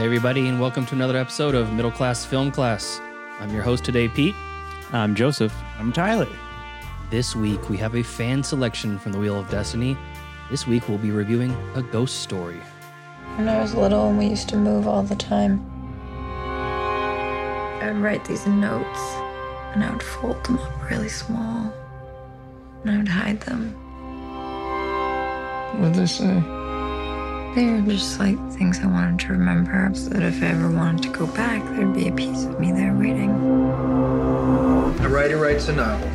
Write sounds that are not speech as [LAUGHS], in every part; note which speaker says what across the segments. Speaker 1: everybody, and welcome to another episode of Middle Class Film Class. I'm your host today, Pete.
Speaker 2: I'm Joseph.
Speaker 3: I'm Tyler.
Speaker 1: This week, we have a fan selection from the Wheel of Destiny. This week, we'll be reviewing A Ghost Story.
Speaker 4: When I was little and we used to move all the time, I would write these notes and I would fold them up really small and I would hide them.
Speaker 5: What'd they say?
Speaker 4: They were just like things I wanted to remember so that if I ever wanted to go back, there'd be a piece of me there waiting.
Speaker 6: A writer writes a novel.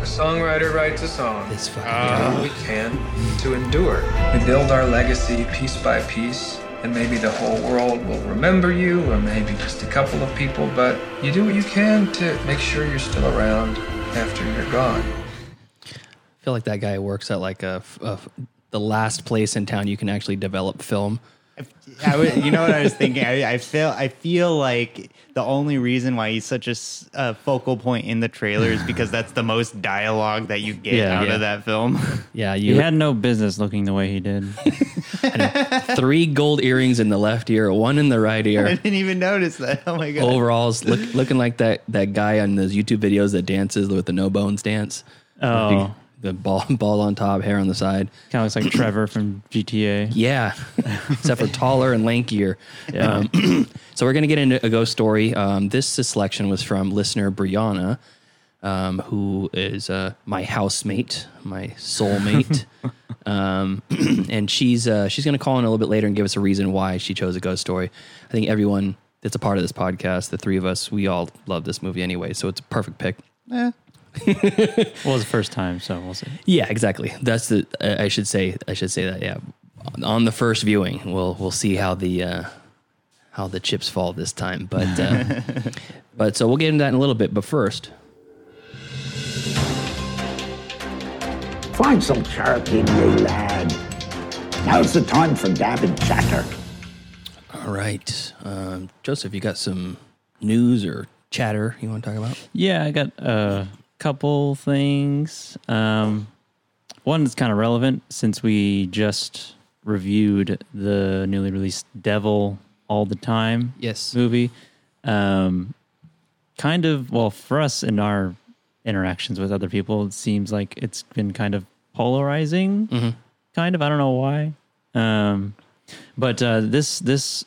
Speaker 6: A songwriter writes a song.
Speaker 1: This fucking
Speaker 6: Do what we can to endure. We build our legacy piece by piece, and maybe the whole world will remember you, or maybe just a couple of people, but you do what you can to make sure you're still around after you're gone.
Speaker 1: I feel like that guy works at like a, a the last place in town you can actually develop film.
Speaker 2: I was,
Speaker 3: You know what I was thinking? I, I feel I feel like the only reason why he's such a s- a focal point in the trailer is because that's the most dialogue that you get
Speaker 2: Yeah.
Speaker 3: out
Speaker 1: Yeah.
Speaker 3: of that film. [LAUGHS]
Speaker 1: Yeah,
Speaker 2: he
Speaker 1: you
Speaker 2: [LAUGHS] had no business looking the way he did. [LAUGHS]
Speaker 1: had three gold earrings in the left ear, one in the right
Speaker 3: I [LAUGHS]
Speaker 1: ear.
Speaker 3: didn't even notice that. Oh my god!
Speaker 1: Overalls, look, looking like that that guy on those YouTube videos that dances with the no bones dance.
Speaker 2: Oh.
Speaker 1: the, the ball [LAUGHS] ball on top, hair on the side.
Speaker 2: kind of looks like Trevor from GTA.
Speaker 1: Yeah, except for taller and lankier. Um, [CLEARS THROAT] so we're going to get into a ghost story. Um, this selection was from listener Brianna, um, who is uh, my housemate, my soulmate, um, [CLEARS THROAT] and she's uh, she's going to call in a little bit later and give us a reason why she chose a ghost story. I think everyone that's a part of this podcast, the three of us, we all love this movie anyway, so it's a perfect pick.
Speaker 2: Well, it was the first time, so we'll see.
Speaker 1: Yeah, exactly. That's the I I should say I should say that. Yeah, on the first viewing, we'll we'll see how the uh, how the chips fall this time. But [LAUGHS] uh, but so we'll get into that in a little bit. But first,
Speaker 7: Find some charity in you, lad. Now's the time for gab and chatter.
Speaker 1: all right, um, Joseph, you got some news or chatter you want to talk about?
Speaker 2: Yeah, I got a couple things. Um, one that's kind of relevant since we just reviewed the newly released Devil All the Time
Speaker 1: Yes.
Speaker 2: movie. Um, kind of, well, for us in our interactions with other people, it seems like it's been kind of polarizing. Kind of, I don't know why. Um, but uh, this this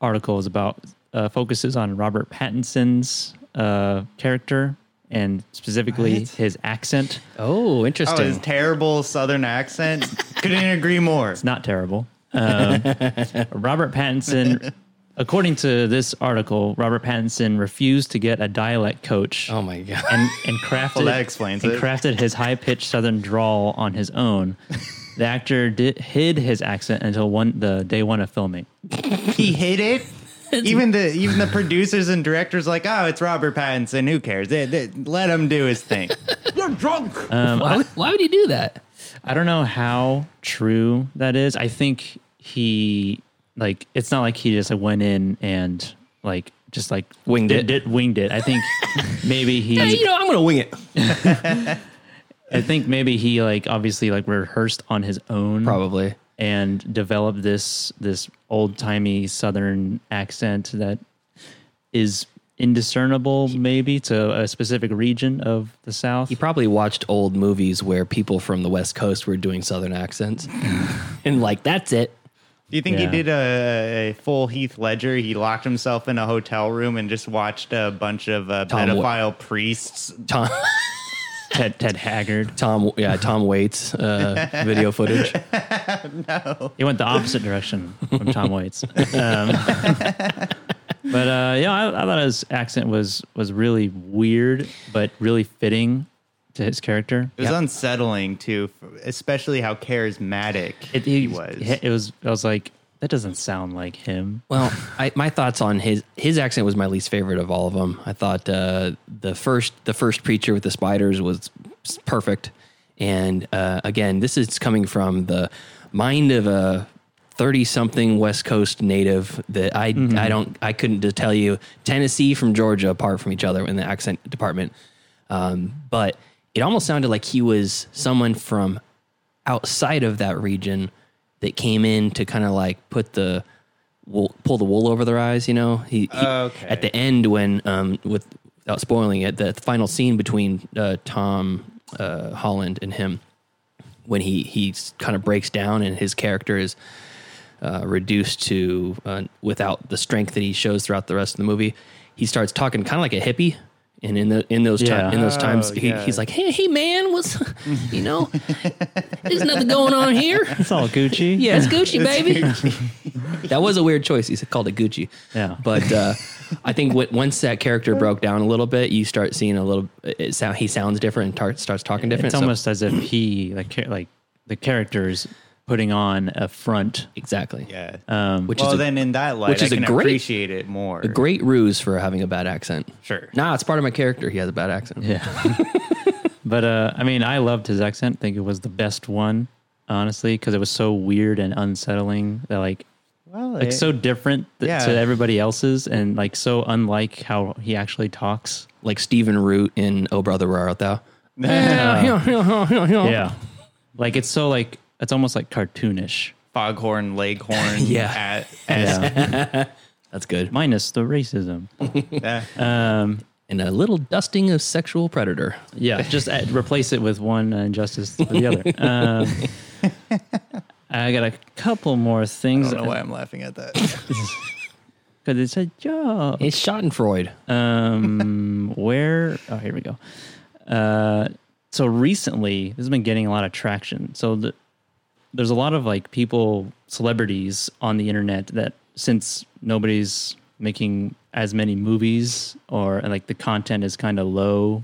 Speaker 2: article is about uh, focuses on Robert Pattinson's uh, character and specifically his accent.
Speaker 1: Oh,
Speaker 3: Oh,
Speaker 1: interesting.
Speaker 3: his terrible southern accent. Couldn't agree more.
Speaker 2: It's not terrible. Um, [LAUGHS] Robert Pattinson, according to this article, Robert Pattinson refused to get a dialect coach
Speaker 1: oh my god.
Speaker 2: and, and crafted
Speaker 3: that explains
Speaker 2: and
Speaker 3: it.
Speaker 2: crafted his high pitched southern drawl on his
Speaker 3: [LAUGHS]
Speaker 2: own. The actor did, hid his accent until one the day one of filming.
Speaker 3: He hid it. Even the even the producers and directors like, oh, it's Robert Pattinson. Who cares? They- they- let him do his thing.
Speaker 7: You're drunk.
Speaker 1: [LAUGHS] why, would, why would he do that?
Speaker 2: I don't know how true that is. I think he like it's not like he just like, went in and like just like
Speaker 1: Winged
Speaker 2: did,
Speaker 1: it.
Speaker 2: did- winged it.
Speaker 1: [LAUGHS]
Speaker 2: I think maybe he
Speaker 1: Hey, you know, I'm gonna wing it.
Speaker 2: I think maybe he like obviously like rehearsed on his own
Speaker 1: Probably.
Speaker 2: and developed this this old timey southern accent that is indiscernible maybe to a specific region of the south.
Speaker 1: He probably watched old movies where people from the West Coast were doing Southern [LAUGHS] accents, and like that's it.
Speaker 3: Do you think
Speaker 2: Yeah.
Speaker 3: he did a, a full Heath Ledger? He locked himself in a hotel room and just watched a bunch of uh,
Speaker 1: Tom Wa-
Speaker 3: pedophile priests.
Speaker 1: Tom.
Speaker 2: Ted Ted Haggard.
Speaker 1: Tom, yeah, Tom Waits uh, video footage.
Speaker 2: It went the opposite direction from Tom Waits. Um, but uh, yeah, I, I thought his accent was was really weird, but really fitting to his character.
Speaker 3: It was unsettling too, f- especially how charismatic
Speaker 2: It,
Speaker 3: he was.
Speaker 2: It was. I was like, that doesn't sound like him.
Speaker 1: Well, I, my thoughts on his his accent was my least favorite of all of them. I thought uh, the first the first preacher with the spiders was s- perfect, and uh, again, this is coming from the mind of a thirty something West Coast native that I I don't I couldn't just tell you Tennessee from Georgia apart from each other in the accent department, um, but it almost sounded like he was someone from outside of that region that came in to kind of like put the wool, pull the wool over their eyes. You know, he, he-
Speaker 3: Okay.
Speaker 1: at the end when um with without spoiling it, the final scene between uh, Tom uh, Holland and him when he he kind of breaks down and his character is uh, reduced to uh, without the strength that he shows throughout the rest of the movie. He starts talking kind of like a hippie, and in the in those ti-
Speaker 2: Yeah.
Speaker 1: in those times,
Speaker 3: Oh,
Speaker 1: he,
Speaker 3: yeah.
Speaker 1: he's like, "Hey, hey, man, what's [LAUGHS] you know, there's nothing going on here.
Speaker 2: It's all Gucci.
Speaker 1: Yeah, it's Gucci, baby. that was a weird choice. He called it Gucci.
Speaker 2: Yeah.
Speaker 1: but uh, I think w- once that character broke down a little bit, you start seeing a little. It sound he sounds different and tar- starts talking different.
Speaker 2: It's
Speaker 1: So-
Speaker 2: almost as if he like cha- like the characters putting on a front.
Speaker 1: exactly.
Speaker 3: [LAUGHS]
Speaker 1: [LAUGHS]
Speaker 3: Yeah.
Speaker 2: Um,
Speaker 1: Which
Speaker 3: well,
Speaker 1: is a
Speaker 3: then in that light,
Speaker 1: which is
Speaker 3: I
Speaker 1: a
Speaker 3: can
Speaker 1: great-
Speaker 3: appreciate it more.
Speaker 1: great ruse for having a bad accent.
Speaker 3: Sure.
Speaker 1: Nah, it's part of my character. He has a bad accent.
Speaker 2: yeah. but uh, I mean, I loved his accent. I think it was the best one, honestly, because it was so weird and unsettling. That like
Speaker 3: well,
Speaker 2: like
Speaker 3: it-
Speaker 2: so different th-
Speaker 3: Yeah.
Speaker 2: to everybody else's, and like so unlike how he actually talks.
Speaker 1: Like Stephen Root in Oh Brother Where Art Thou.
Speaker 3: Oh.
Speaker 2: Yeah, like it's so like it's almost like cartoonish,
Speaker 3: foghorn, leghorn.
Speaker 1: [LAUGHS] Yeah.
Speaker 3: At,
Speaker 1: That's good.
Speaker 2: minus the racism.
Speaker 3: yeah.
Speaker 1: And a little dusting of sexual predator.
Speaker 2: Yeah, [LAUGHS] just add, replace it with one uh, injustice with [LAUGHS] the other. Um, I got a couple more
Speaker 3: I
Speaker 2: things
Speaker 3: don't know why
Speaker 2: because
Speaker 3: I'm laughing
Speaker 1: [LAUGHS]
Speaker 3: at that.
Speaker 2: it's a job.
Speaker 1: It's Schadenfreude.
Speaker 2: Um, where? Oh, here we go. Uh, so recently, this has been getting a lot of traction. So the, there's a lot of like people, celebrities on the internet that since nobody's making as many movies or and, like the content is kind of low.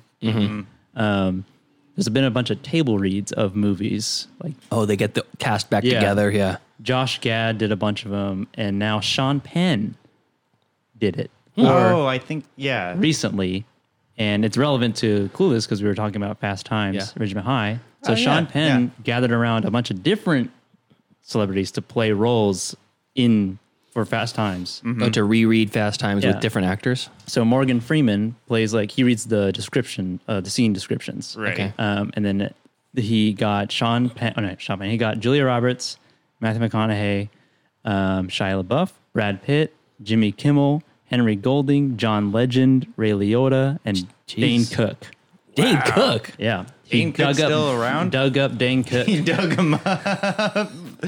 Speaker 2: Um, there's been a bunch of table reads of movies. Like
Speaker 1: Oh, they get the cast back
Speaker 2: Yeah.
Speaker 1: together. Yeah.
Speaker 2: Josh Gad did a bunch of them, and now Sean Penn did it. Or-
Speaker 3: oh, I think yeah. [LAUGHS]
Speaker 2: recently, and it's relevant to Clueless because we were talking about Fast Times,
Speaker 1: Yeah.
Speaker 2: Ridgemont High. So
Speaker 3: Oh, yeah,
Speaker 2: Sean Penn
Speaker 3: yeah.
Speaker 2: gathered around a bunch of different celebrities to play roles in for Fast Times.
Speaker 1: Go to reread Fast Times
Speaker 2: Mm-hmm. Yeah.
Speaker 1: with different actors.
Speaker 2: So Morgan Freeman plays like he reads the description, uh, the scene descriptions,
Speaker 3: Right.
Speaker 1: Okay.
Speaker 2: Um, and then he got Sean Penn. Oh, no, Sean Penn. He got Julia Roberts, Matthew McConaughey, um, Shia LaBeouf, Brad Pitt, Jimmy Kimmel, Henry Golding, John Legend, Ray Liotta, and Dane Cook.
Speaker 1: Dane Cook.
Speaker 2: Yeah,
Speaker 3: Dane Cook's still around?
Speaker 2: Dug up Dane
Speaker 3: [LAUGHS]
Speaker 2: Cook.
Speaker 3: He dug him up.
Speaker 2: so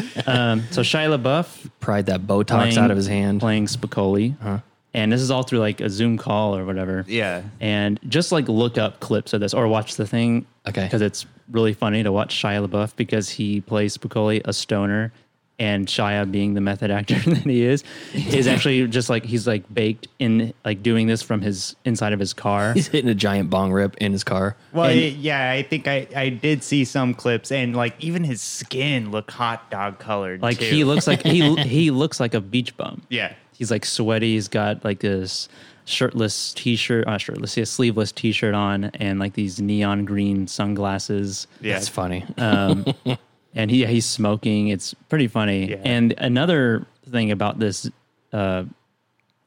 Speaker 2: Shia LaBeouf
Speaker 1: Pried that Botox out of his hand. Uh-huh.
Speaker 2: playing Spicoli, and this is all through like a Zoom call or whatever.
Speaker 3: Yeah.
Speaker 2: and just like look up clips of this or watch the thing.
Speaker 1: Okay.
Speaker 2: Because it's really funny to watch Shia LaBeouf because he plays Spicoli, a stoner, and Shia, being the method actor [LAUGHS] that he is, is actually just like he's like baked in like doing this from his inside of his
Speaker 3: [LAUGHS]
Speaker 2: car.
Speaker 1: He's hitting a giant bong rip in his car.
Speaker 3: Well, yeah, I think I, I did see some clips, and like even his skin looked hot dog colored.
Speaker 2: Like
Speaker 3: too.
Speaker 2: he looks like he he looks like a beach bum.
Speaker 3: Yeah.
Speaker 2: He's like sweaty. He's got like this shirtless t-shirt, uh, shirtless, yeah, sleeveless t-shirt on, and like these neon green sunglasses.
Speaker 3: Yeah.
Speaker 1: That's funny.
Speaker 2: Um,
Speaker 3: [LAUGHS]
Speaker 2: and he he's smoking. It's pretty funny.
Speaker 3: Yeah.
Speaker 2: And another thing about this uh,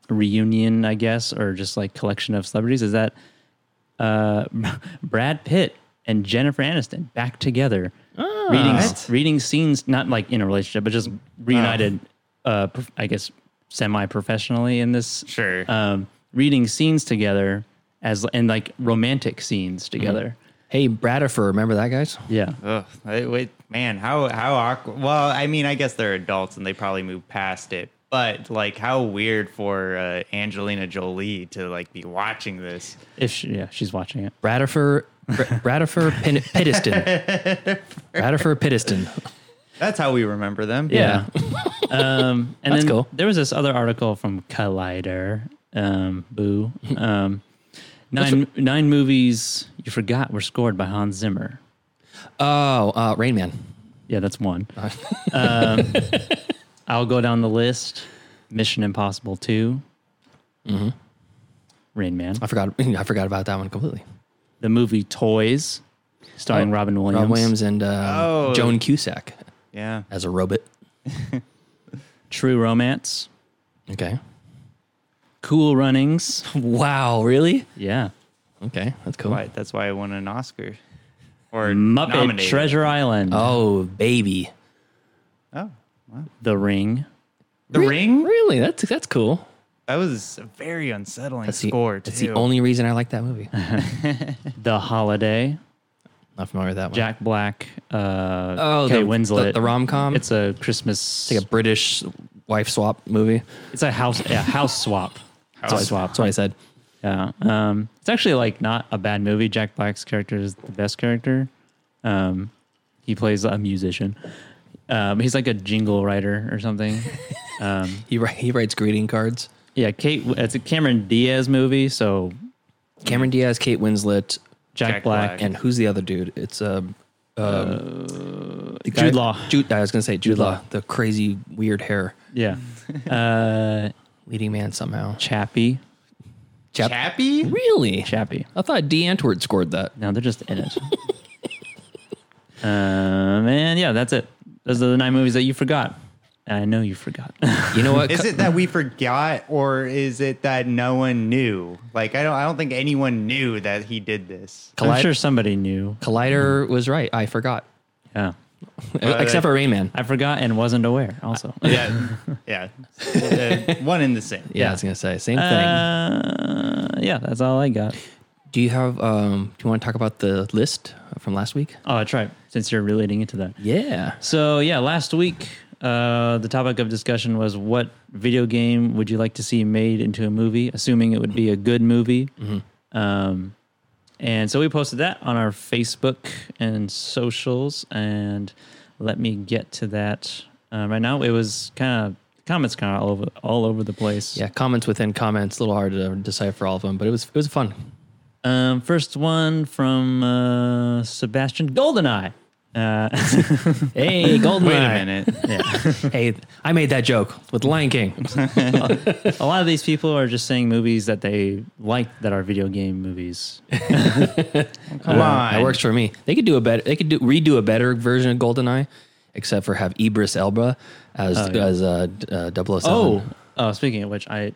Speaker 2: reunion, I guess, or just like collection of celebrities, is that uh, [LAUGHS] Brad Pitt and Jennifer Aniston back together,
Speaker 3: Ah.
Speaker 2: reading reading scenes, not like in a relationship, but just reunited. Uh, prof- I guess semi professionally in this
Speaker 3: Sure.
Speaker 1: Uh,
Speaker 2: um, reading scenes together as and like romantic scenes together.
Speaker 1: hey, Bradifer, remember that, guys?
Speaker 3: Mm-hmm.
Speaker 2: Yeah.
Speaker 3: Ugh, I- wait, man, how how awkward. Well, I mean, I guess they're adults and they probably moved past it, but like, how weird for uh, Angelina Jolie to like be watching this.
Speaker 2: If she, yeah, she's watching it.
Speaker 1: Bradifer,
Speaker 3: [LAUGHS]
Speaker 1: Br- Bradifer Pin- Pittiston. Bradifer Pittiston.
Speaker 3: That's how we remember them.
Speaker 2: Yeah. um, and
Speaker 1: That's
Speaker 2: then
Speaker 1: cool.
Speaker 2: there was this other article from Collider. Um,
Speaker 1: [LAUGHS]
Speaker 2: boo. Um, nine nine movies you forgot were scored by Hans Zimmer.
Speaker 1: Oh, uh, Rain Man.
Speaker 2: Yeah,
Speaker 1: [LAUGHS]
Speaker 2: that's one. um, I'll go down the list. Mission Impossible 2
Speaker 1: Mm-hmm.
Speaker 2: Rain Man,
Speaker 1: I forgot. I forgot about that one completely.
Speaker 2: the movie Toys, starring
Speaker 1: Oh,
Speaker 2: Robin Williams.
Speaker 1: Rob Williams and um,
Speaker 3: Oh.
Speaker 1: Joan Cusack
Speaker 3: yeah.
Speaker 1: as a robot.
Speaker 2: True Romance,
Speaker 1: Okay.
Speaker 2: Cool Runnings.
Speaker 1: [LAUGHS]
Speaker 2: Oh,
Speaker 1: Wow. Really?
Speaker 2: Yeah,
Speaker 1: Okay. That's cool.
Speaker 3: Why, that's why I won an Oscar or
Speaker 2: Muppet
Speaker 3: nominated.
Speaker 2: Treasure Island,
Speaker 1: Oh, baby.
Speaker 3: Oh,
Speaker 2: The Ring.
Speaker 3: The Ring.
Speaker 1: Really? That's that's cool.
Speaker 3: That was a very unsettling
Speaker 1: That's the,
Speaker 3: score
Speaker 1: that's
Speaker 3: too.
Speaker 1: the only reason I like that movie.
Speaker 2: The Holiday,
Speaker 1: Not familiar with that one.
Speaker 2: Jack Black, uh,
Speaker 1: Oh,
Speaker 2: Kate
Speaker 1: the-
Speaker 2: Winslet.
Speaker 1: the- the rom-com?
Speaker 2: It's a Christmas.
Speaker 1: It's like a British wife swap movie.
Speaker 2: it's a house a house swap. House swap.
Speaker 1: That's what I said.
Speaker 2: Yeah. Um, it's actually like not a bad movie. Jack Black's character is the best character. Um, he plays a musician. Um, he's like a jingle writer
Speaker 1: [LAUGHS]
Speaker 2: or something.
Speaker 1: He wri- he writes greeting cards.
Speaker 2: yeah, Kate. It's a Cameron Diaz movie. So
Speaker 1: Cameron Diaz, Kate Winslet,
Speaker 2: Jack,
Speaker 3: Jack
Speaker 2: Black,
Speaker 3: Black.
Speaker 1: and who's the other dude? It's um, um, the guy-
Speaker 2: Jude Law.
Speaker 1: Jude, I was gonna say Jude, Law, the crazy weird hair
Speaker 2: Yeah,
Speaker 1: leading man somehow.
Speaker 2: Chappie.
Speaker 1: Chap-
Speaker 3: Chappie.
Speaker 1: really?
Speaker 2: Chappie.
Speaker 1: I thought D Antwoord scored that.
Speaker 2: No, they're just
Speaker 1: [LAUGHS]
Speaker 2: in it. um, and yeah, that's it. Those are the nine movies that you forgot. I know you forgot.
Speaker 1: You know what?
Speaker 3: [LAUGHS] Is it that we forgot, or is it that no one knew? Like I don't, I don't think anyone knew that he did this.
Speaker 2: I'm
Speaker 1: Collide-
Speaker 2: sure somebody knew.
Speaker 1: Collider was right. I forgot.
Speaker 2: Yeah,
Speaker 1: Except for Rayman.
Speaker 2: I forgot and wasn't aware. Also,
Speaker 1: [LAUGHS]
Speaker 3: Yeah, yeah, Uh, one in the same.
Speaker 1: Yeah, I was gonna say same thing.
Speaker 2: Uh, yeah, that's all I got.
Speaker 1: Do you have? Um, do you want to talk about the list from last week?
Speaker 2: Oh, that's right. Since you're relating it to that.
Speaker 1: Yeah.
Speaker 2: So yeah, last week uh, the topic of discussion was what video game would you like to see made into a movie, assuming it would be a good movie. Um, and so we posted that on our Facebook and socials. And let me get to that um, right now. It was kind of comments kind of all over all over the place.
Speaker 1: Yeah, comments within comments. A little hard to decipher all of them, but it was it was fun.
Speaker 2: Um, first one from uh, Sebastian Goldeneye. Uh, [LAUGHS]
Speaker 1: Hey, Goldeneye.
Speaker 3: Wait a minute.
Speaker 1: Hey, I made that joke with Lion King.
Speaker 2: a lot of these people are just saying movies that they like that are video game movies.
Speaker 3: Come on.
Speaker 1: That works for me. They could do a better. They could do redo a better version of Goldeneye, except for have Ibris Elba as as uh, d- uh, 007.
Speaker 2: Oh, oh, speaking of which, I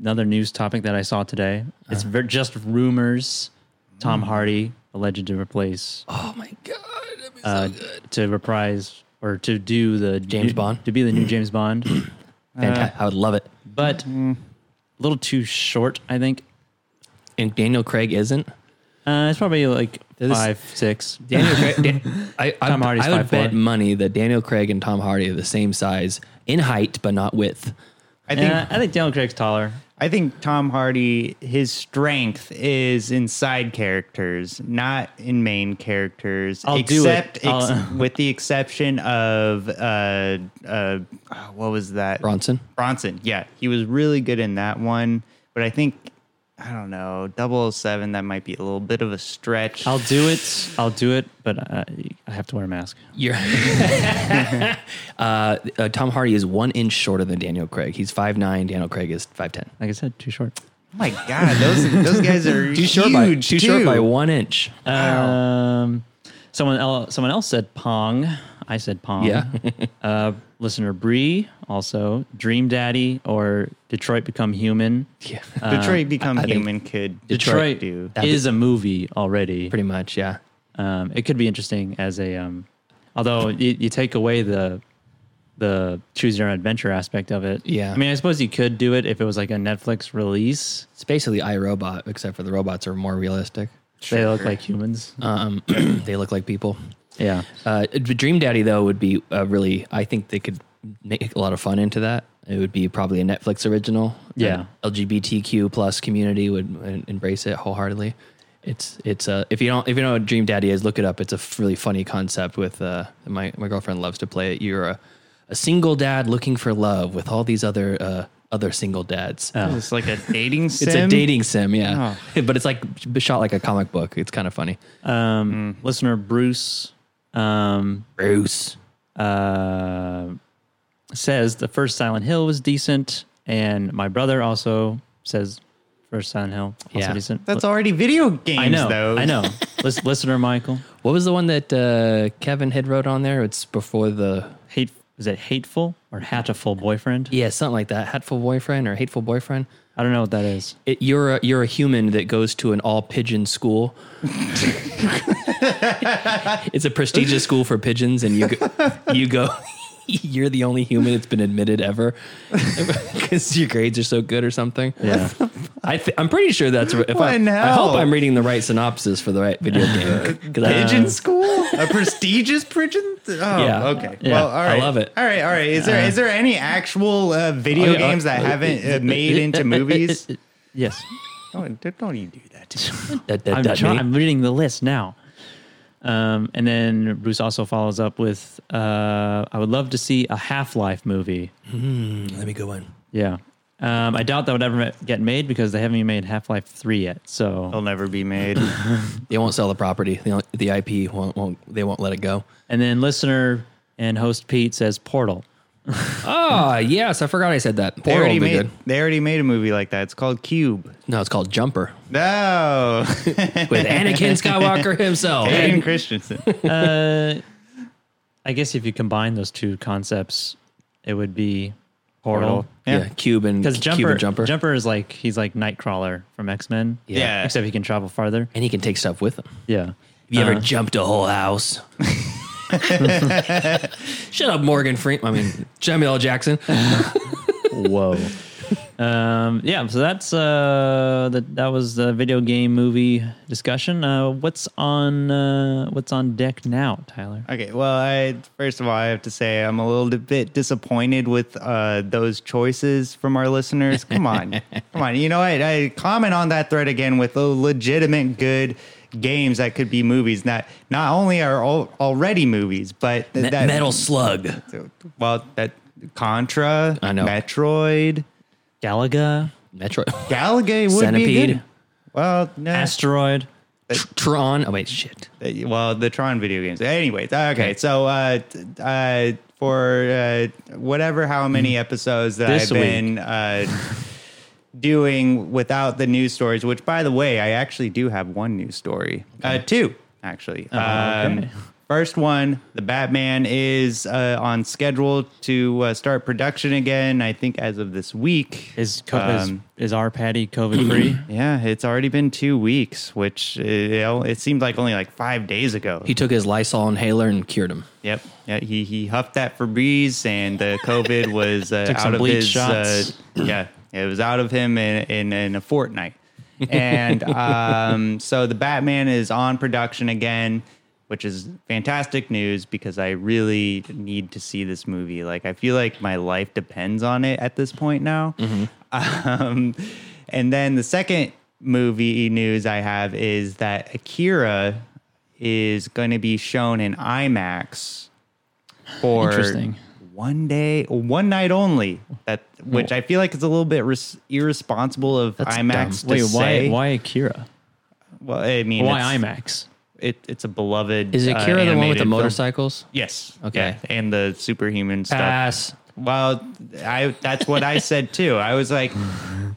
Speaker 2: another news topic that I saw today. It's
Speaker 1: Uh-huh.
Speaker 2: ver- just rumors. Tom Hardy alleged to replace
Speaker 1: Mm. oh my god, that'd be so good.
Speaker 2: to reprise or to do the
Speaker 1: James
Speaker 2: new-
Speaker 1: Bond?
Speaker 2: to be the new James
Speaker 1: [CLEARS THROAT]
Speaker 2: Bond,
Speaker 1: Fanta- I would love it.
Speaker 2: but a
Speaker 1: Mm.
Speaker 2: little too short. I think
Speaker 1: And Daniel Craig isn't.
Speaker 2: uh, it's probably like
Speaker 1: This-
Speaker 2: five six.
Speaker 1: Daniel [LAUGHS] Craig. Dan- I, I,
Speaker 2: Tom Hardy's
Speaker 1: I would
Speaker 2: 5'4".
Speaker 1: bet money that Daniel Craig and Tom Hardy are the same size in height, but not width.
Speaker 3: I think
Speaker 2: Yeah, Uh, I think Daniel Craig's taller.
Speaker 3: I think Tom Hardy, his strength is in side characters, not in main characters.
Speaker 2: I'll do it.
Speaker 3: except
Speaker 1: [LAUGHS]
Speaker 3: ex-
Speaker 2: I'll-
Speaker 3: with the exception of uh, uh, what was that?
Speaker 1: Bronson.
Speaker 3: Bronson. Yeah, he was really good in that one, but I think I don't know 007, That might be a little bit of a stretch.
Speaker 2: I'll do it. I'll do it, but I, I have to wear a mask.
Speaker 1: You're [LAUGHS] uh, uh, Tom Hardy is one inch shorter than Daniel Craig. He's five nine. Daniel Craig is five ten.
Speaker 2: Like I said, too short.
Speaker 3: oh my God, those those guys
Speaker 1: [LAUGHS]
Speaker 3: are
Speaker 1: Too
Speaker 3: huge.
Speaker 1: short by too, short by
Speaker 3: too.
Speaker 1: one inch.
Speaker 2: Um, someone else, someone else said Pong. I said Pong.
Speaker 1: Yeah.
Speaker 2: [LAUGHS] uh, listener Bree also Dream Daddy or Detroit Become Human.
Speaker 1: yeah, [LAUGHS]
Speaker 3: Detroit Become Human could
Speaker 1: Detroit
Speaker 3: do.
Speaker 2: is a movie already.
Speaker 1: pretty much. Yeah,
Speaker 2: Um, it could be interesting as a, um, although you, you take away the the choose your own adventure aspect of it.
Speaker 1: Yeah.
Speaker 2: I mean, I suppose you could do it if it was like a Netflix release.
Speaker 1: it's basically iRobot, except for the robots are more realistic.
Speaker 2: They look like humans.
Speaker 1: Um, they look like people.
Speaker 2: yeah.
Speaker 1: Uh, Dream Daddy though would be uh, really. I think they could make a lot of fun into that. It would be probably a Netflix original.
Speaker 2: Yeah.
Speaker 1: Uh, LGBTQ plus community would en- embrace it wholeheartedly. It's it's uh, if you don't if you don't know what Dream Daddy is, look it up. It's a f- really funny concept. With uh, my my girlfriend loves to play it. You're a, a single dad looking for love with all these other uh, other single dads.
Speaker 3: It's like a dating Oh. sim.
Speaker 1: It's a dating sim, yeah, [LAUGHS] but it's like shot like a comic book. It's kind of funny.
Speaker 2: Um, Listener Bruce. Um,
Speaker 1: Bruce,
Speaker 2: uh, says the first Silent Hill was decent, and my brother also says first Silent Hill also
Speaker 1: Yeah.
Speaker 2: decent.
Speaker 3: That's already video games,
Speaker 2: I know,
Speaker 3: though.
Speaker 2: I know. [LAUGHS] Lis- listener Michael,
Speaker 1: What was the one that uh, Kevin had wrote on there? It's before the
Speaker 2: hate is it hateful or hateful boyfriend?
Speaker 1: yeah, something like that. Hateful boyfriend or hateful boyfriend.
Speaker 2: I don't know what that is.
Speaker 1: It, you're a, you're a human that goes to an all pigeon school. [LAUGHS] it's a prestigious school for pigeons, and you go, [LAUGHS] you go you're the only human that's been admitted ever [LAUGHS] because your grades are so good or something.
Speaker 2: Yeah.
Speaker 1: I th- I'm pretty sure that's if
Speaker 3: What
Speaker 1: I,
Speaker 3: in
Speaker 1: I
Speaker 3: hell?
Speaker 1: hope I'm reading the right synopsis for the right video game.
Speaker 2: [LAUGHS]
Speaker 1: 'Cause I-
Speaker 3: Pigeon school? A prestigious pigeon? Oh,
Speaker 1: Uh, Yeah.
Speaker 3: okay.
Speaker 2: Yeah.
Speaker 3: Well, all
Speaker 1: I
Speaker 3: right.
Speaker 1: love it.
Speaker 3: All right, all right. Is there is there any actual uh, video
Speaker 1: Oh, yeah,
Speaker 3: games that
Speaker 1: uh,
Speaker 3: haven't uh, made into movies?
Speaker 2: yes.
Speaker 3: Don't, don't you do that. to me.
Speaker 1: that- that-
Speaker 2: I'm,
Speaker 1: that
Speaker 2: try-
Speaker 1: me.
Speaker 2: I'm reading the list now. Um, and then Bruce also follows up with uh, I would love to see a Half Life movie.
Speaker 1: Let me go in.
Speaker 2: Yeah. Um, I doubt that would ever get made because they haven't even made Half Life 3 yet. So,
Speaker 3: It'll never be made.
Speaker 1: They won't sell the property. The, the IP won't, won't. They won't let it go.
Speaker 2: and then listener and host Pete says Portal.
Speaker 1: Oh, yes, I forgot I said that.
Speaker 3: They
Speaker 1: Portal
Speaker 3: already
Speaker 1: would be
Speaker 3: made.
Speaker 1: good.
Speaker 3: They already made a movie like that. It's called Cube.
Speaker 1: No, it's called Jumper
Speaker 3: No,
Speaker 1: [LAUGHS] with Anakin Skywalker himself.
Speaker 3: Hayden Christensen.
Speaker 2: I guess if you combine those two concepts, it would be Portal.
Speaker 1: yeah.
Speaker 3: Yeah.
Speaker 1: Cube and
Speaker 2: Because
Speaker 1: Cube and
Speaker 2: Jumper,
Speaker 1: Jumper.
Speaker 2: Jumper is like he's like Nightcrawler from X Men.
Speaker 3: Yeah.
Speaker 2: Except he can travel farther.
Speaker 1: and he can take stuff with him.
Speaker 2: Yeah.
Speaker 1: Have you ever
Speaker 2: Uh,
Speaker 1: jumped a whole house? [LAUGHS] Shut up, Morgan Freeman. I mean, Samuel L. [LAUGHS] Jackson.
Speaker 2: Whoa. [LAUGHS] um, yeah, so that's uh, that. That was the video game movie discussion. Uh, what's on uh, What's on deck now, Tyler?
Speaker 3: Okay, well, I first of all, I have to say I'm a little bit disappointed with uh, those choices from our listeners.
Speaker 1: [LAUGHS]
Speaker 3: Come on, come on. You know, I, I comment on that thread again with the legitimate good games that could be movies. That not only are al- already movies, but th-
Speaker 1: Me-
Speaker 3: that
Speaker 1: Metal Slug.
Speaker 3: Well, that Contra,
Speaker 1: I know.
Speaker 3: Metroid,
Speaker 2: Galaga,
Speaker 1: [LAUGHS] Metroid.
Speaker 3: Galaga would be
Speaker 1: Centipede.
Speaker 3: good. Well, no.
Speaker 2: Asteroid.
Speaker 1: Tr- Tron. Oh, wait, shit.
Speaker 3: Uh, well the tron video games anyways okay so uh t- uh for uh whatever how many episodes that
Speaker 2: Mm-hmm. This
Speaker 3: i've been uh doing without the news stories which by the way i actually do have one news story uh two actually um,
Speaker 2: Uh-huh, okay.
Speaker 3: First one, the Batman is uh, on schedule to uh, start production again. I think as of this week
Speaker 2: Is, co-
Speaker 3: Um,
Speaker 2: is is our Patty COVID free?
Speaker 3: yeah, it's already been two weeks, which uh, you know, it seemed like only like five days ago.
Speaker 1: He took his Lysol inhaler and cured him.
Speaker 3: Yep. Yeah, he he huffed that Febreze, and the
Speaker 2: [LAUGHS]
Speaker 3: COVID was uh,
Speaker 2: Took some
Speaker 3: out of
Speaker 2: bleach
Speaker 3: his. Uh,
Speaker 2: shots.
Speaker 3: yeah, it was out of him in in, in a fortnight,
Speaker 2: [LAUGHS]
Speaker 3: and um, so the Batman is on production again, which is fantastic news because I really need to see this movie. Like I feel like my life depends on it at this point now.
Speaker 2: Mm-hmm.
Speaker 3: Um, and then the second movie news I have is that Akira is going to be shown in IMAX for
Speaker 2: Interesting.
Speaker 3: one day, one night only. That which I feel like is a little bit res- irresponsible of [CLEARS THROAT] IMAX
Speaker 2: Wait,
Speaker 3: to
Speaker 2: why
Speaker 3: say.
Speaker 2: why Akira?
Speaker 3: Well, I mean,
Speaker 2: Why
Speaker 3: it's-
Speaker 2: IMAX?
Speaker 3: It, it's a beloved.
Speaker 1: Is it Kira
Speaker 3: uh,
Speaker 1: the one with
Speaker 3: animated
Speaker 1: the
Speaker 3: film.
Speaker 1: motorcycles?
Speaker 3: Yes.
Speaker 1: Okay.
Speaker 3: yeah, And the superhuman stuff.
Speaker 1: Pass.
Speaker 3: Well, I that's what I said too. I was like,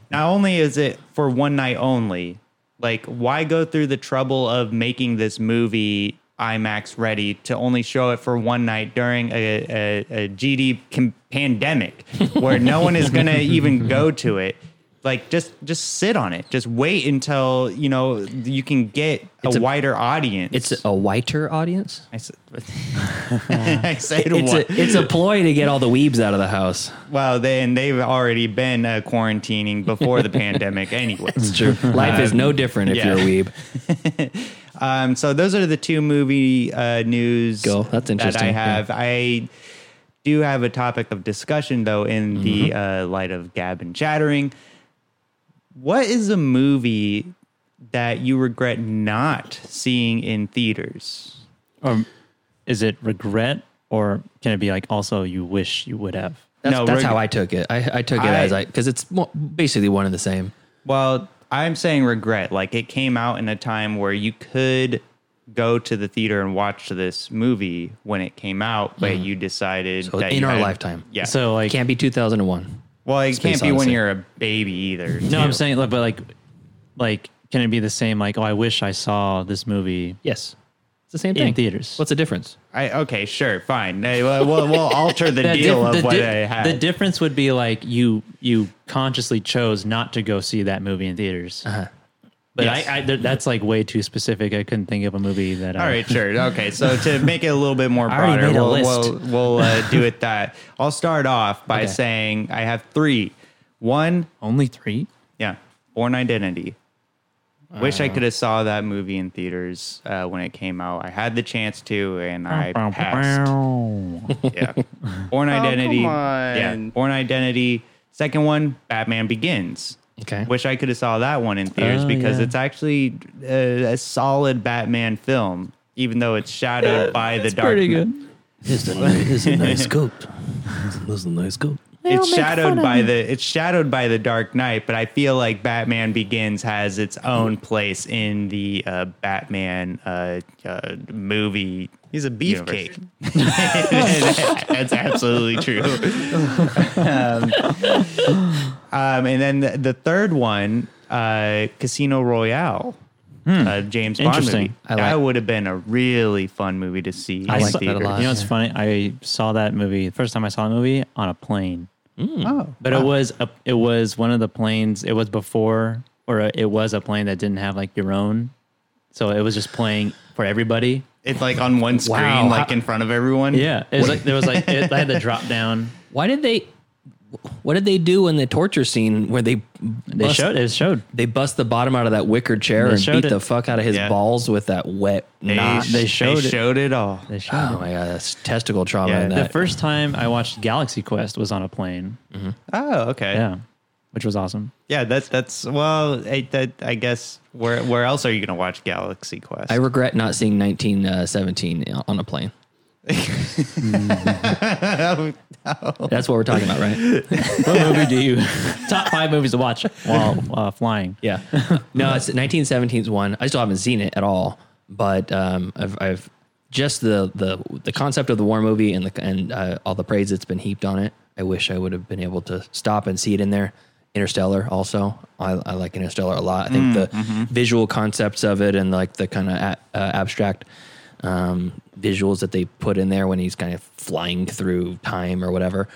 Speaker 3: not only is it for one night only, like why go through the trouble of making this movie IMAX ready to only show it for one night during a, a, a GD com- pandemic where no one is
Speaker 1: [LAUGHS]
Speaker 3: going to even go to it. Like just just sit on it. Just wait until you know you can get
Speaker 1: a-
Speaker 3: a, wider audience.
Speaker 1: It's a whiter audience.
Speaker 3: I said, [LAUGHS] I said
Speaker 1: [LAUGHS] It's
Speaker 3: what?
Speaker 1: a, it's a ploy to get all the weebs out of the house.
Speaker 3: Well, they, and they've already been uh, quarantining
Speaker 1: [LAUGHS]
Speaker 3: before the pandemic, anyways.
Speaker 1: True. [LAUGHS] Life is no different if
Speaker 3: yeah.
Speaker 1: you're a
Speaker 2: [LAUGHS]
Speaker 1: weeb.
Speaker 3: Um, so those are the two movie uh, news
Speaker 1: Go. That's
Speaker 3: that I
Speaker 1: interesting.
Speaker 3: have. I do have a topic of discussion though in
Speaker 1: Mm-hmm.
Speaker 3: the uh, light of Gab and chattering. What is a movie that you regret not seeing in theaters?
Speaker 2: Or is it regret, or can it be like also you wish you would have?
Speaker 1: That's,
Speaker 3: No,
Speaker 1: that's
Speaker 3: reg-
Speaker 1: how I took it. I, I took it
Speaker 3: I-
Speaker 1: as I because it's mo- basically one and the same.
Speaker 3: Well, I'm saying regret. Like it came out in a time where you could go to the theater and watch this movie when it came out, but you decided
Speaker 1: Mm-hmm. So
Speaker 3: that
Speaker 1: in
Speaker 3: you
Speaker 1: our
Speaker 3: had-
Speaker 1: lifetime.
Speaker 3: Yeah. So
Speaker 2: So like
Speaker 1: Can't be 2001.
Speaker 3: well, it
Speaker 1: Space
Speaker 3: can't be when
Speaker 1: Odyssey.
Speaker 3: you're a baby either.
Speaker 2: No, I'm saying, look, but like, like, can it be the same? Like, oh, I wish I saw this movie.
Speaker 1: Yes, it's the same
Speaker 2: In
Speaker 1: thing.
Speaker 2: theaters.
Speaker 1: What's the difference?
Speaker 3: I, okay, sure, fine. Hey, well, We'll, we'll
Speaker 1: [LAUGHS]
Speaker 3: alter the
Speaker 2: The
Speaker 3: deal
Speaker 2: dif-
Speaker 3: of
Speaker 2: the
Speaker 3: what
Speaker 2: dif-
Speaker 3: I had.
Speaker 2: The difference would
Speaker 3: Uh-huh.
Speaker 2: be like you you consciously chose not to go see that movie in theaters, But
Speaker 1: Yes.
Speaker 2: I, I th- that's like way too specific. I couldn't think of a movie that. I,
Speaker 3: All right, sure. Okay,
Speaker 1: [LAUGHS]
Speaker 3: so to make it a little bit more
Speaker 1: I already
Speaker 3: broader,
Speaker 1: made a
Speaker 3: we'll,
Speaker 1: list.
Speaker 3: we'll, we'll uh, do it that. I'll start off by
Speaker 1: Okay.
Speaker 3: saying I have three. One,
Speaker 2: Only three.
Speaker 3: yeah, Born Identity. Wish
Speaker 2: Uh.
Speaker 3: I could have saw that movie in theaters uh, when it came out. I had the chance to, and I passed.
Speaker 2: [LAUGHS]
Speaker 3: Yeah,
Speaker 2: Oh,
Speaker 3: Born Identity. Yeah,
Speaker 5: on.
Speaker 3: Born Identity. Second one, Batman Begins.
Speaker 1: Okay.
Speaker 3: Wish I could have saw that one in theaters
Speaker 2: Oh,
Speaker 3: because
Speaker 2: yeah.
Speaker 3: it's actually uh, a, a solid Batman film, even though it's shadowed by the dark.
Speaker 2: Pretty good.
Speaker 1: It's a, it's a nice coat. It's a nice coat.
Speaker 3: It's shadowed by the it's shadowed by the Dark Knight, but I feel like Batman Begins has its own place in the uh, Batman uh, uh, movie. He's a beefcake.
Speaker 1: [LAUGHS]
Speaker 3: [LAUGHS] That's absolutely true. Um, and then the, the third one, uh, Casino Royale, uh, James Bond
Speaker 2: Interesting.
Speaker 3: movie.
Speaker 1: Hmm. I
Speaker 3: that
Speaker 1: like-
Speaker 3: would have been a really fun movie to see.
Speaker 1: I
Speaker 3: in
Speaker 1: like that a
Speaker 3: theaters.
Speaker 1: lot.
Speaker 2: You know what's
Speaker 1: Yeah.
Speaker 2: funny? I saw that movie first time I saw that movie on a plane.
Speaker 3: Oh,
Speaker 2: But it was a, it was one of the planes. It was before, or it was a plane that didn't have like your own, so it was just playing for everybody.
Speaker 3: it's like on one screen,
Speaker 1: Wow.
Speaker 3: like in front of everyone.
Speaker 2: Yeah, it was like there was like it, I had the drop
Speaker 3: [LAUGHS]
Speaker 2: down.
Speaker 1: Why did they? What did they do in the torture scene where they
Speaker 2: They
Speaker 1: bust,
Speaker 2: showed it showed.
Speaker 1: they bust the bottom out of that wicker chair
Speaker 2: They
Speaker 1: and
Speaker 2: showed
Speaker 1: beat
Speaker 2: it.
Speaker 1: the fuck out of his
Speaker 3: Yeah.
Speaker 1: balls with that wet knot?
Speaker 2: sh- they showed it.
Speaker 3: it all.
Speaker 2: They showed
Speaker 1: oh
Speaker 2: it.
Speaker 1: my god, that's testicle trauma.
Speaker 3: Yeah,
Speaker 1: in
Speaker 3: the
Speaker 2: The
Speaker 1: that.
Speaker 2: first time I watched Galaxy Quest was on a plane.
Speaker 3: Oh, okay. Yeah,
Speaker 2: Yeah, which was awesome.
Speaker 3: that's that's well, I, that, I guess where where else are you gonna watch Galaxy Quest?
Speaker 1: I regret not seeing 1917 on a plane. That's what we're talking about, right?
Speaker 2: What movie do you [LAUGHS] top five movies to watch while uh, flying?
Speaker 1: Yeah. No, it's 1917's one. I still haven't seen it at all, but um, I've, I've just the the the concept of the war movie and the and uh, all the praise that's been heaped on it. I wish I would have been able to stop and see it in there. Interstellar also. I, I like Interstellar a lot. I think the visual concepts of it and like the kind of a, uh, abstract um, visuals that they put in there when he's kind of flying through time or whatever.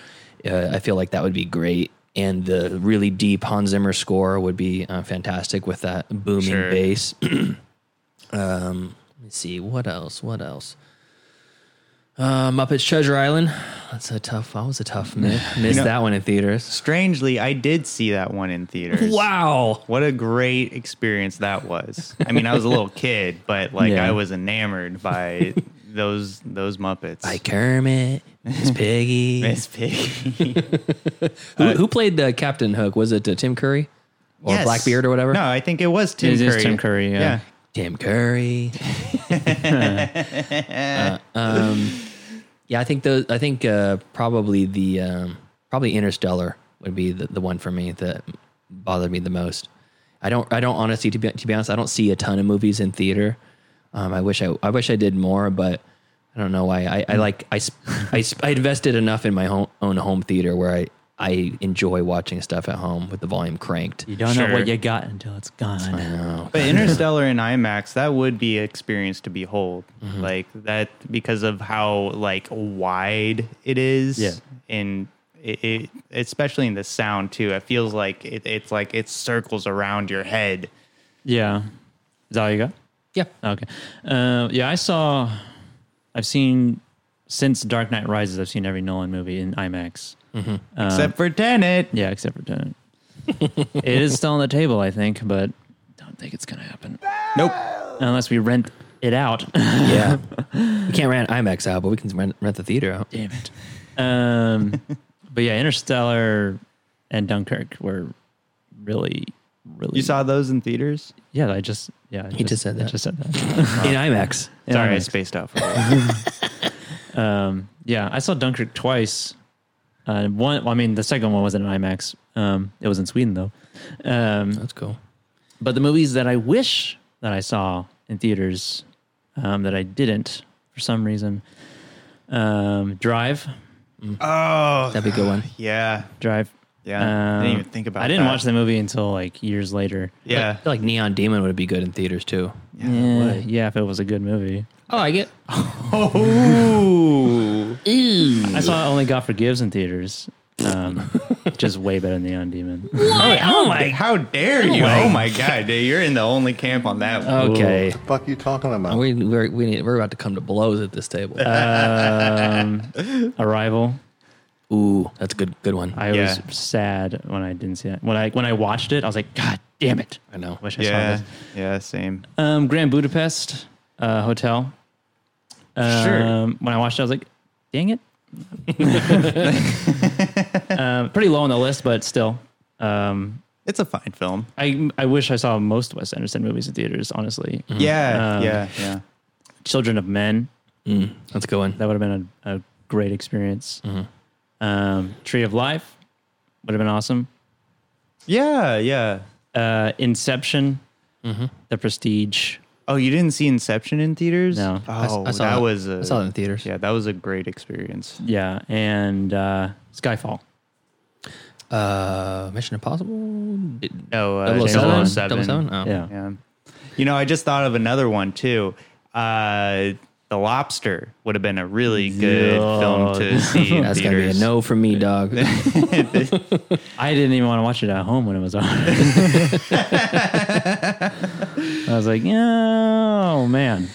Speaker 1: Uh, I feel like that would be great. And the really deep Hans Zimmer score would be uh, fantastic with that booming
Speaker 3: Sure.
Speaker 1: bass. [CLEARS THROAT] um, let me see. What else? What else? Uh, Muppets Treasure Island. That's a tough. That was a tough
Speaker 3: [LAUGHS]
Speaker 1: miss. Missed that one in theaters.
Speaker 3: Strangely, I did see that one in theaters.
Speaker 1: Wow.
Speaker 3: What a great experience that was. I mean, I was a little [LAUGHS] kid, but like
Speaker 2: Yeah.
Speaker 3: I was
Speaker 2: [LAUGHS]
Speaker 3: enamored by those those Muppets.
Speaker 1: By Kermit, Miss Piggy.
Speaker 3: [LAUGHS] Miss Piggy.
Speaker 1: who, who played the Captain Hook? Was it uh, Tim Curry or
Speaker 3: Yes.
Speaker 1: Blackbeard or whatever?
Speaker 3: No, I think it was Tim
Speaker 2: It
Speaker 3: Curry.
Speaker 2: is Tim Curry, yeah.
Speaker 1: Tim Curry. Uh, um, yeah, I think those. I think uh, probably the um, probably Interstellar would be the, the one for me that bothered me the most. I don't. I don't honestly to be to be honest. I don't see a ton of movies in theater. Um, I wish I. I wish I did more, but I don't know why. I, I like. I, sp- I sp- I invested enough in my home, own home theater where I I enjoy watching stuff at home with the volume cranked. Uh,
Speaker 2: You don't know
Speaker 3: Sure.
Speaker 2: what you got until it's gone.
Speaker 3: But
Speaker 2: [LAUGHS]
Speaker 3: Interstellar and IMAX, that would be an experience to behold.
Speaker 2: Mm-hmm.
Speaker 3: Like that because of how like wide it is.
Speaker 2: Yeah.
Speaker 3: And it, it especially in the sound too. It feels like it, it's like it circles around your head.
Speaker 2: Yeah, is that all you got?
Speaker 1: Yeah.
Speaker 2: Okay. Uh, yeah, I saw. I've seen since Dark Knight Rises. I've seen every Nolan movie in IMAX. Uh-huh.
Speaker 3: Except for Tenet.
Speaker 2: Yeah, except for [LAUGHS] Tenet. it is still on the table, I think, but don't think it's gonna happen
Speaker 3: Nope.
Speaker 2: unless we rent it out.
Speaker 1: Yeah. [LAUGHS] we can't rent IMAX out, but we can rent, rent the theater out.
Speaker 2: Damn it. Um, but yeah, Interstellar and Dunkirk were really, really.
Speaker 3: You saw those in theaters?
Speaker 2: Yeah, I just. Yeah, I
Speaker 1: He just said
Speaker 2: I
Speaker 1: that.
Speaker 2: just said that.
Speaker 1: In IMAX.
Speaker 2: Yeah,
Speaker 3: Sorry, I
Speaker 2: IMAX.
Speaker 3: spaced out for a
Speaker 2: [LAUGHS]
Speaker 3: while.
Speaker 2: Um, yeah, I saw Dunkirk twice. Uh, one, well, I mean, the second one wasn't in IMAX. Um, it was in Sweden though. Um,
Speaker 1: That's cool.
Speaker 2: but the movies that I wish that I saw in theaters um, that I didn't for some reason, um, Drive,
Speaker 3: Oh
Speaker 1: That'd be a good one.
Speaker 3: yeah.
Speaker 2: Drive.
Speaker 3: Yeah. I
Speaker 2: Um,
Speaker 3: didn't even think about
Speaker 2: I didn't
Speaker 3: that.
Speaker 2: watch the movie until like years later.
Speaker 1: I
Speaker 3: Yeah.
Speaker 1: feel like Neon Demon would be good in theaters too.
Speaker 2: Yeah, Eh, yeah, if it was a good movie.
Speaker 1: I like it.
Speaker 3: Ooh.
Speaker 2: [LAUGHS] I saw Only God Forgives in theaters. Um, um, just way better than the Undemon.
Speaker 1: What? Oh my.
Speaker 3: How dare you? Oh my god, dude, you're in the only camp on
Speaker 2: Oh,
Speaker 3: that one.
Speaker 1: Okay.
Speaker 5: fuck you talking about?
Speaker 1: We we're, we need, we're about to come to blows at this table. Uh,
Speaker 2: Arrival.
Speaker 1: Ooh, that's a good good one. I,
Speaker 2: I
Speaker 3: Yeah.
Speaker 2: was sad when I didn't see it. When I when I watched it, I was like, God damn it! I
Speaker 1: know.
Speaker 2: wish I
Speaker 3: yeah,
Speaker 2: saw this.
Speaker 3: yeah, same.
Speaker 2: Um, Grand Budapest uh, Hotel. Um,
Speaker 3: Sure.
Speaker 2: When I watched it, I was like, dang it. [LAUGHS] um, pretty low on the list, but still. Um,
Speaker 3: It's a fine film.
Speaker 2: I I wish I saw most Wes Anderson movies in theaters. Honestly,
Speaker 3: Yeah,
Speaker 2: Um,
Speaker 3: yeah, yeah.
Speaker 2: Children of Men
Speaker 1: Mm, that's a good one.
Speaker 2: that would have been a, a great experience. Um, Tree of Life would have been awesome.
Speaker 3: Yeah, yeah.
Speaker 2: Uh, Inception, The Prestige.
Speaker 3: Oh, you didn't see Inception in theaters?
Speaker 2: No.
Speaker 1: I s-
Speaker 3: Oh,
Speaker 1: I saw
Speaker 3: that
Speaker 1: it.
Speaker 3: was a,
Speaker 1: I saw it in theaters.
Speaker 3: Yeah, that was a great experience.
Speaker 2: Yeah, and uh, Skyfall.
Speaker 1: Uh, Mission Impossible. oh Did-
Speaker 3: No, uh,
Speaker 1: 007?
Speaker 3: 007.
Speaker 1: 007? Oh.
Speaker 2: Yeah.
Speaker 3: Yeah. You know, I just thought of another one too. Uh, the Lobster would have been a really good film
Speaker 1: [LAUGHS]
Speaker 3: to see. in
Speaker 1: That's gonna be a
Speaker 3: theaters.
Speaker 1: no from me, dog.
Speaker 2: I didn't even want to watch it at home when it was on. I was like, oh man,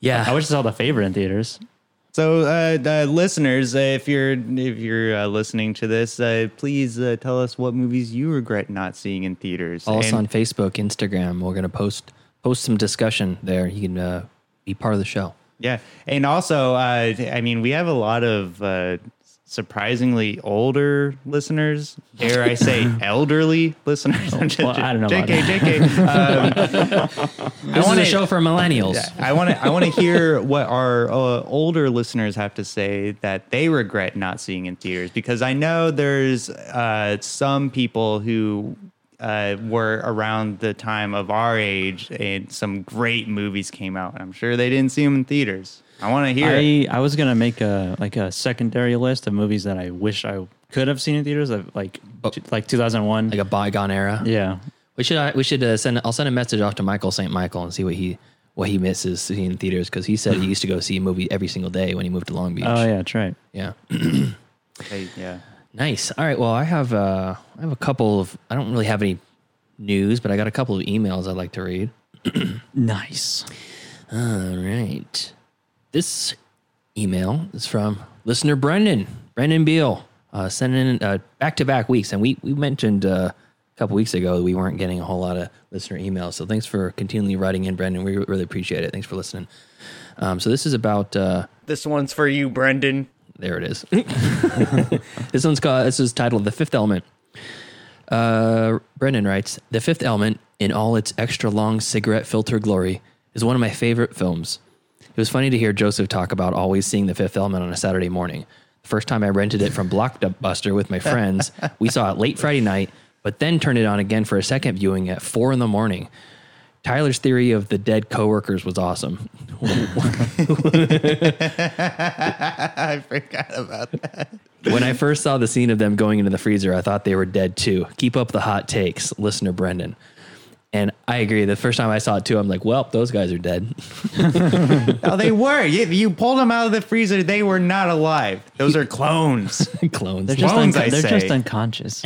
Speaker 1: yeah.
Speaker 2: I wish I saw the favorite in theaters.
Speaker 3: So, uh, the listeners, uh, if you're if you're uh, listening to this, uh, please uh, tell us what movies you regret not seeing in theaters.
Speaker 1: Follow us
Speaker 3: And-
Speaker 1: on Facebook, Instagram. We're gonna post post some discussion there. You can uh, be part of the show.
Speaker 3: Yeah, and also, uh, I mean, we have a lot of uh, surprisingly older listeners. Dare
Speaker 2: [LAUGHS]
Speaker 3: I say, elderly listeners? I'm just-
Speaker 2: Oh, Well, I don't know about
Speaker 3: Jk,
Speaker 2: [LAUGHS]
Speaker 3: Jk. Um, I
Speaker 1: This is
Speaker 3: wanna-
Speaker 1: a show for millennials.
Speaker 3: yeah, I want to. I want to hear what our uh, older listeners have to say that they regret not seeing in theaters because I know there's uh, some people who uh, were around the time of our age and some great movies came out. I'm sure they didn't see them in theaters. I want to hear. it.
Speaker 2: I, I was gonna make a like a secondary list of movies that I wish I could have seen in theaters, of like t- like 2001.
Speaker 1: Like a bygone era.
Speaker 2: yeah,
Speaker 1: We should uh, we should uh, send I'll send a message off to Michael St. Michael and see what he what he misses seeing in theaters because he said he used to go see a movie every single day when he moved to Long Beach.
Speaker 2: oh yeah, that's right.
Speaker 1: yeah.
Speaker 3: Hey, yeah.
Speaker 1: Nice. All right. Well, I have uh, I have a couple of I don't really have any news, but I got a couple of emails I'd like to read.
Speaker 2: Nice.
Speaker 1: All right. This email is from listener Brendan, Brendan Beal, uh, sending in back to back weeks. And we, we mentioned uh, a couple weeks ago that we weren't getting a whole lot of listener emails. So thanks for continually writing in, Brendan. We really appreciate it. Thanks for listening. Um, so this is about. Uh,
Speaker 8: This one's for you, Brendan.
Speaker 1: there it is. [LAUGHS] this one's called, this is titled The Fifth Element. Uh, Brendan writes The Fifth Element, in all its extra long cigarette filter glory, is one of my favorite films. It was funny to hear Joseph talk about always seeing The Fifth Element on a Saturday morning. The first time I rented it from Blockbuster with my friends, we saw it late Friday night, but then turned it on again for a second viewing at four in the morning. Tyler's theory of the dead coworkers was awesome.
Speaker 3: I forgot about that.
Speaker 1: When I first saw the scene of them going into the freezer, I thought they were dead too. Keep up the hot takes, listener Brendan. And I agree. The first time I saw it too, I'm like, well, those guys are dead. [LAUGHS]
Speaker 3: Oh, they were. You, you pulled them out of the freezer. They were not alive. Those are clones.
Speaker 1: Clones.
Speaker 2: They're just
Speaker 3: Clones,
Speaker 2: unco-
Speaker 3: I
Speaker 2: they're
Speaker 3: say.
Speaker 2: just unconscious.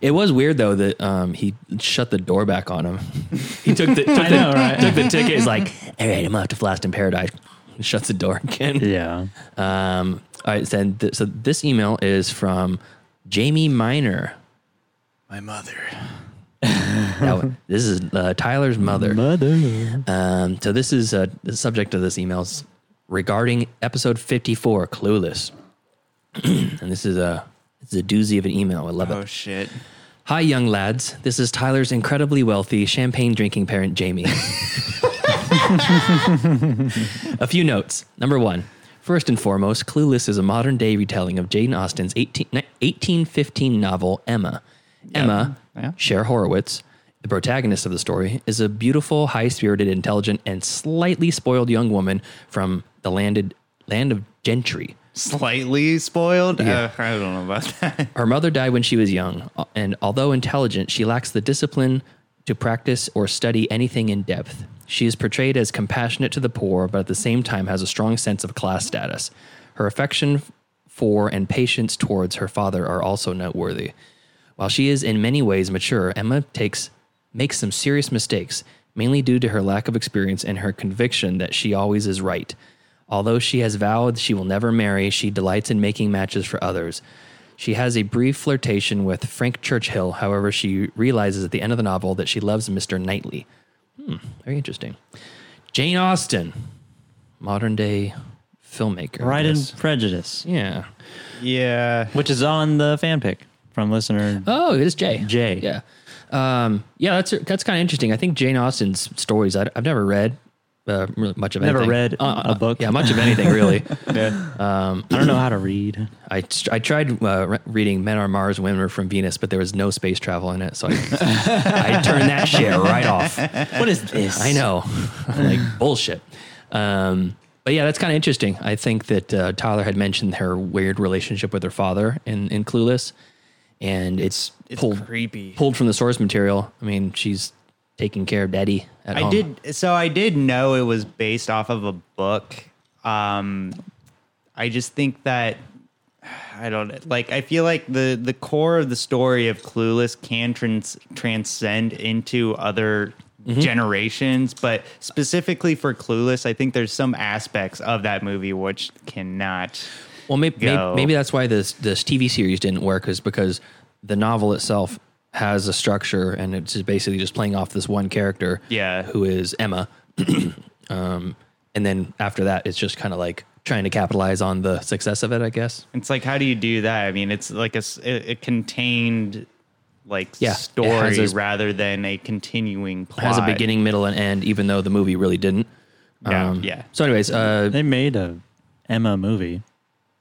Speaker 1: It was weird though that um, he shut the door back on him. [LAUGHS] He took the took, the,
Speaker 2: know, right?
Speaker 1: took the ticket. He's like, all right, I'm off to Flash in Paradise. [LAUGHS] And shuts the door again.
Speaker 2: [LAUGHS] yeah.
Speaker 1: Um, all right, then th- so this email is from Jamie Miner. [LAUGHS] My mother. this is uh, Tyler's mother.
Speaker 2: Mother.
Speaker 1: Um, so this is uh, the subject of this email is regarding episode 54, Clueless. [CLEARS THROAT] and this is a this is a doozy of an email. I love it.
Speaker 3: [LAUGHS] Oh shit.
Speaker 1: Hi, young lads. This is Tyler's incredibly wealthy champagne drinking parent, Jamie. a few notes. Number one, first and foremost, Clueless is a modern day retelling of Jane Austen's 18, ni- 1815 novel, Emma. Emma, Cher Horowitz, the protagonist of the story, is a beautiful, high spirited, intelligent, and slightly spoiled young woman from the landed land of gentry.
Speaker 3: Slightly spoiled. Uh, I don't know about that.
Speaker 1: Her mother died when she was young, and although intelligent, she lacks the discipline to practice or study anything in depth. She is portrayed as compassionate to the poor, but at the same time has a strong sense of class status. Her affection f- for and patience towards her father are also noteworthy. While she is in many ways mature, Emma takes makes some serious mistakes, mainly due to her lack of experience and her conviction that she always is right. Although she has vowed she will never marry, she delights in making matches for others. She has a brief flirtation with Frank Churchill, however, she realizes at the end of the novel that she loves Mr. Knightley. Hmm, very interesting. Jane Austen, modern day filmmaker.
Speaker 2: Pride and
Speaker 1: Yes.
Speaker 2: Prejudice,
Speaker 1: Yeah.
Speaker 3: Yeah.
Speaker 2: which is on the fan pick from listener.
Speaker 1: Oh, it is Jay.
Speaker 2: Jay.
Speaker 1: Yeah. Um, yeah, that's that's kind of interesting. I think Jane Austen's stories. I, have never read uh, really much of
Speaker 2: Never
Speaker 1: anything. Uh,
Speaker 2: read a book.
Speaker 1: Yeah, much of anything
Speaker 2: [LAUGHS]
Speaker 1: really.
Speaker 2: I don't know how to read.
Speaker 1: I tr- I tried uh, re- reading Men Are Mars, Women Are From Venus, but there was no space travel in it,
Speaker 3: [LAUGHS]
Speaker 1: so I, I turned that shit right off.
Speaker 2: What is this?
Speaker 1: I
Speaker 3: [LAUGHS]
Speaker 1: know, like bullshit. Um, but yeah, that's kind of interesting. I think that uh, Tyler had mentioned her weird relationship with her father in, in Clueless, and it's,
Speaker 3: It's
Speaker 1: pulled
Speaker 3: creepy.
Speaker 1: pulled from the source material. I mean, she's taking care of Daddy at
Speaker 3: I
Speaker 1: home.
Speaker 3: did. So I did know it was based off of a book. Um, I just think that I don't like. I feel like the the core of the story of Clueless can trans- transcend into other
Speaker 1: Mm-hmm.
Speaker 3: generations, but specifically for Clueless, I think there's some aspects of that movie which cannot.
Speaker 1: Well, maybe
Speaker 3: go.
Speaker 1: maybe that's why this this TV series didn't work is because the novel itself has a structure and it's just basically just playing off this one character,
Speaker 3: Yeah.
Speaker 1: who is Emma. [CLEARS THROAT] um, and then after that, it's just kind of like trying to capitalize on the success of it, I guess.
Speaker 3: It's like how do you do that? I mean, it's like a s- it, it contained like
Speaker 1: Yeah, it has
Speaker 3: story
Speaker 1: a-
Speaker 3: rather than a continuing plot.
Speaker 1: It has a beginning, um, middle, and end, even though the movie really didn't.
Speaker 3: Yeah, yeah.
Speaker 1: So, anyways, uh,
Speaker 2: They made a Emma movie.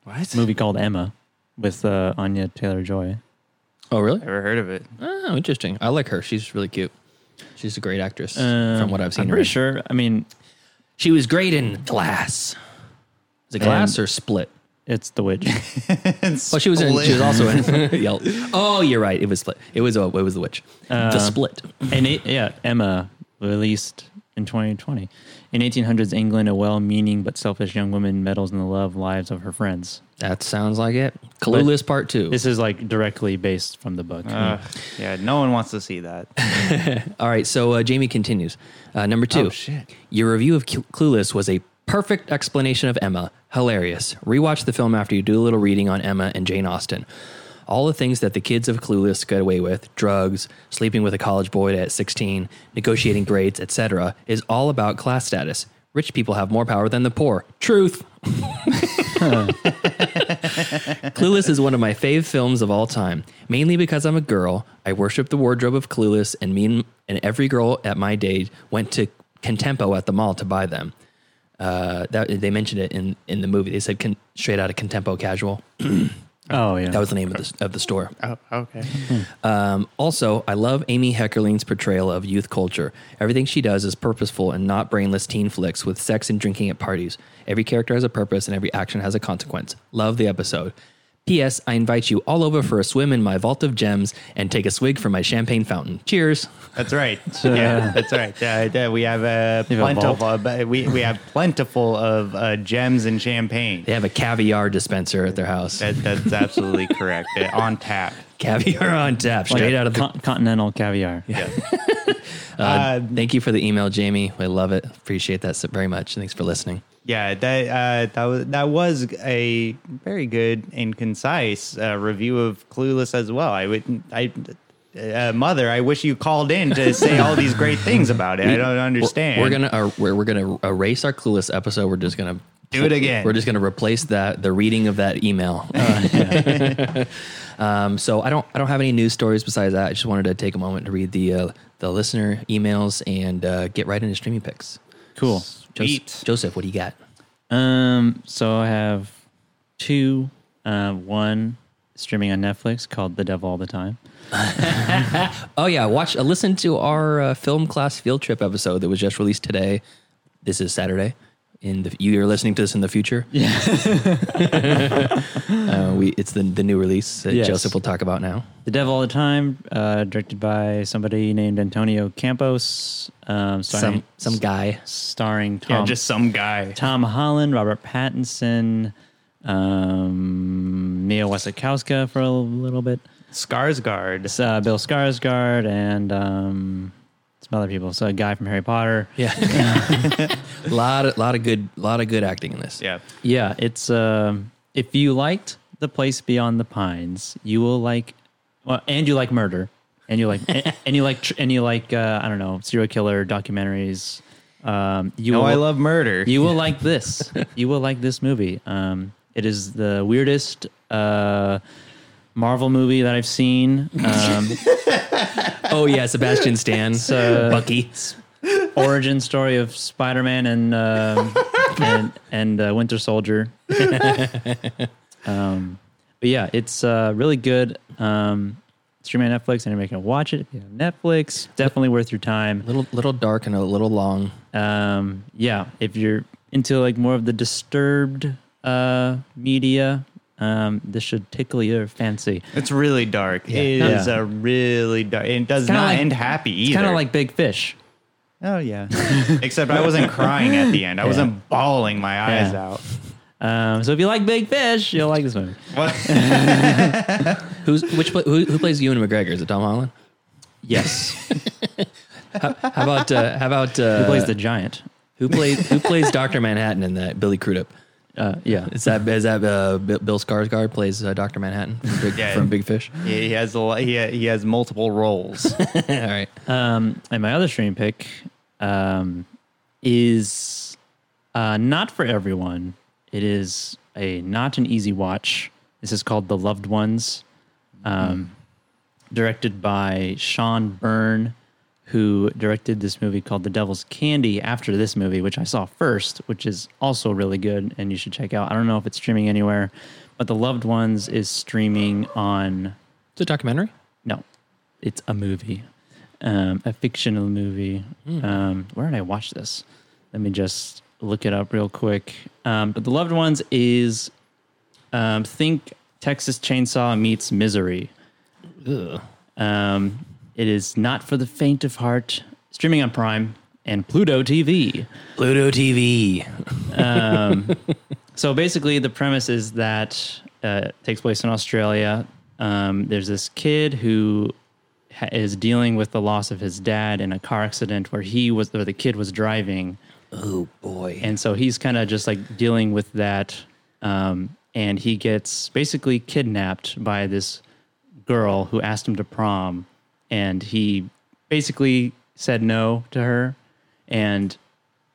Speaker 2: What movie called Emma with uh, Anya Taylor Joy?
Speaker 1: oh really?
Speaker 3: Never heard of it.
Speaker 1: Oh, interesting. I like her. She's really cute. She's a great actress, from what I've seen.
Speaker 2: Um, I'm
Speaker 1: her
Speaker 2: pretty
Speaker 1: in.
Speaker 2: sure. I mean,
Speaker 1: She was great in Glass. Is it Glass
Speaker 2: And-
Speaker 1: or Split?
Speaker 2: it's
Speaker 1: [LAUGHS]
Speaker 2: The Witch.
Speaker 1: Well, Oh, she was in. She was also in [LAUGHS] Yelp. Oh, you're right. It was split. It was. Uh, it was the witch. the split.
Speaker 2: In eight, yeah, Emma released in 2020. In 1800s England, a well-meaning but selfish young woman meddles in the love lives of her friends.
Speaker 1: That sounds like it. Clueless Part Two.
Speaker 2: This is like directly based from the book.
Speaker 1: Uh.
Speaker 3: Ugh, yeah, no one wants to see that.
Speaker 1: All right. So uh, Jamie continues. Uh, number two.
Speaker 3: Oh, shit.
Speaker 1: Your review of Cl- Clueless was a perfect explanation of Emma. Hilarious. Rewatch the film after you do a little reading on Emma and Jane Austen. All the things that the kids of Clueless get away with drugs, sleeping with a college boy at 16, negotiating grades, etc. is all about class status. Rich people have more power than the poor. Truth. Clueless is one of my fave films of all time, mainly because I'm a girl. I worship the wardrobe of Clueless, and me and, and every girl at my day went to Contempo at the mall to buy them. Uh, that, they mentioned it in, in the movie. They said con, straight out of Contempo Casual.
Speaker 2: oh yeah,
Speaker 1: That was the name of the, of the store. [LAUGHS] Oh, okay. Um, also, I love Amy Heckerling's portrayal of youth culture. Everything she does is purposeful and not brainless teen flicks with sex and drinking at parties. Every character has a purpose and every action has a consequence. Love the episode. P.S. I invite you all over for a swim in my vault of gems and take a swig from my champagne fountain. Cheers.
Speaker 3: That's right. yeah, that's right. Yeah, yeah, we have a
Speaker 2: You have a
Speaker 3: plentiful, but we we have plentiful of uh, gems and champagne.
Speaker 1: They have a caviar dispenser at their house.
Speaker 3: That, that's absolutely correct. Yeah, on tap.
Speaker 1: Caviar on tap,
Speaker 2: Like
Speaker 1: straight out of the.
Speaker 2: con- continental caviar. Yeah. [LAUGHS]
Speaker 3: Uh,
Speaker 1: Thank you for the email, Jamie. We love it. Appreciate that so- very much. Thanks for listening.
Speaker 3: yeah, that uh, that was that was a very good and concise uh, review of Clueless as well. I would I. Uh, mother, I wish you called in to say all these great things about it. I don't understand.
Speaker 1: We're, we're gonna uh, we're, we're gonna erase our clueless episode. We're just gonna
Speaker 3: Do it again. Oh,
Speaker 1: We're just gonna replace that the reading of that
Speaker 3: [LAUGHS]
Speaker 1: email. [LAUGHS] um, so I don't I don't have any news stories besides that. I just wanted to take a moment to read the uh, the listener emails and uh, get right into streaming picks.
Speaker 2: Cool.
Speaker 1: Joseph, Joseph, what do you got?
Speaker 2: Um, so I have two. Uh, one streaming on Netflix called The Devil All the Time.
Speaker 1: Oh yeah, watch uh, listen to our uh, film class field trip episode that was just released today. This is Saturday. In the you are listening to this in the future. Yeah. [LAUGHS] uh, we it's the the new release that
Speaker 2: Yes.
Speaker 1: Joseph will talk about now.
Speaker 2: The Devil All the Time, uh, directed by somebody named Antonio Campos. Um, starring,
Speaker 1: Some some guy.
Speaker 2: starring
Speaker 3: yeah,
Speaker 2: Tom
Speaker 3: just some guy.
Speaker 2: Tom Holland, Robert Pattinson, um, Mia Wasikowska for a little bit.
Speaker 3: Skarsgård.
Speaker 2: It's uh, Bill Skarsgård and um, some other people. So a guy from Harry Potter.
Speaker 1: Yeah, lot of, lot of good lot of good acting in this.
Speaker 3: Yeah.
Speaker 2: Yeah, it's um if you liked the place beyond the pines, you will like, well, and you like murder, and you like, and, and you like, tr- and you like, uh, I don't know, serial killer documentaries. Um, you
Speaker 3: No,
Speaker 2: will,
Speaker 3: I love murder.
Speaker 2: [LAUGHS] You
Speaker 3: [LAUGHS]
Speaker 2: will like this. you will like this movie. Um, it is the weirdest uh, Marvel movie that I've
Speaker 3: [LAUGHS]
Speaker 2: seen. Um,
Speaker 1: Oh yeah, Sebastian Stan, Uh,
Speaker 2: [LAUGHS] So-
Speaker 1: Bucky.
Speaker 2: origin story of Spider Man
Speaker 1: [LAUGHS]
Speaker 2: and um and and uh, Winter Soldier. um, but yeah, it's uh, really good. Um, streaming on Netflix. Anybody can watch it. If you have Netflix, definitely worth your time.
Speaker 1: Little little dark and a little long.
Speaker 2: Um, yeah, if you're into like more of the disturbed uh, media, um, this should tickle your fancy.
Speaker 3: It's really dark. It
Speaker 2: Yeah.
Speaker 3: is a really dark. It does
Speaker 2: kinda
Speaker 3: not
Speaker 2: like-
Speaker 3: end happy
Speaker 2: It's
Speaker 3: either.
Speaker 2: kind of like Big Fish.
Speaker 3: oh yeah. [LAUGHS] Except I wasn't crying at the end. I wasn't bawling my eyes
Speaker 2: Yeah.
Speaker 3: out.
Speaker 2: Um, so if you like Big Fish, you'll like this movie.
Speaker 3: What?
Speaker 1: Who's which? pla- Who, who plays Ewan McGregor? Is it Tom Holland?
Speaker 2: Yes,
Speaker 1: [LAUGHS] How about uh, how about uh,
Speaker 2: who plays the giant?
Speaker 1: who plays who plays Doctor Manhattan in that? Billy Crudup.
Speaker 2: Uh, yeah,
Speaker 1: Is that is that uh, Bi- Bill Skarsgård plays uh, Doctor Manhattan from Big,
Speaker 3: Yeah.
Speaker 1: from Big Fish?
Speaker 3: he he has a lot, he, he has multiple [LAUGHS] roles.
Speaker 1: All right.
Speaker 2: Um, and my other stream pick um, is uh, not for everyone. It is a not an easy watch. This is called The Loved Ones, um, directed by Sean Byrne, who directed this movie called The Devil's Candy after this movie, which I saw first, which is also really good and you should check out. I don't know if it's streaming anywhere, but The Loved Ones is streaming on
Speaker 1: It's a documentary.
Speaker 2: no, it's a movie, um, a fictional movie. Um, where did I watch this? Let me just look it up real quick. Um, but The Loved Ones is um, think Texas Chainsaw meets Misery. Um, it is not for the faint of heart. Streaming on Prime and Pluto TV.
Speaker 1: Pluto TV.
Speaker 2: So basically, the premise is that uh, it takes place in Australia. Um, there's this kid who ha- is dealing with the loss of his dad in a car accident where he was, or the kid was driving,
Speaker 1: Oh boy.
Speaker 2: and so he's kind of just like dealing with that. Um, and he gets basically kidnapped by this girl who asked him to prom, and he basically said no to her, and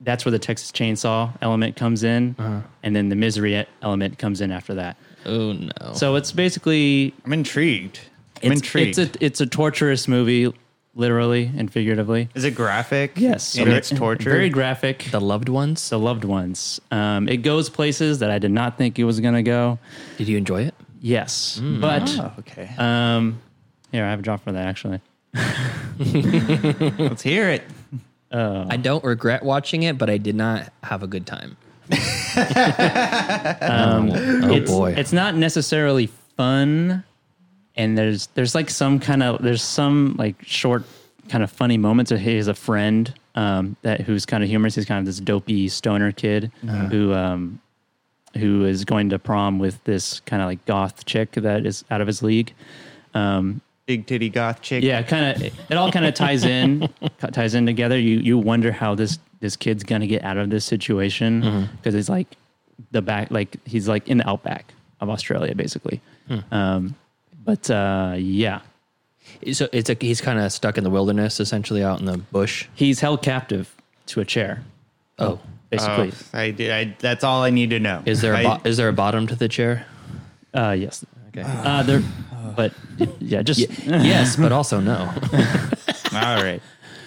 Speaker 2: that's where the Texas Chainsaw element comes in,
Speaker 3: Uh-huh.
Speaker 2: and then the misery e- element comes in after that.
Speaker 1: Oh no.
Speaker 2: So it's basically
Speaker 3: I'm intrigued. I'm
Speaker 2: it's,
Speaker 3: intrigued.
Speaker 2: it's a it's a torturous movie, literally and figuratively.
Speaker 3: is it graphic? And
Speaker 2: Very-
Speaker 3: it's torture.
Speaker 2: Very graphic.
Speaker 1: the loved ones.
Speaker 2: The loved ones. Um, it goes places that I did not think it was gonna go.
Speaker 1: Did you enjoy it?
Speaker 2: Yes, but
Speaker 3: Oh, okay.
Speaker 2: um, here I have a drop for that actually.
Speaker 3: Let's hear it.
Speaker 1: I don't regret watching it, but I did not have a good time. oh
Speaker 2: it's,
Speaker 1: boy.
Speaker 2: it's not necessarily fun and there's there's like some kind of there's some like short kind of funny moments of his a friend um that who's kind of humorous he's kind of this dopey stoner kid
Speaker 1: Uh-huh.
Speaker 2: who um who is going to prom with this kind of like goth chick that is out of his league um
Speaker 3: Big titty goth chick.
Speaker 2: yeah kind of it all kind of
Speaker 1: [LAUGHS]
Speaker 2: ties in co- ties in together you you wonder how this this kid's gonna get out of this situation
Speaker 1: Mm-hmm.
Speaker 2: because it's like the back like he's like in the outback of australia basically
Speaker 1: Hmm.
Speaker 2: um but uh yeah
Speaker 1: so it's a, he's kind of stuck in the wilderness, essentially out in the bush.
Speaker 2: he's held captive to a chair
Speaker 1: Oh,
Speaker 3: Oh,
Speaker 2: basically
Speaker 3: I, did- I, that's all I need to know.
Speaker 1: is there a
Speaker 3: I-
Speaker 1: bo- is there a bottom to the chair?
Speaker 2: uh yes okay uh there but yeah just
Speaker 1: yes, but also no.
Speaker 3: all right.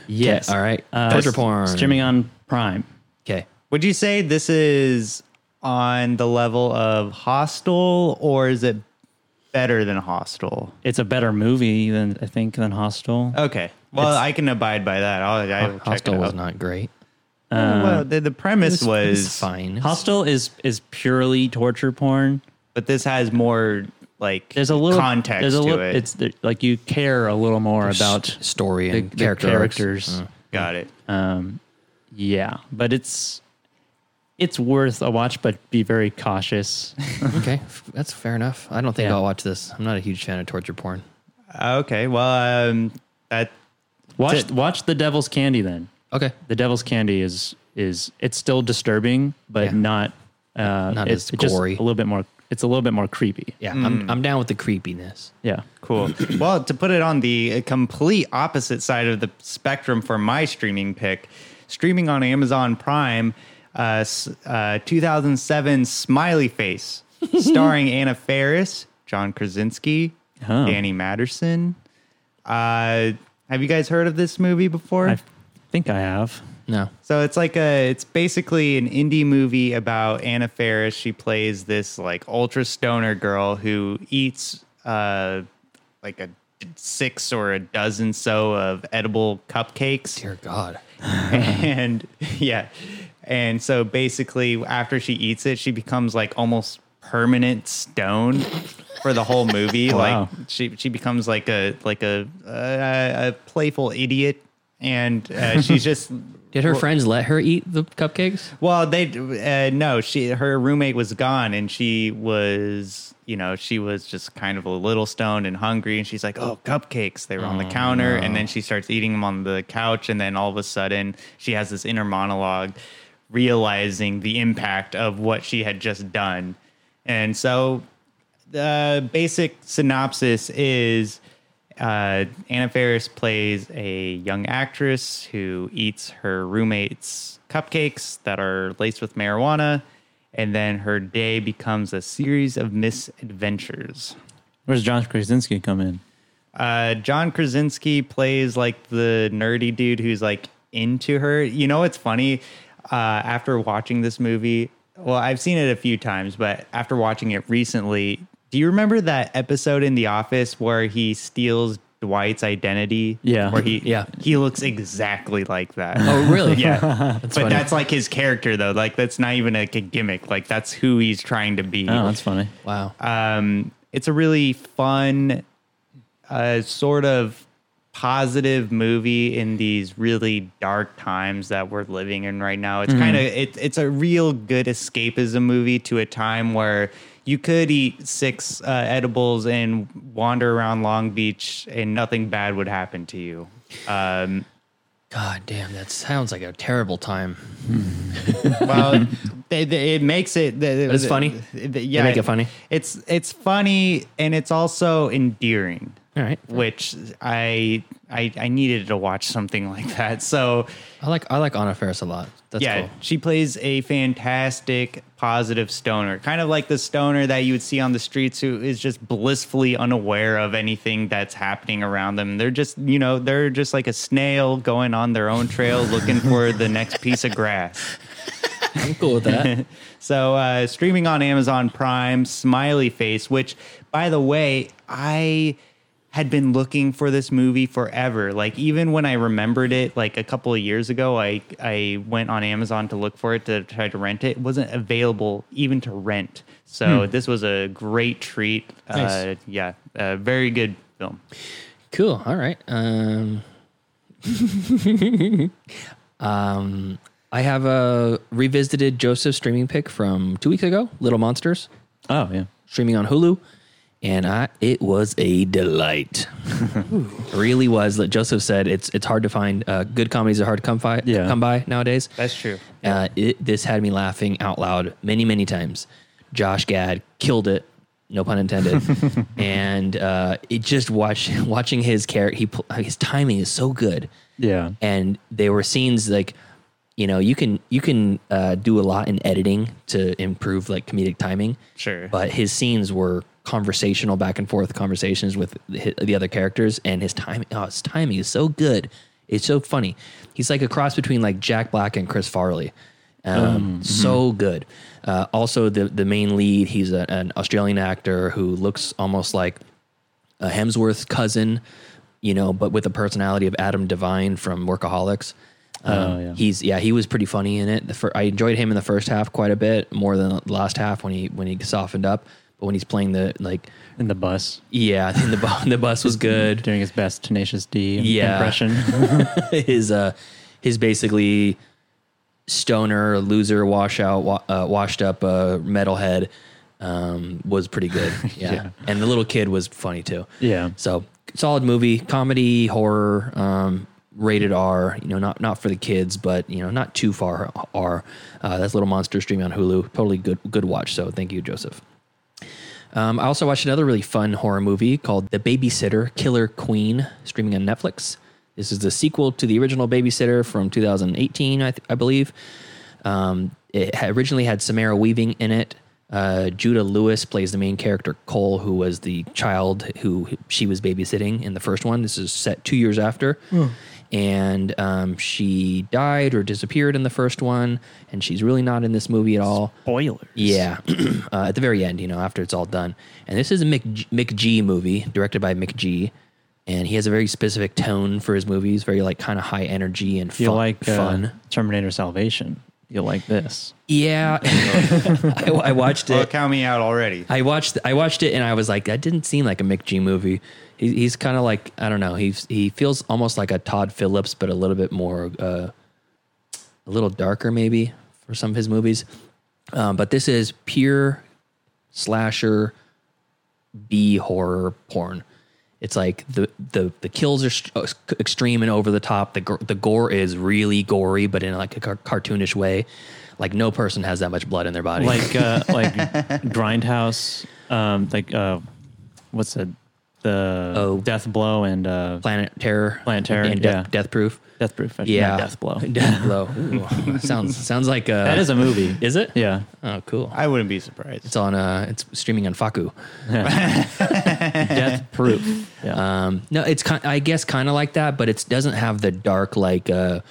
Speaker 2: yes
Speaker 1: All right,
Speaker 2: uh,
Speaker 1: torture porn.
Speaker 2: streaming on prime
Speaker 1: Okay,
Speaker 3: Would you say this is on the level of Hostel, or is it better than Hostel?
Speaker 2: it's a better movie than i think than hostel
Speaker 1: Oh,
Speaker 3: Okay. Well, I can abide by that. I'll, I will check it
Speaker 1: Hostel
Speaker 3: out.
Speaker 1: was not great.
Speaker 3: well, the, the premise
Speaker 1: It
Speaker 3: was,
Speaker 1: it fine.
Speaker 2: hostel is is purely torture porn
Speaker 3: but this has more like
Speaker 2: there's a little
Speaker 3: context
Speaker 2: there's a little,
Speaker 3: to it.
Speaker 2: It's there- like you care a little more about
Speaker 1: S- Uh. story
Speaker 2: the,
Speaker 1: and Mm.
Speaker 2: the
Speaker 1: character arcs.
Speaker 2: characters.
Speaker 3: Got it.
Speaker 2: Yeah, but it's it's worth a watch, but be very
Speaker 3: [LAUGHS]
Speaker 2: cautious.
Speaker 1: okay, f- that's fair enough. I don't think
Speaker 2: Yeah.
Speaker 1: I'll watch this. I'm not a huge fan of torture porn.
Speaker 2: uh,
Speaker 3: Okay. Well, um, that
Speaker 2: Watch
Speaker 3: it.
Speaker 2: watch The Devil's Candy then.
Speaker 1: Okay,
Speaker 2: The Devil's Candy is is it's still disturbing, but
Speaker 1: Yeah.
Speaker 2: not uh,
Speaker 1: Not
Speaker 2: it's
Speaker 1: as
Speaker 2: it's just
Speaker 1: gory.
Speaker 2: a little bit more. It's a little bit more creepy.
Speaker 1: yeah, I'm I'm down with the creepiness.
Speaker 2: Yeah.
Speaker 3: Cool. well, to put it on the complete opposite side of the spectrum for my streaming pick, streaming on Amazon Prime, uh, s- uh, 2007 Smiley Face, starring Anna Faris, John Krasinski,
Speaker 2: Oh.
Speaker 3: Danny Matterson. Uh, have you guys heard of this movie before?
Speaker 2: I think I have.
Speaker 1: No,
Speaker 3: So it's like a, it's basically an indie movie about Anna Faris. She plays this like ultra stoner girl who eats uh, like a six or a dozen so of edible cupcakes
Speaker 1: [LAUGHS] dear God,
Speaker 3: and yeah and so basically after she eats it she becomes like almost permanent stone for the whole movie
Speaker 2: Wow.
Speaker 3: like she she becomes like a like a uh, a, a playful idiot and uh, she's just
Speaker 1: did her friends let her eat the cupcakes?
Speaker 3: well, they uh, no, she her roommate was gone, and she was you know she was just kind of a little stoned and hungry, and she's like, oh, cupcakes. They were on the counter, and then she starts eating them on the couch, and then all of a sudden she has this inner monologue, realizing the impact of what she had just done, and so the basic synopsis is uh, Anna Faris plays a young actress who eats her roommate's cupcakes that are laced with marijuana, and then her day becomes a series of misadventures.
Speaker 2: Where's John Krasinski come in?
Speaker 3: Uh, John Krasinski plays like the nerdy dude who's like into her. You know what's funny? Uh, after watching this movie, well, I've seen it a few times, but after watching it recently, do you remember that episode in The Office where he steals Dwight's identity?
Speaker 2: Yeah.
Speaker 3: where he
Speaker 1: Yeah.
Speaker 3: he looks exactly like that.
Speaker 1: Oh, really? [LAUGHS]
Speaker 3: [LAUGHS] Yeah, but
Speaker 1: funny.
Speaker 3: that's like his character though. Like that's not even like a gimmick. Like that's who he's trying to be
Speaker 2: Oh, that's funny.
Speaker 1: Wow.
Speaker 3: um, it's a really fun uh, sort of positive movie in these really dark times that we're living in right now
Speaker 1: Mm-hmm.
Speaker 3: it's kind of it, it's a real good escapism movie to a time where you could eat six uh, edibles and wander around long beach and nothing bad would happen to you um,
Speaker 1: God damn, that sounds like a terrible time. [LAUGHS]
Speaker 3: well, they, they, it makes it. They,
Speaker 1: It's funny?
Speaker 3: they- yeah,
Speaker 1: make it funny?
Speaker 3: It's it's funny and it's also endearing.
Speaker 1: All right.
Speaker 3: which I I I needed to watch something like that. So
Speaker 1: I like I like Anna Faris a lot. That's
Speaker 3: yeah, [LAUGHS]
Speaker 1: cool.
Speaker 3: she plays a fantastic positive stoner, kind of like the stoner that you would see on the streets who is just blissfully unaware of anything that's happening around them. They're just, you know, they're just like a snail going on their own trail looking for the next piece of grass.
Speaker 1: I'm cool with that.
Speaker 3: So uh, streaming on Amazon Prime, Smiley Face, which, by the way, I had been looking for this movie forever. Like even when I remembered it, like a couple of years ago, I I went on Amazon to look for it to try to rent it. It wasn't available even to rent. So this was a great treat. Uh,
Speaker 1: Hmm. Nice.
Speaker 3: yeah, a very good film.
Speaker 1: cool. All right. Um, [LAUGHS] um, I have a revisited Joseph streaming pick from two weeks ago, Little Monsters,
Speaker 2: Oh yeah.
Speaker 1: streaming on Hulu, and I it was a delight. It really was. Like Joseph said, it's it's hard to find. Uh, good comedies are hard to come by,
Speaker 2: Yeah.
Speaker 1: come by nowadays.
Speaker 3: That's true.
Speaker 1: Uh, it, this had me laughing out loud many, many times. Josh Gad killed it, no pun intended. and uh, it just watch [LAUGHS] watching his character. He pl- his timing is so good.
Speaker 2: Yeah.
Speaker 1: And there were scenes like, you know, you can you can uh, do a lot in editing to improve like comedic timing.
Speaker 3: Sure.
Speaker 1: But his scenes were conversational back and forth conversations with the the other characters and his timing oh his timing is so good it's so funny he's like a cross between like jack black and chris farley um, so good uh, also the the main lead he's a, an australian actor who looks almost like a Hemsworth's cousin, you know, but with the personality of Adam Devine from Workaholics. Um,
Speaker 2: Oh, yeah.
Speaker 1: He's yeah, he was pretty funny in it. The fir- I enjoyed him in the first half quite a bit more than the last half when he when he softened up. But when he's playing the like
Speaker 2: In the bus,
Speaker 1: yeah, [LAUGHS] in the bu- the bus was good.
Speaker 2: doing his best tenacious D
Speaker 3: [LAUGHS]
Speaker 1: Yeah. [LAUGHS]
Speaker 2: impression.
Speaker 1: his uh his basically stoner, loser, washout, wa- uh, washed up uh, metalhead um, was pretty good. Yeah. and the little kid was funny too.
Speaker 2: Yeah.
Speaker 1: so solid movie, comedy, horror, um, rated R. You know, not not for the kids, but you know, not too far R. Uh, that's Little Monster streaming on Hulu. Totally good good watch. So thank you, Joseph. Um, I also watched another really fun horror movie called The Babysitter Killer Queen, streaming on Netflix. This is the sequel to the original Babysitter from 2018, I, th- I believe. Um, it ha- originally had Samara Weaving in it. Uh, Judah Lewis plays the main character Cole, who was the child who she was babysitting in the first one. This is set two years after, and um, she died or disappeared in the first one, and she's really not in this movie at all.
Speaker 2: Spoilers.
Speaker 1: Yeah, [CLEARS THROAT] uh, at the very end, you know, after it's all done. And this is a Mick, Mick G movie directed by Mick G, and he has a very specific tone for his movies, very like kind of high energy and
Speaker 2: You'll
Speaker 1: fun.
Speaker 2: like uh,
Speaker 1: fun.
Speaker 2: Terminator Salvation. You'll like this.
Speaker 1: Yeah, [LAUGHS] I, I watched
Speaker 3: Well,
Speaker 1: it.
Speaker 3: count me out already.
Speaker 1: I watched I watched it and I was like, that didn't seem like a Mick G movie. He, he's kind of like I don't know. He's he feels almost like a Todd Phillips, but a little bit more, uh, a little darker maybe for some of his movies. Um, but this is pure slasher B horror porn. It's like the the the kills are st- uh, extreme and over the top. The gor- the gore is really gory, but in like a car- cartoonish way. Like no person has that much blood in their body.
Speaker 2: Like uh, like Grindhouse. Um, like uh, what's the the
Speaker 1: Oh.
Speaker 2: Death Blow and uh,
Speaker 1: Planet Terror,
Speaker 2: Planet Terror,
Speaker 1: and Death,
Speaker 2: yeah.
Speaker 1: Death Proof.
Speaker 2: Death Proof. I should-
Speaker 1: Yeah,
Speaker 2: not Death Blow.
Speaker 1: [LAUGHS]
Speaker 2: [LAUGHS]
Speaker 1: Death Blow. Ooh, sounds sounds like a,
Speaker 2: That is a movie.
Speaker 1: Is it? [LAUGHS]
Speaker 2: Yeah.
Speaker 1: Oh, cool.
Speaker 3: I wouldn't be surprised.
Speaker 1: It's on. Uh, it's streaming on Faku.
Speaker 2: Death Proof. Yeah.
Speaker 1: Um, no, it's kind. I guess kind of like that, but it doesn't have the dark like uh,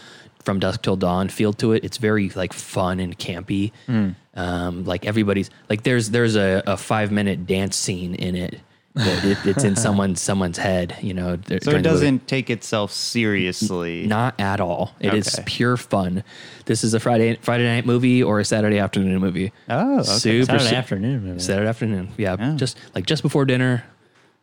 Speaker 1: from dusk till dawn feel to it. It's very like fun and campy.
Speaker 2: Hmm.
Speaker 1: Um, like everybody's like there's there's a, a five minute dance scene in it. that it- it's
Speaker 2: [LAUGHS]
Speaker 1: in someone's someone's head. You know. dur-
Speaker 3: So it
Speaker 1: during the movie.
Speaker 3: doesn't take itself seriously.
Speaker 1: Not at all. It is
Speaker 3: Okay.
Speaker 1: pure fun. This is a Friday Friday night movie or a Saturday afternoon movie.
Speaker 3: Oh, okay.
Speaker 1: super
Speaker 2: Saturday
Speaker 1: su-
Speaker 2: afternoon movie.
Speaker 1: Saturday afternoon. Yeah, just like just before dinner.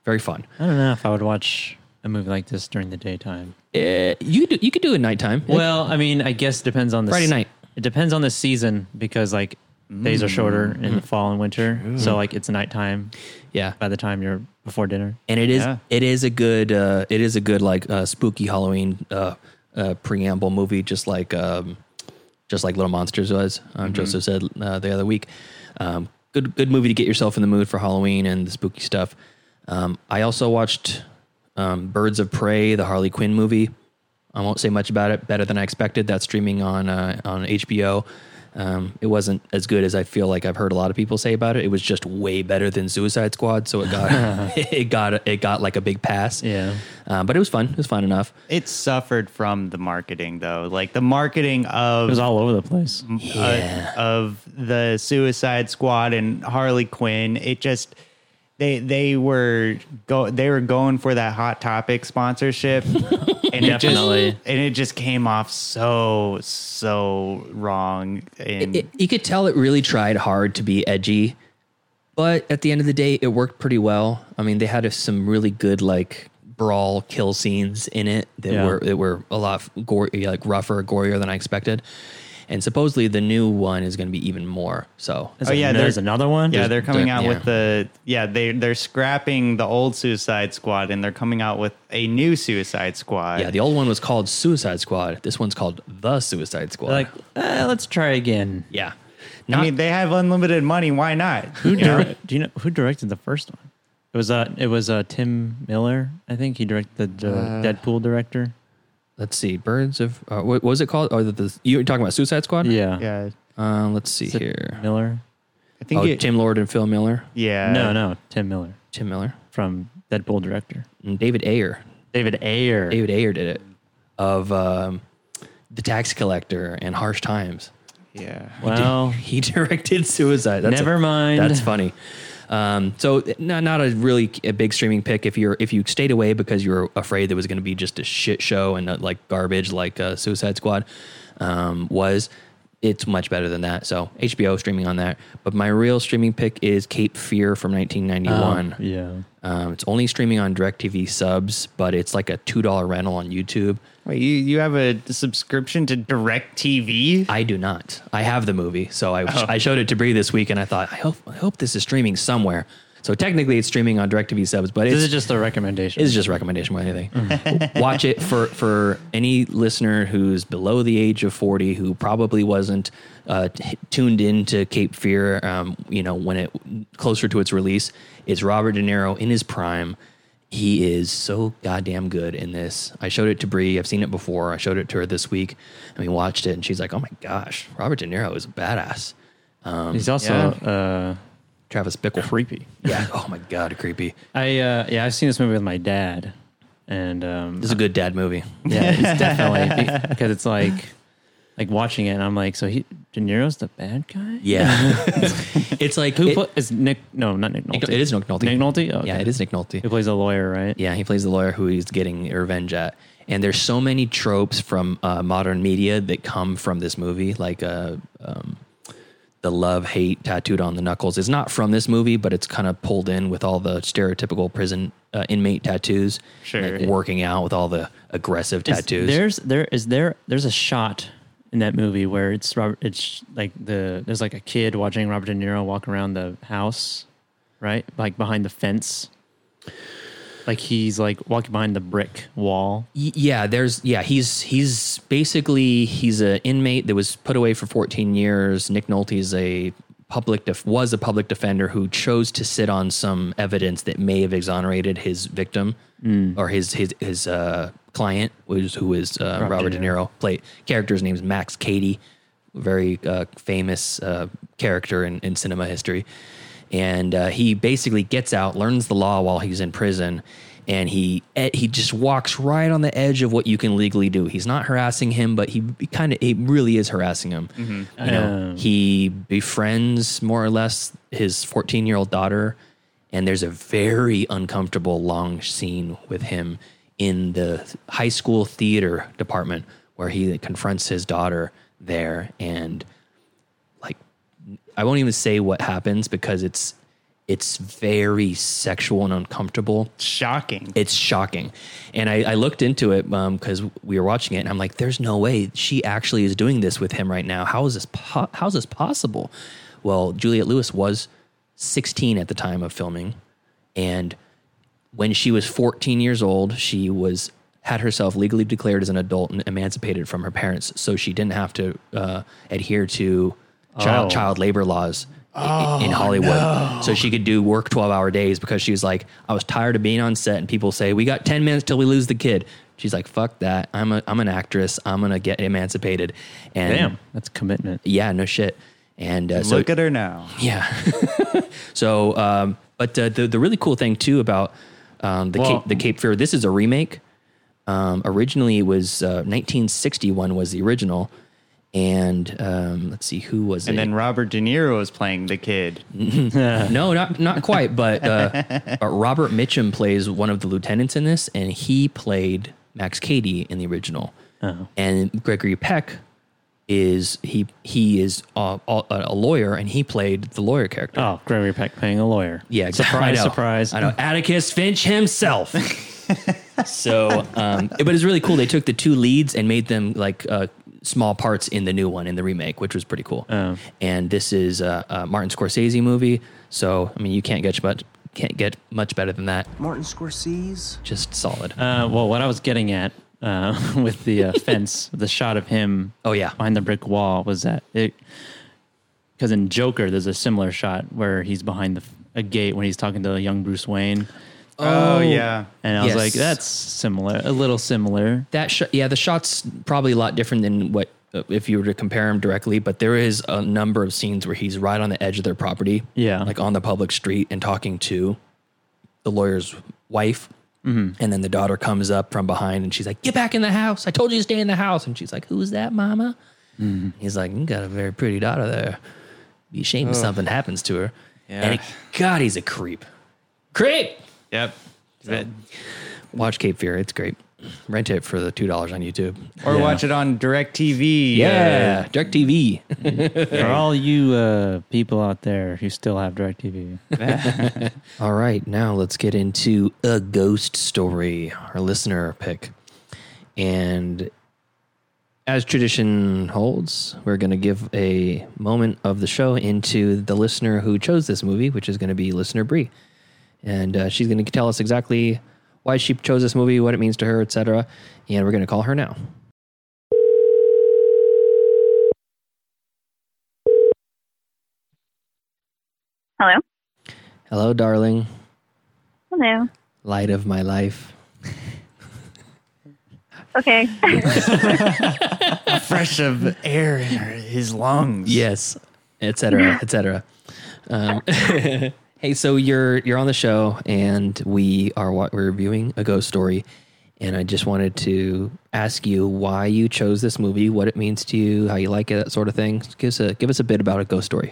Speaker 1: Very fun.
Speaker 2: I don't know if I would watch a movie like this during the daytime.
Speaker 1: Eh, you could do, you could do it nighttime.
Speaker 2: Well, I mean, I guess it depends on the
Speaker 1: Friday
Speaker 2: se-
Speaker 1: night.
Speaker 2: It depends on the season because like days are shorter in
Speaker 1: Mm.
Speaker 2: the fall and winter, so like it's nighttime
Speaker 1: yeah,
Speaker 2: by the time you're before dinner.
Speaker 1: and it is
Speaker 3: Yeah.
Speaker 1: it is a good uh, it is a good like uh, spooky Halloween uh, uh, preamble movie, just like um, just like Little Monsters was. Um, Joseph said uh, the other week. Um, good good movie to get yourself in the mood for Halloween and the spooky stuff. Um, I also watched um, Birds of Prey, the Harley Quinn movie. I won't say much about it. Better than I expected. That's streaming on uh, on HBO. Um, it wasn't as good as I feel like I've heard a lot of people say about it. It was just way better than Suicide Squad, so it got [LAUGHS] it got it got like a big pass.
Speaker 2: Yeah.
Speaker 1: um, but it was fun. It was fun enough.
Speaker 3: It suffered from the marketing, though. Like the marketing
Speaker 2: It was
Speaker 3: of
Speaker 2: all over the place.
Speaker 1: Yeah.
Speaker 3: uh, of the Suicide Squad and Harley Quinn. It just they they were go they were going for that hot
Speaker 1: [LAUGHS]
Speaker 3: topic sponsorship, and it just
Speaker 2: Definitely.
Speaker 3: and it just came off so so wrong. And
Speaker 1: It, you could tell it really tried hard to be edgy, but at the end of the day, it worked pretty well. I mean, they had some really good like brawl kill scenes in it that
Speaker 2: Yeah.
Speaker 1: were that were a lot gore, like rougher, gorier than I expected. And supposedly the new one is going to be even more. So
Speaker 2: There's
Speaker 3: Oh, yeah,
Speaker 2: an- there's
Speaker 3: they're-
Speaker 2: another one.
Speaker 3: yeah, they're coming
Speaker 1: they're-
Speaker 3: out
Speaker 1: yeah.
Speaker 3: with the yeah they they're scrapping the old Suicide Squad and they're coming out with a new Suicide Squad.
Speaker 1: yeah, the old one was called Suicide Squad. This one's called The Suicide Squad.
Speaker 2: They're like, eh, let's try again.
Speaker 1: yeah,
Speaker 3: I
Speaker 1: not
Speaker 3: mean they have unlimited money. Why not?
Speaker 2: Who dir- do you know who directed the first one? It was uh it was uh Tim Miller, I think he directed the Deadpool director.
Speaker 1: let's see, Birds of uh, what what was it called? Oh, the, the you were talking about Suicide Squad?
Speaker 2: Yeah.
Speaker 3: Yeah,
Speaker 1: Uh, let's see
Speaker 2: Is it
Speaker 1: here.
Speaker 2: Miller?
Speaker 3: I think
Speaker 1: Oh,
Speaker 3: it,
Speaker 1: Tim Lord and Phil Miller.
Speaker 3: yeah
Speaker 2: no, no, Tim Miller
Speaker 1: Tim Miller.
Speaker 2: from Deadpool director.
Speaker 1: And Mm, David Ayer.
Speaker 2: David Ayer. [LAUGHS]
Speaker 1: David Ayer did it of um, The Tax Collector and Harsh Times.
Speaker 3: yeah.
Speaker 1: [LAUGHS]
Speaker 2: Well,
Speaker 1: He directed Suicide. That's a-
Speaker 2: Oh. Never mind.
Speaker 1: That's funny. Um, so not not a really a big streaming pick if you're if you stayed away because you were afraid there was going to be just a shit show and uh, like garbage like uh, Suicide Squad um, was. It's much better than that. So
Speaker 2: Oh,
Speaker 1: HBO streaming on that. But my real streaming pick is Cape Fear from 1991.
Speaker 2: yeah.
Speaker 1: Um, it's only streaming on DirecTV subs, but it's like a $2 rental on YouTube.
Speaker 3: Wait, you, you have a subscription to Direct TV?
Speaker 1: I do not. I have the movie, so I, I showed it to Bree this week, and I thought, I hope I hope this is streaming somewhere. So technically, it's streaming on Directv subs, but
Speaker 2: This
Speaker 1: it's
Speaker 2: is just a recommendation.
Speaker 1: it's just recommendation more than anything.
Speaker 2: Mm-hmm.
Speaker 1: Watch it for for any listener who's below the age of forty who probably wasn't uh, t- tuned into Cape Fear, um, you know, when it closer to its release. It's Robert De Niro in his prime. He is so goddamn good in this. I showed it to Bree. I've seen it before. I showed it to her this week, and we watched it, and she's like, "Oh my gosh, Robert De Niro is a badass."
Speaker 2: He's also uh,
Speaker 1: Travis Bickle,
Speaker 2: creepy.
Speaker 1: yeah. Oh my god, creepy.
Speaker 2: I uh, yeah, I've seen this movie with my dad, and um,
Speaker 1: This is a good dad movie.
Speaker 2: yeah,
Speaker 1: [LAUGHS]
Speaker 2: it's definitely be- because it's like like watching it, and I'm like, so he De Niro's the bad guy.
Speaker 1: Yeah, [LAUGHS] it's like
Speaker 2: Who
Speaker 1: it-
Speaker 2: put is Nick? No, not Nick Nolte.
Speaker 1: It is Nick Nolte.
Speaker 2: Nick Nolte. Oh,
Speaker 1: Yeah,
Speaker 2: okay.
Speaker 1: it is Nick Nolte.
Speaker 2: Who plays a lawyer, right?
Speaker 1: Yeah, he plays the lawyer who he's getting revenge at. And there's so many tropes from uh, modern media that come from this movie, like uh, um, the love hate tattooed on the knuckles. It's not from this movie, but it's kind of pulled in with all the stereotypical prison uh, inmate tattoos.
Speaker 3: Sure.
Speaker 1: like working out with all the aggressive
Speaker 2: Is-
Speaker 1: tattoos.
Speaker 2: There's there is there there's a shot in that movie where it's Robert. It's like the there's like a kid watching Robert De Niro walk around the house, right? Like behind the fence. Like he's like walking behind the brick wall.
Speaker 1: Y- yeah there's yeah he's he's basically he's an inmate that was put away for 14 years nick nolte is a public def- was a public defender who chose to sit on some evidence that may have exonerated his victim or his his his uh client was who is uh, robert, de niro play character's name is max Cady, very uh, famous uh, character in, in cinema history and uh, he basically gets out, learns the law while he's in prison, and he eh, he just walks right on the edge of what you can legally do. He's not harassing him, but he, kind of it really is harassing him. You know, he befriends more or less his 14 year old daughter, and there's a very uncomfortable long scene with him in the high school theater department where he confronts his daughter there and like I won't even say what happens because it's it's very sexual and uncomfortable.
Speaker 3: Shocking.
Speaker 1: It's shocking, and I, I looked into it because we were watching it, and I'm like, "There's no way she actually is doing this with him right now. How is this? Po- how is this possible?" Well, Juliet Lewis was 16 at the time of filming, and when she was 14 years old, she was had herself legally declared as an adult and emancipated from her parents, so she didn't have to uh, adhere to child,
Speaker 2: Oh.
Speaker 1: child labor laws i- in Hollywood. So she could do work 12 hour days because she was like, I was tired of being on set and people say, we got 10 minutes till we lose the kid. She's like, fuck that. I'm a, I'm an actress. I'm going to get emancipated. And
Speaker 2: Damn, that's commitment.
Speaker 1: yeah, no shit. And uh, so
Speaker 3: Look at her now.
Speaker 1: yeah. [LAUGHS] so, um, but uh, the the really cool thing too about um, the
Speaker 2: Well-
Speaker 1: Cape, the Cape Fear. This is a remake. Um, originally, it was uh, 1961 was the original, and um, let's see who was it.
Speaker 3: And then Robert De Niro is playing the kid.
Speaker 1: [LAUGHS] no, not not quite. But uh, uh, Robert Mitchum plays one of the lieutenants in this, and he played Max Cady in the original. And Gregory Peck is he he is uh, a, a lawyer, and he played the lawyer character.
Speaker 2: Oh, Gregory Peck playing a lawyer.
Speaker 1: Yeah, exactly.
Speaker 2: Surprise,
Speaker 1: I know.
Speaker 2: surprise.
Speaker 1: I know Atticus Finch himself. so, um, but it's really cool. They took the two leads and made them like uh, small parts in the new one in the remake, which was pretty cool. And this is a, a Martin Scorsese movie, so I mean, you can't get much can't get much better than that.
Speaker 5: Martin Scorsese.
Speaker 1: Just solid.
Speaker 2: Uh, well, what I was getting at uh, [LAUGHS]
Speaker 1: [LAUGHS]
Speaker 2: with the uh, fence, the shot of him
Speaker 1: oh yeah,
Speaker 2: behind the brick wall was that it because in Joker there's a similar shot where he's behind the, f- a gate when he's talking to young Bruce Wayne,
Speaker 3: Oh, yeah.
Speaker 2: and I was
Speaker 1: Yes.
Speaker 2: like, that's similar, a little similar.
Speaker 1: that sh- yeah the shot's probably a lot different than what uh, if you were to compare him directly but there is a number of scenes where he's right on the edge of their property
Speaker 2: Yeah.
Speaker 1: like on the public street and talking to the lawyer's wife and then the daughter comes up from behind and she's like get back in the house i told you to stay in the house and she's like who's that mama he's like you got a very pretty daughter there be ashamed if something happens to her and it, god he's a creep creep
Speaker 3: Yep. That-
Speaker 1: watch cape fear it's great Rent it for the two dollars on YouTube.
Speaker 3: or watch it on DirecTV.
Speaker 1: Yeah, DirecTV.
Speaker 2: For all you uh, people out there who still have DirecTV,
Speaker 1: [LAUGHS] All right, now let's get into a ghost story, our listener pick. And as tradition holds, we're going to give a moment of the show into the listener who chose this movie, which is going to be listener Bree. And uh, she's going to tell us exactly why she chose this movie, what it means to her, etc. And we're going to call her now.
Speaker 5: Hello.
Speaker 1: Hello, darling,
Speaker 5: Hello.
Speaker 1: light of my life.
Speaker 5: Okay. [LAUGHS]
Speaker 3: Uh, fresh of air in her- his lungs.
Speaker 1: yes, etc., etc. Um, [LAUGHS] hey, so you're you're on the show, and we are what we're reviewing a ghost story, and I just wanted to ask you why you chose this movie, what it means to you, how you like it, that sort of thing. Give us a give us a bit about a ghost story.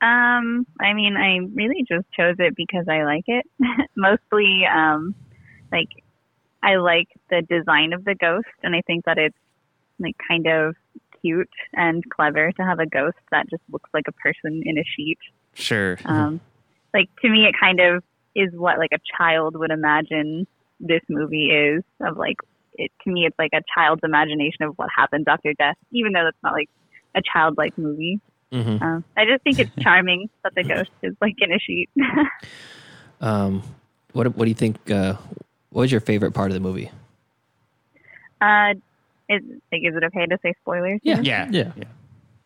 Speaker 5: um, I mean, I really just chose it because I like it. [LAUGHS] Mostly, um, like, I like the design of the ghost, and I think that it's like kind of cute and clever to have a ghost that just looks like a person in a sheet.
Speaker 3: Sure.
Speaker 5: Um, like to me, it kind of is what like a child would imagine this movie is. Of like, it to me, it's like a child's imagination of what happens after death, even though that's not like a childlike movie.
Speaker 1: Mhm.
Speaker 5: Um, I just think it's charming that the ghost is like in a sheet. [LAUGHS]
Speaker 1: Um, what what do you think? Uh, what was your favorite part of the movie?
Speaker 5: uh, is like, is it okay to say spoilers?
Speaker 1: Yeah.
Speaker 3: Yeah.
Speaker 2: yeah,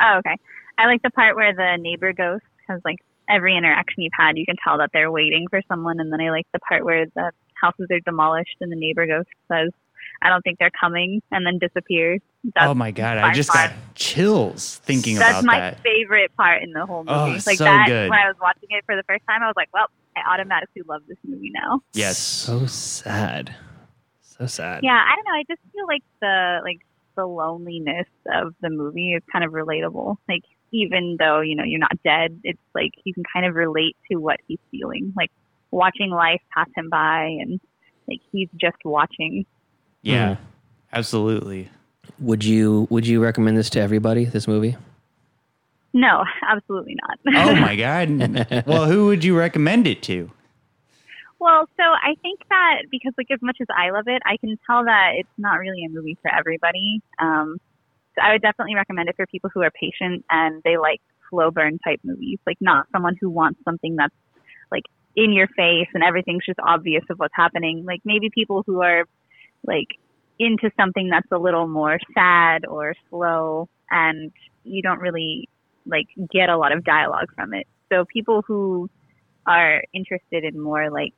Speaker 5: Oh, okay. I like the part where the neighbor ghost has like every interaction you've had, you can tell that they're waiting for someone. And then I like the part where the houses are demolished and the neighbor ghost says, "I don't think they're coming," and then disappears. That's,
Speaker 3: oh my god, I
Speaker 5: by
Speaker 3: just
Speaker 5: far-
Speaker 3: got chills thinking
Speaker 5: that's
Speaker 3: about
Speaker 5: my
Speaker 3: that.
Speaker 5: favorite part in the whole movie.
Speaker 3: Oh,
Speaker 5: like
Speaker 3: so
Speaker 5: that
Speaker 3: good.
Speaker 5: when I was watching it for the first time, I was like, "Well, I automatically love this movie now."
Speaker 3: Yes.
Speaker 1: So sad, so sad.
Speaker 5: Yeah, I don't know. I just feel like the like the loneliness of the movie is kind of relatable. Like even though you know you're not dead, it's like you can kind of relate to what he's feeling. Like watching life pass him by, and like he's just watching.
Speaker 3: Yeah. Absolutely.
Speaker 1: Would you would you recommend this to everybody? This movie?
Speaker 5: No, [LAUGHS] absolutely not. [LAUGHS]
Speaker 3: Oh my god. well, who would you recommend it to?
Speaker 5: well, so I think that because like as much as I love it, I can tell that it's not really a movie for everybody. Um, so I would definitely recommend it for people who are patient and they like slow burn type movies, like not someone who wants something that's like in your face and everything's just obvious of what's happening. Like maybe people who are like into something that's a little more sad or slow and you don't really like get a lot of dialogue from it. So people who are interested in more like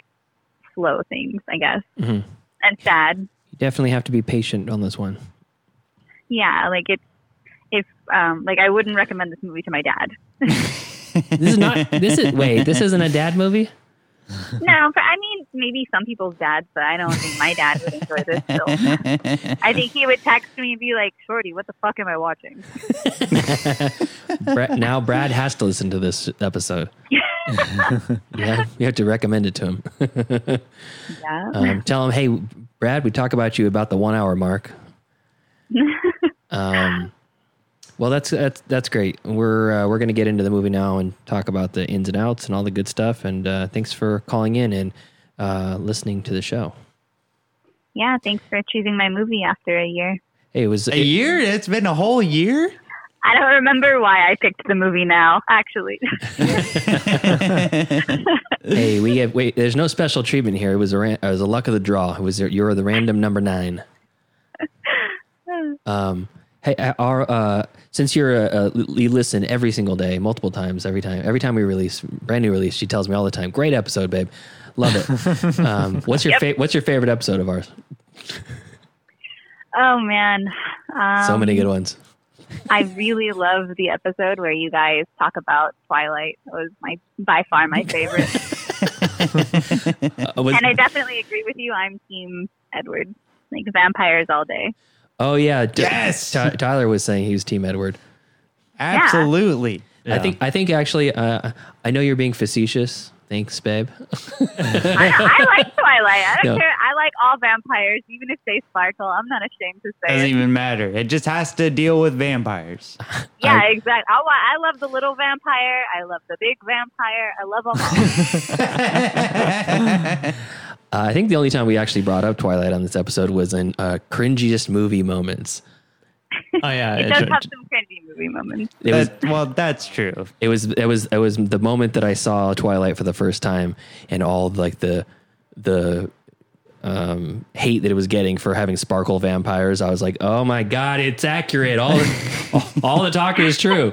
Speaker 5: slow things, I guess,
Speaker 1: Mhm.
Speaker 5: and sad.
Speaker 1: You definitely have to be patient on this one.
Speaker 5: Yeah, like it's if um like I wouldn't recommend this movie to my
Speaker 1: [LAUGHS]
Speaker 5: dad.
Speaker 1: This is not. this is wait. This isn't a dad movie.
Speaker 5: No, but I mean maybe some people's dads, but I don't think my dad would enjoy this film. I think he would text me and be like, "Shorty, what the fuck am I watching?"
Speaker 1: Brad, now Brad has to listen to this episode. yeah, you have to recommend it to him.
Speaker 5: Yeah.
Speaker 1: Um, tell him, hey, Brad, we talk about you about the one hour mark. um, well, that's that's that's great. We're uh, we're going to get into the movie now and talk about the ins and outs and all the good stuff. And uh, thanks for calling in and uh, listening to the show.
Speaker 5: yeah, thanks for choosing my movie after a year.
Speaker 1: Hey, it was
Speaker 3: A year? It's been a whole year?
Speaker 5: I don't remember why I picked the movie now,
Speaker 1: [LAUGHS]
Speaker 5: actually.
Speaker 1: hey, we have wait. There's no special treatment here. It was a ran, it was a luck of the draw. It was you were the random number
Speaker 5: [LAUGHS]
Speaker 1: nine. Um, hey, uh, our uh, since you're a, a you listen every single day, multiple times, every time, every time we release brand new release, she tells me all the time, "Great episode, babe, love
Speaker 5: [LAUGHS]
Speaker 1: it." um, what's your fa- what's your favorite episode of ours?
Speaker 5: oh man. Um,
Speaker 1: so many good ones.
Speaker 5: I really love the episode where you guys talk about Twilight. It was my by far
Speaker 1: [LAUGHS]
Speaker 5: my favorite,
Speaker 1: Uh, was-
Speaker 3: [LAUGHS]
Speaker 5: and I definitely agree with you. I'm Team Edward, like vampires all day.
Speaker 1: oh yeah, T-
Speaker 3: Yes!
Speaker 1: Ty- Tyler was saying he was Team Edward.
Speaker 3: Absolutely.
Speaker 1: I think I think actually uh, I know you're being facetious. Thanks, babe.
Speaker 5: I, I like Twilight. I don't
Speaker 1: No.
Speaker 5: care. I like all vampires, even if they sparkle. I'm not ashamed to say
Speaker 3: Doesn't
Speaker 5: it.
Speaker 3: even matter. It just has to deal
Speaker 1: [LAUGHS]
Speaker 3: with vampires.
Speaker 5: yeah,
Speaker 1: I-
Speaker 5: exactly. I, wa- I love the little vampire. I love the big vampire. I love them
Speaker 3: [LAUGHS]
Speaker 5: all.
Speaker 1: Uh, I think the only time we actually brought up Twilight on this episode was in uh, cringiest movie moments.
Speaker 2: Oh yeah,
Speaker 5: it does have some cringy movie moments.
Speaker 1: It was
Speaker 3: That- well, that's true.
Speaker 1: it was it was it was the moment that I saw Twilight for the first time and all like the the um, hate that it was getting for having sparkle vampires. I was like, oh my god, it's accurate. All all the talk is true.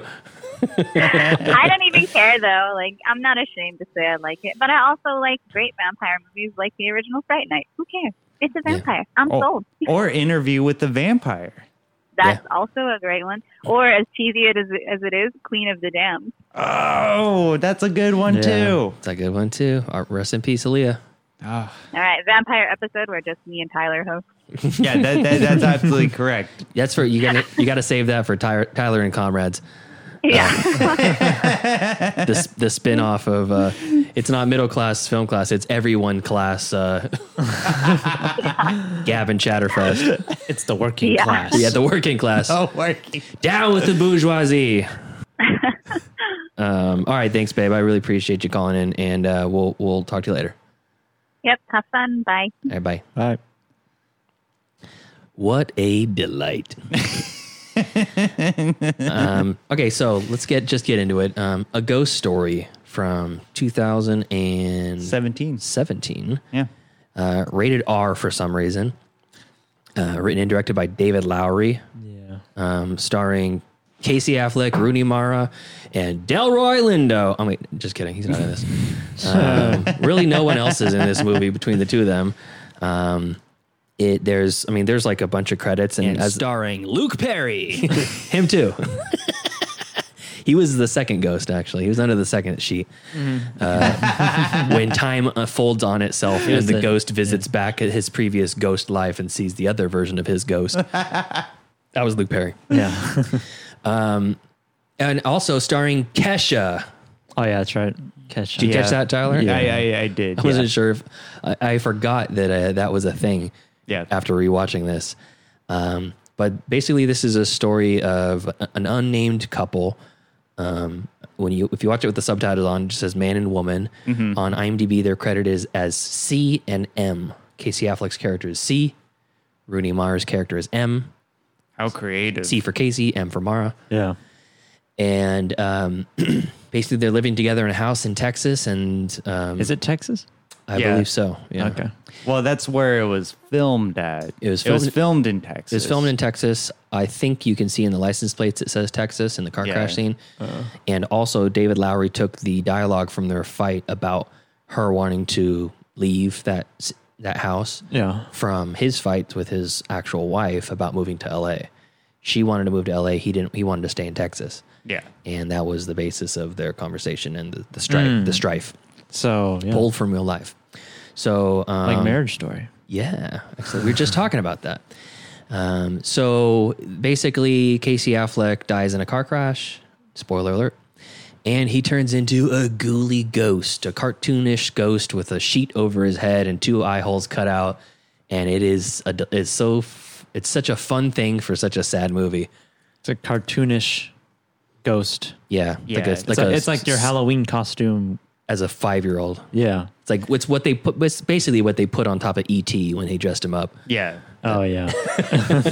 Speaker 5: I don't even care though. Like I'm not ashamed to say I like it, but I also like great vampire movies, like the original Fright Night. Who cares? It's a vampire. I'm
Speaker 3: Or,
Speaker 5: sold.
Speaker 3: or interview with the vampire.
Speaker 5: That's also a great one. Or as cheesy it is as it is, Queen of the Damned.
Speaker 3: Oh, that's a good one too.
Speaker 1: It's a good one too. Uh, Rest in peace, Aaliyah.
Speaker 5: All right, vampire episode where just me and Tyler host.
Speaker 3: Yeah, that, that, that's absolutely
Speaker 1: [LAUGHS]
Speaker 3: correct.
Speaker 1: That's for you. Got you got to save that for Tyler, Tyler and comrades. Um,
Speaker 5: Yeah.
Speaker 1: [LAUGHS] The s- the spin off of uh, it's not middle class film class. It's everyone class. Uh, [LAUGHS] Gavin Chatterfest.
Speaker 2: it's the working
Speaker 3: [LAUGHS]
Speaker 5: Yeah.
Speaker 2: class.
Speaker 1: Yeah, the working class.
Speaker 3: Oh, working.
Speaker 1: Down with the bourgeoisie. [LAUGHS] um, all right, thanks, babe. I really appreciate you calling in, and uh, we'll we'll talk to you later.
Speaker 5: yep. Have fun. Bye.
Speaker 1: All right, bye.
Speaker 2: All right.
Speaker 1: What a delight. um, okay, so let's get just get into it. Um, a ghost story from 2017,
Speaker 3: Seventeen. Yeah.
Speaker 1: uh, rated R for some reason. Uh, written and directed by David Lowery,
Speaker 2: Yeah.
Speaker 1: um, starring Casey Affleck, Rooney Mara, and Delroy Lindo. I mean, just kidding. He's not in this. [LAUGHS] Um, really, no one else is in this movie between the two of them. Um, it there's, I mean, there's like a bunch of credits and, as, starring Luke Perry, [LAUGHS] him too. [LAUGHS] he was the second ghost actually. He was under the second sheet. Uh, when time unfolds on itself and
Speaker 2: was
Speaker 1: the
Speaker 2: the-
Speaker 1: ghost visits back at his previous ghost life and sees the other version of his ghost. that was Luke Perry
Speaker 2: Yeah.
Speaker 1: and also starring Kesha.
Speaker 2: [LAUGHS] oh yeah, that's right. Catch.
Speaker 1: Did you
Speaker 3: Yeah.
Speaker 1: catch that, Tyler?
Speaker 3: Yeah. I, I, I did.
Speaker 1: I wasn't sure if I, I forgot that uh, that was a thing.
Speaker 3: Yeah.
Speaker 1: After rewatching this, um, but basically, this is a story of a- an unnamed couple. Um, when you if you watch it with the subtitles on, it just says man and woman. On IMDb, their credit is as C and M. Casey Affleck's character is C. Rooney Mara's character is M.
Speaker 3: How creative.
Speaker 1: C for Casey, M for Mara.
Speaker 2: Yeah.
Speaker 1: and um, [CLEARS THROAT] basically they're living together in a house in Texas, and um,
Speaker 2: Is it Texas?
Speaker 1: I
Speaker 3: Yeah.
Speaker 1: believe so. Yeah.
Speaker 2: Okay.
Speaker 3: Well, that's where it was filmed at.
Speaker 1: It was filmed-
Speaker 3: filmed in Texas.
Speaker 1: It was filmed in Texas. I think you can see in the license plates it says Texas in the car
Speaker 3: Yeah.
Speaker 1: crash scene. And also, David Lowry took the dialogue from their fight about her wanting to leave that s- that house
Speaker 2: Yeah.
Speaker 1: from his fights with his actual wife about moving to L.A. She wanted to move to L.A. He didn't. He wanted to stay in Texas,
Speaker 3: Yeah.
Speaker 1: and that was the basis of their conversation and the, the strife. The strife.
Speaker 2: So yeah.
Speaker 1: pulled from real life. So, um,
Speaker 2: like Marriage Story.
Speaker 1: yeah, actually, we were just talking about that. Um, so basically, Casey Affleck dies in a car crash. Spoiler alert. And he turns into a ghouly ghost, a cartoonish ghost with a sheet over his head and two eye holes cut out. And it is a, it's so f- it's such a fun thing for such a sad movie.
Speaker 2: It's a cartoonish ghost.
Speaker 1: Yeah, like a,
Speaker 3: it's
Speaker 1: like
Speaker 2: So
Speaker 1: a-
Speaker 2: it's like your Halloween costume.
Speaker 1: as a five year old.
Speaker 2: Yeah.
Speaker 1: It's like it's what they put. It's basically what they put on top of ET when they dressed him up.
Speaker 3: Yeah.
Speaker 2: Oh yeah.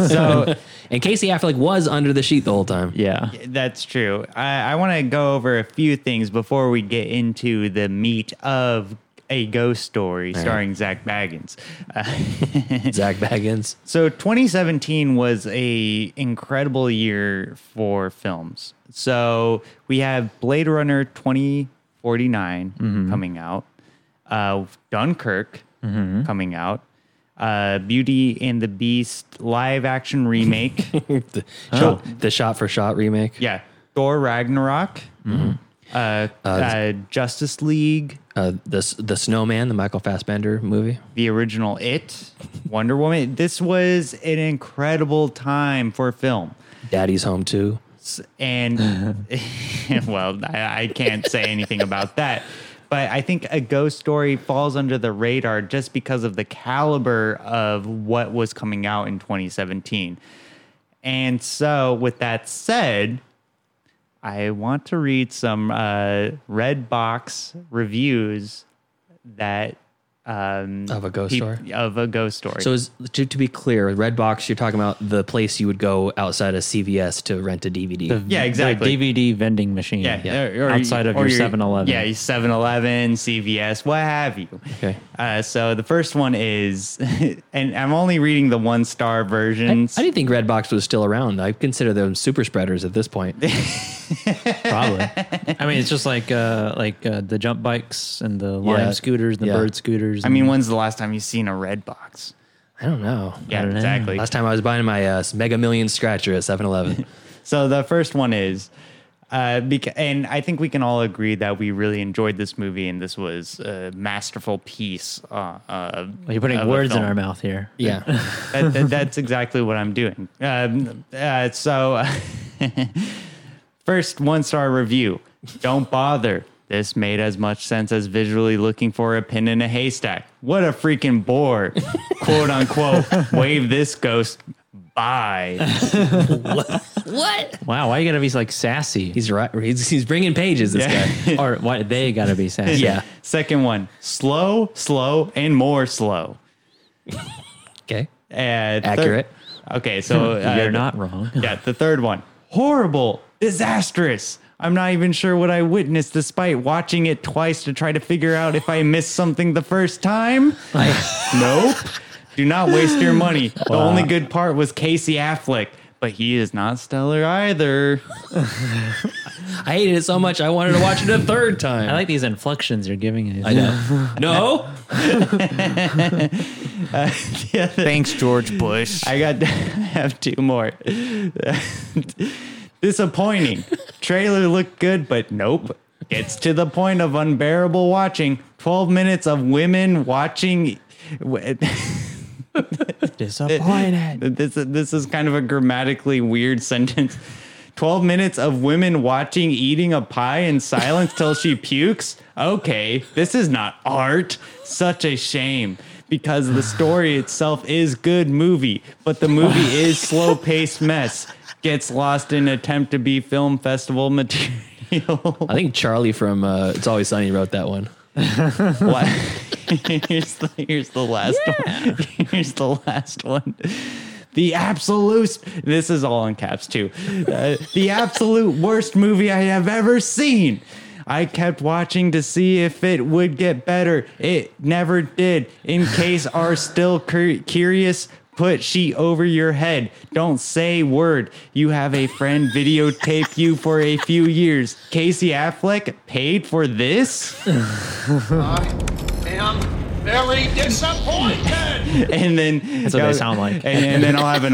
Speaker 3: So
Speaker 1: And Casey Affleck was under the sheet the whole time.
Speaker 2: [LAUGHS] yeah.
Speaker 3: that's true. I, I want to go over a few things before we get into the meat of a ghost story starring Zach Baggins. Uh,
Speaker 1: Zach Baggins.
Speaker 3: [LAUGHS] So 2017 was a incredible year for films. So we have Blade Runner 2049 coming out, uh, Dunkirk coming out, uh, Beauty and the Beast live action
Speaker 1: [LAUGHS]
Speaker 3: remake.
Speaker 1: the, shot, the shot for shot remake.
Speaker 3: yeah, Thor Ragnarok, uh, uh, Justice League,
Speaker 1: Uh, the the Snowman, the Michael Fassbender movie.
Speaker 3: the original It, Wonder Woman. This was an incredible time for film.
Speaker 1: Daddy's Home Too.
Speaker 3: [LAUGHS] and well I, I can't say anything about that But I think a ghost story falls under the radar just because of the caliber of what was coming out in 2017. And so, with that said, I want to read some uh, red box reviews that um,
Speaker 1: Of a ghost
Speaker 3: peop-
Speaker 1: story?
Speaker 3: of a ghost story.
Speaker 1: So is, to, to be clear, Redbox, you're talking about the place you would go outside of CVS to rent a DVD.
Speaker 3: yeah, exactly.
Speaker 2: The DVD vending machine.
Speaker 3: yeah,
Speaker 2: outside of your 7-Eleven.
Speaker 3: Yeah, 7-Eleven, CVS, what have you.
Speaker 1: Okay.
Speaker 3: Uh, so the first one is, [LAUGHS] and I'm only reading the one star versions.
Speaker 1: I didn't think Redbox was still around. I consider them super spreaders at this point.
Speaker 2: probably.
Speaker 3: [LAUGHS]
Speaker 2: I mean, it's just like uh, like uh, the jump bikes and the lime
Speaker 1: Yeah.
Speaker 2: scooters, and the
Speaker 1: Yeah.
Speaker 2: bird scooters.
Speaker 3: I mean, when's the last time you've seen a red box?
Speaker 1: I don't know.
Speaker 3: [LAUGHS] Yeah, exactly.
Speaker 1: Last time I was buying my uh, Mega Million Scratcher at 7
Speaker 3: [LAUGHS]
Speaker 1: Eleven.
Speaker 3: So the first one is, uh, beca- and I think we can all agree that we really enjoyed this movie, and this was a masterful piece. Uh, uh,
Speaker 2: Well, you're putting
Speaker 3: of a
Speaker 2: words in
Speaker 3: film.
Speaker 2: our mouth here.
Speaker 1: yeah. [LAUGHS]
Speaker 3: that, that- that's exactly what I'm doing. Um, uh, so, [LAUGHS] first one star review. Don't bother. This made as much sense as visually looking for a pin in a haystack. What a freaking bore.
Speaker 1: [LAUGHS]
Speaker 3: Quote unquote, wave this ghost bye.
Speaker 2: Wow, why you gotta be like sassy?
Speaker 1: He's right. He's, he's bringing pages, [LAUGHS] this
Speaker 3: [LAUGHS] Yeah.
Speaker 1: guy.
Speaker 2: [LAUGHS] or why they gotta be [LAUGHS] sassy?
Speaker 1: Yeah.
Speaker 3: Second one, slow, slow, and more slow.
Speaker 1: Okay.
Speaker 3: Uh, thir-
Speaker 1: Accurate. [LAUGHS]
Speaker 3: okay, so uh,
Speaker 2: You're not wrong.
Speaker 3: yeah, the third one. Horrible, disastrous. I'm not even sure what I witnessed despite watching it twice to try to figure out if I missed something the first time. [LAUGHS] nope. Do not waste your money. The only good part was Casey Affleck, but he is not stellar either.
Speaker 1: I hated it so much, I wanted to watch it a
Speaker 3: [LAUGHS]
Speaker 1: third time.
Speaker 2: I like these inflections you're giving. It.
Speaker 1: I know. no?
Speaker 8: Thanks, George Bush.
Speaker 3: I got [LAUGHS] I have two more. Disappointing. Trailer looked good, but nope. Gets to the point of unbearable watching. 12 minutes of women watching w-
Speaker 2: [LAUGHS] Disappointed.
Speaker 3: this this is kind of a grammatically weird [LAUGHS] sentence. 12 minutes of women watching eating a pie in silence till she pukes. Okay, this is not art. Such a shame because the story itself is good movie, but the movie is slow-paced mess. Gets lost in attempt to be film festival [LAUGHS] material.
Speaker 1: I think Charlie from uh, It's Always Sunny wrote that one.
Speaker 3: What? [LAUGHS] here's the here's the last one. [LAUGHS] Here's the last one. The absolute. This is all in caps too. Uh, the absolute worst movie I have ever seen. I kept watching to see if it would get better. It never did. In case are still cur- curious, put she over your head. Don't say word. You have a friend videotape you for a few years. Casey Affleck paid for this. and then that's
Speaker 2: what they sound like.
Speaker 3: And, and then I'll have an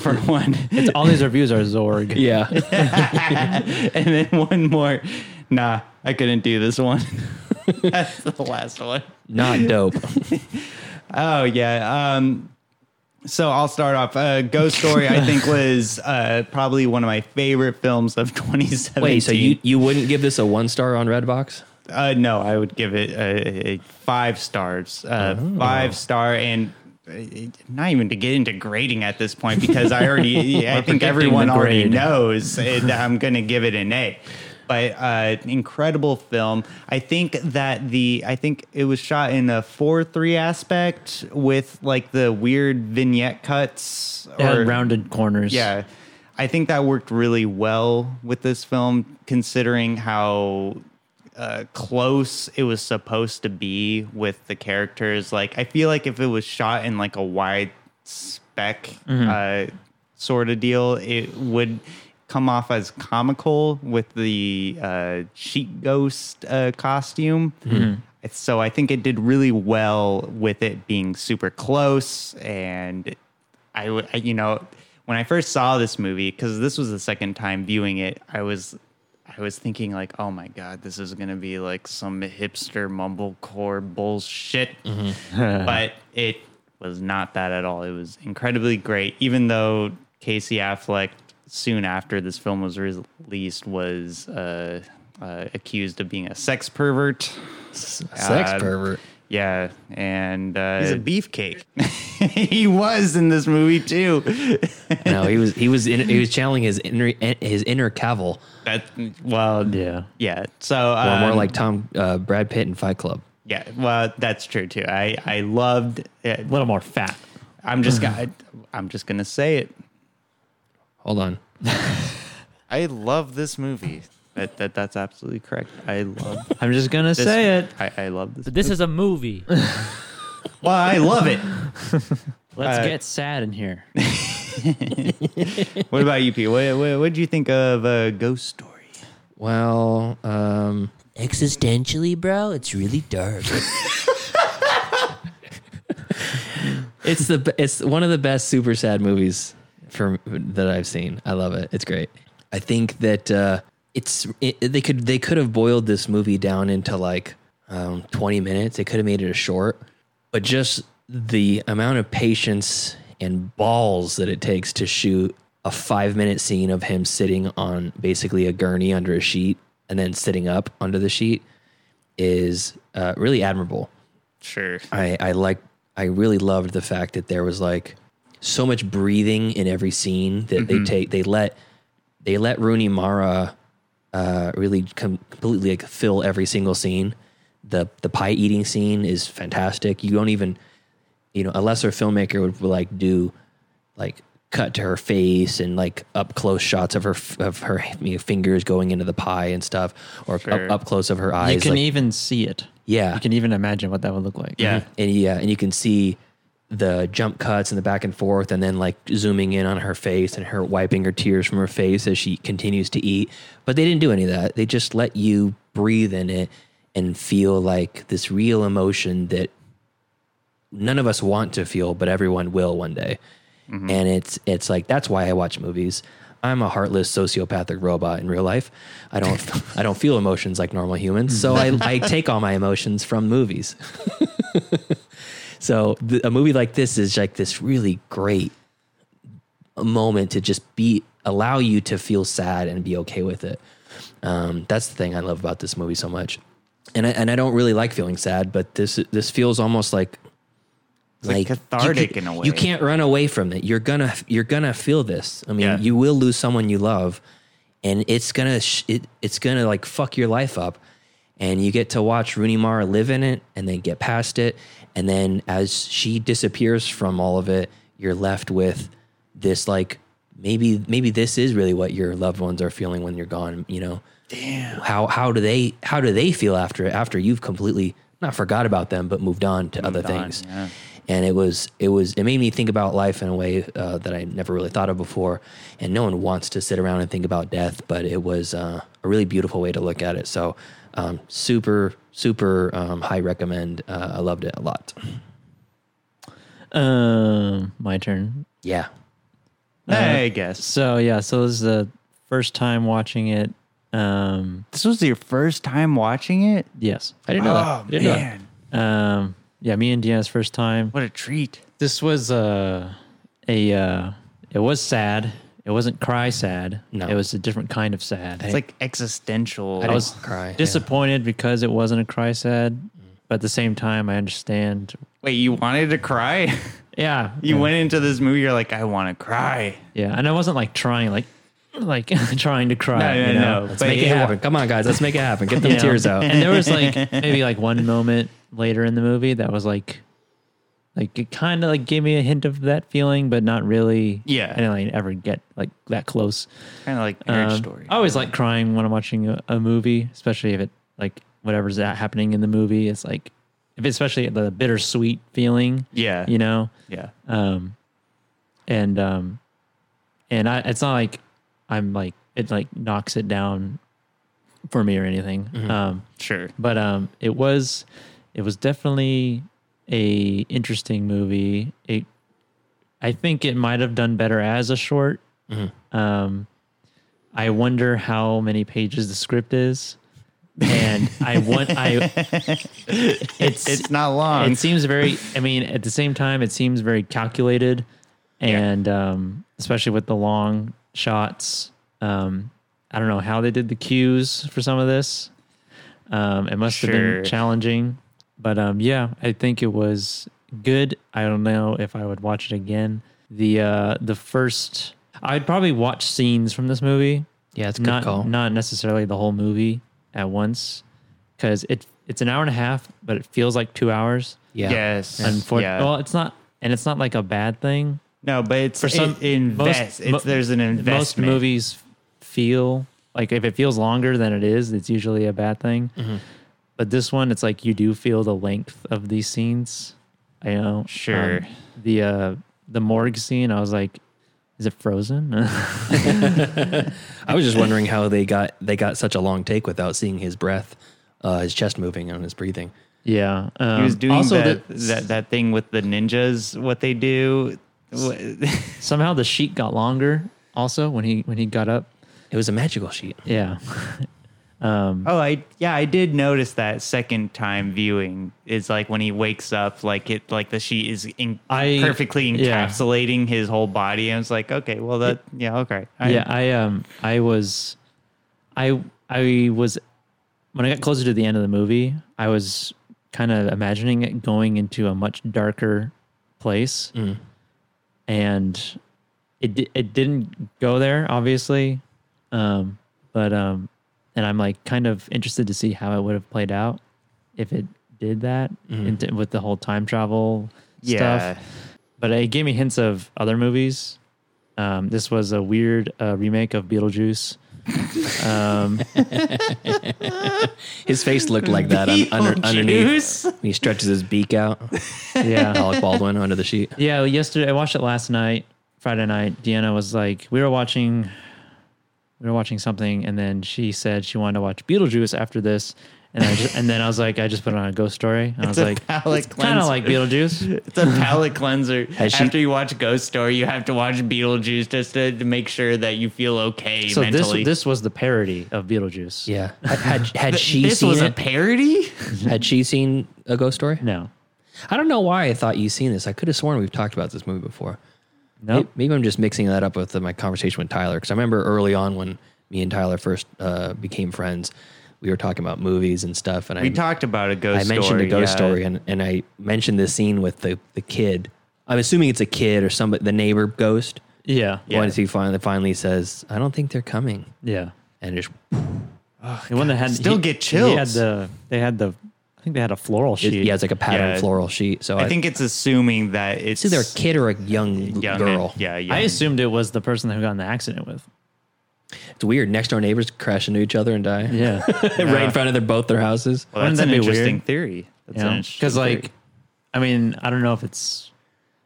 Speaker 2: [LAUGHS]
Speaker 3: for one,
Speaker 2: It's, all these reviews are [LAUGHS] Zorg.
Speaker 1: Yeah.
Speaker 3: [LAUGHS] and then one more. Nah, I couldn't do this one. [LAUGHS] that's the last one.
Speaker 1: [LAUGHS] Not dope.
Speaker 3: Oh yeah. Um, so I'll start off. Uh, Ghost Story, I
Speaker 2: [LAUGHS]
Speaker 3: think, was uh, probably one of my favorite films of 2017.
Speaker 1: Wait, so you, you wouldn't give this a one star on Redbox?
Speaker 3: Uh, no, I would give it a, a five stars. Uh,
Speaker 2: Oh.
Speaker 3: Five star and. uh, Not even to get into grading at this point because I already,
Speaker 2: [LAUGHS]
Speaker 3: yeah, I think
Speaker 2: predicting
Speaker 3: everyone
Speaker 2: the
Speaker 3: already
Speaker 2: grade. [LAUGHS]
Speaker 3: knows it, I'm going to give it an A. But uh, incredible film. I think that the I think it was shot in a four three aspect with like the weird vignette cuts
Speaker 2: They had rounded corners.
Speaker 3: yeah. I think that worked really well with this film, considering how uh, close it was supposed to be with the characters. Like, I feel like if it was shot in like a wide spec uh, sort of deal, it would come off as comical with the uh, sheet ghost uh, costume. So I think it did really well with it being super close and I, w- I- you know, when I first saw this movie, because this was the second time viewing it, I was, I was thinking like, oh my god, this is gonna be like some hipster mumblecore bullshit,
Speaker 8: Mm-hmm. [LAUGHS]
Speaker 3: but it was not that at all. It was incredibly great, even though Casey Affleck soon after this film was released was uh, uh, accused of being a sex pervert.
Speaker 1: Sex
Speaker 3: Uh,
Speaker 1: pervert.
Speaker 3: Yeah, and uh,
Speaker 8: He's a beefcake.
Speaker 3: [LAUGHS] he was in this movie too.
Speaker 1: No, he was he was in, he was channeling his inner his inner cavil,
Speaker 3: That well,
Speaker 2: Yeah.
Speaker 3: yeah. So
Speaker 1: or more
Speaker 3: um,
Speaker 1: like Tom uh, Brad Pitt in Fight Club.
Speaker 3: yeah. Well, that's true too. I I loved. It.
Speaker 2: A little more fat.
Speaker 3: I'm just gonna I'm just gonna say it.
Speaker 1: Hold on.
Speaker 8: I love this movie.
Speaker 3: That, that that's absolutely correct. I love
Speaker 2: I'm just gonna say it.
Speaker 3: I, I love this.
Speaker 9: This is a movie.
Speaker 3: Well, I love it.
Speaker 2: Let's
Speaker 3: Uh,
Speaker 2: get sad in here.
Speaker 3: What about you, Pete? What what what did you think of uh, Ghost Story?
Speaker 1: Well, um,
Speaker 9: [LAUGHS] Existentially, bro, it's really dark.
Speaker 1: it's the it's one of the best super sad movies from that I've seen. I love it. It's great. I think that uh, it's it, they could they could have boiled this movie down into like um, twenty minutes. They could have made it a short, but just the amount of patience and balls that it takes to shoot a five minute scene of him sitting on basically a gurney under a sheet and then sitting up under the sheet is uh, really admirable.
Speaker 3: Sure.
Speaker 1: I, I like I really loved the fact that there was like so much breathing in every scene that they
Speaker 3: Mm-hmm.
Speaker 1: take they let they let Rooney Mara uh, really com- completely like fill every single scene. The the pie eating scene is fantastic. You don't even you know a lesser filmmaker would like do like cut to her face and like up close shots of her f- of her you know, fingers going into the pie and stuff or
Speaker 3: Sure.
Speaker 1: up, up close of her eyes.
Speaker 2: You can
Speaker 1: like-
Speaker 2: even see it.
Speaker 1: yeah,
Speaker 2: You can even imagine what that would look like.
Speaker 3: Yeah.
Speaker 1: and yeah, and you can see the jump cuts and the back and forth, and then like zooming in on her face and her wiping her tears from her face as she continues to eat. But they didn't do any of that. They just let you breathe in it and feel like this real emotion that none of us want to feel, but everyone will one day.
Speaker 2: Mm-hmm.
Speaker 1: And it's it's like that's why I watch movies. I'm a heartless sociopathic robot in real life. I
Speaker 2: [LAUGHS]
Speaker 1: don't I don't feel emotions like normal humans, so I,
Speaker 2: Mm-hmm.
Speaker 1: I take all my emotions from movies. so th- a movie like this is like this really great moment to just be allow you to feel sad and be okay with it. Um, that's the thing I love about this movie so much. And I, and I don't really like feeling sad, but this this feels almost like
Speaker 3: like
Speaker 1: you
Speaker 3: cathartic
Speaker 1: ca-
Speaker 3: in a way.
Speaker 1: You can't run away from it. You're gonna you're gonna feel this. I mean,
Speaker 3: Yeah.
Speaker 1: you will lose someone you love, and it's gonna sh- it, it's gonna like fuck your life up. And you get to watch Rooney Mara live in it, and then get past it, and then as she disappears from all of it, you're left with this like maybe maybe this is really what your loved ones are feeling when you're gone. You know, damn. How how do they how do they feel after after you've completely not forgot about them but moved on to other
Speaker 3: on,
Speaker 1: things?
Speaker 3: yeah.
Speaker 1: and it was it was it made me think about life in a way uh, that I never really thought of before. And no one wants to sit around and think about death, but it was uh, a really beautiful way to look at it. So um, super super um, high recommend. Uh, I loved it a lot.
Speaker 2: Um, my turn.
Speaker 1: Yeah,
Speaker 3: I guess.
Speaker 2: So yeah, so this is the first time watching it. Um,
Speaker 3: This was your first time watching it?
Speaker 2: yes.
Speaker 1: I didn't know
Speaker 2: Oh,
Speaker 1: that. I didn't know that.
Speaker 3: Man,
Speaker 2: Um, yeah, me and Deanna's first time.
Speaker 3: what a treat.
Speaker 2: This was uh, a uh, it was sad. It wasn't cry sad.
Speaker 1: No.
Speaker 2: It was a different kind of sad.
Speaker 3: It's like existential.
Speaker 2: I was
Speaker 1: cry, yeah.
Speaker 2: disappointed because it wasn't a cry sad, but at the same time, I understand.
Speaker 3: Wait, you wanted to cry? [LAUGHS]
Speaker 2: Yeah,
Speaker 3: You
Speaker 2: yeah,
Speaker 3: went into this movie, you're like, I want to cry.
Speaker 2: yeah, and I wasn't like trying, like, like [LAUGHS] trying to cry.
Speaker 3: No, no,
Speaker 2: you know?
Speaker 3: no.
Speaker 1: Let's
Speaker 3: But
Speaker 1: make it
Speaker 3: wa-
Speaker 1: happen. Come on, guys. Let's make it happen. Get
Speaker 2: [LAUGHS]
Speaker 1: them
Speaker 2: You know?
Speaker 1: tears out.
Speaker 2: And there
Speaker 3: [LAUGHS]
Speaker 2: was like maybe like one moment later in the movie that was like, like it kind of like gave me a hint of that feeling, but not really.
Speaker 3: Yeah.
Speaker 2: I didn't like, ever get like that close.
Speaker 3: Kind of like marriage
Speaker 2: Um,
Speaker 3: story.
Speaker 2: I always like crying when I'm watching a, a movie, especially if it like whatever's that happening in the movie. It's like if it's especially the bittersweet feeling,
Speaker 3: Yeah.
Speaker 2: you know.
Speaker 3: yeah.
Speaker 2: Um, and um, and I it's not like I'm like it like knocks it down for me or anything. Um,
Speaker 3: Sure.
Speaker 2: but um, it was it was definitely a interesting movie. It I think it might have done better as a short. Um, I wonder how many pages the script is, and I want I it's
Speaker 3: It's not long.
Speaker 2: it seems very. I mean, at the same time, it seems very calculated, and um, especially with the long shots. Um, I don't know how they did the cues for some of this. Um, it must have
Speaker 3: Sure.
Speaker 2: been challenging, but um, yeah, I think it was good. I don't know if I would watch it again. The uh, the first, I'd probably watch scenes from this movie,
Speaker 1: Yeah, it's a good
Speaker 2: not
Speaker 1: call.
Speaker 2: not necessarily the whole movie at once, because it it's an hour and a half, but it feels like two hours.
Speaker 1: yeah.
Speaker 3: Yes.
Speaker 2: Unfor-
Speaker 3: Yeah.
Speaker 2: Well, it's not, and it's not like a bad thing.
Speaker 3: no, but it's
Speaker 2: For some
Speaker 3: it
Speaker 2: most-
Speaker 3: invest. it's, there's an
Speaker 2: Most
Speaker 3: investment.
Speaker 2: movies feel like if it feels longer than it is, it's usually a bad thing.
Speaker 3: Mm-hmm.
Speaker 2: But this one, it's like you do feel the length of these scenes. I know.
Speaker 3: Sure.
Speaker 2: Um, the uh, the morgue scene, I was like, is it frozen? [LAUGHS]
Speaker 1: I was just wondering how they got they got such a long take without seeing his breath, uh, his chest moving on his breathing.
Speaker 2: yeah. Um,
Speaker 3: He was doing
Speaker 2: also
Speaker 3: that,
Speaker 2: the-
Speaker 3: that that thing with the ninjas. What they do. What-
Speaker 2: somehow the sheet got longer. Also, when he when he got up,
Speaker 1: It was a magical sheet.
Speaker 2: yeah.
Speaker 3: Oh, I yeah, I did notice that second time viewing is like when he wakes up, like it, like the sheet is in,
Speaker 2: I-
Speaker 3: perfectly
Speaker 2: yeah.
Speaker 3: encapsulating his whole body. I was like, okay, well that, yeah, okay, I,
Speaker 2: yeah, I um I was I I was when I got closer to the end of the movie, I was kind of imagining it going into a much darker place. And it di- it didn't go there obviously. Um but um and I'm like kind of interested to see how it would have played out if it did that into, with the whole time travel
Speaker 3: yeah,
Speaker 2: stuff but it gave me hints of other movies. Um, this was a weird uh, remake of Beetlejuice.
Speaker 1: His face looked like that un- under, underneath.
Speaker 3: Beetlejuice?
Speaker 1: When he stretches his beak out,
Speaker 2: Yeah,
Speaker 1: [LAUGHS] Alec Baldwin under the sheet.
Speaker 2: yeah. Yesterday, I watched it last night, Friday night. Deanna was like, we were watching, we were watching something, and then she said she wanted to watch Beetlejuice after this, and I just, and then I was like, I just put on a ghost story, and I was
Speaker 3: a
Speaker 2: like,
Speaker 3: palate
Speaker 2: kind of
Speaker 3: cleanser.
Speaker 2: like
Speaker 3: [LAUGHS]
Speaker 2: Beetlejuice.
Speaker 3: it's a palate cleanser.
Speaker 1: [LAUGHS] Has she-
Speaker 3: After you watch Ghost Story, you have to watch Beetlejuice just to, to make sure that you feel okay
Speaker 2: So
Speaker 3: mentally.
Speaker 2: this this was the parody of Beetlejuice.
Speaker 1: Yeah. Had had
Speaker 3: Th-
Speaker 1: she
Speaker 3: this
Speaker 1: seen
Speaker 3: was a
Speaker 1: it?
Speaker 3: parody.
Speaker 1: had she seen a ghost story?
Speaker 2: No.
Speaker 1: I don't know why I thought you seen this. I could have sworn we've talked about this movie before.
Speaker 2: Nope.
Speaker 1: May- Maybe I'm just mixing that up with the, my conversation with Tyler because I remember early on when me and Tyler first uh, became friends, we were talking about movies and stuff, and
Speaker 3: We
Speaker 1: I
Speaker 3: talked about a
Speaker 1: I
Speaker 3: ghost.
Speaker 1: mentioned
Speaker 3: story,
Speaker 1: a ghost
Speaker 3: yeah.
Speaker 1: story, and, and I mentioned this scene with the the kid. I'm assuming it's a kid or somebody, the neighbor ghost.
Speaker 2: Yeah.
Speaker 1: Once he finally finally says, "I don't think they're coming,"
Speaker 2: Yeah.
Speaker 1: and just
Speaker 2: The one that had
Speaker 3: Still get chills.
Speaker 2: He had the they had the I think they had a floral
Speaker 1: it-
Speaker 2: sheet.
Speaker 1: yeah, it's like a pattern
Speaker 3: Yeah.
Speaker 1: floral sheet. So I,
Speaker 3: I think it's assuming that it's
Speaker 1: it's either a kid or a young
Speaker 3: young-
Speaker 1: girl.
Speaker 3: Yeah, yeah.
Speaker 2: I assumed it was the person who got in the accident with.
Speaker 1: It's weird. Next door neighbors crash into each other and die.
Speaker 2: [LAUGHS] Yeah,
Speaker 1: [LAUGHS] right in front of their both their houses.
Speaker 3: Well,
Speaker 2: Wouldn't
Speaker 3: that's
Speaker 2: that
Speaker 3: an
Speaker 2: be
Speaker 3: interesting
Speaker 2: weird?
Speaker 3: theory. That's an interesting
Speaker 2: because
Speaker 3: theory.
Speaker 2: like, I mean, I don't know if it's,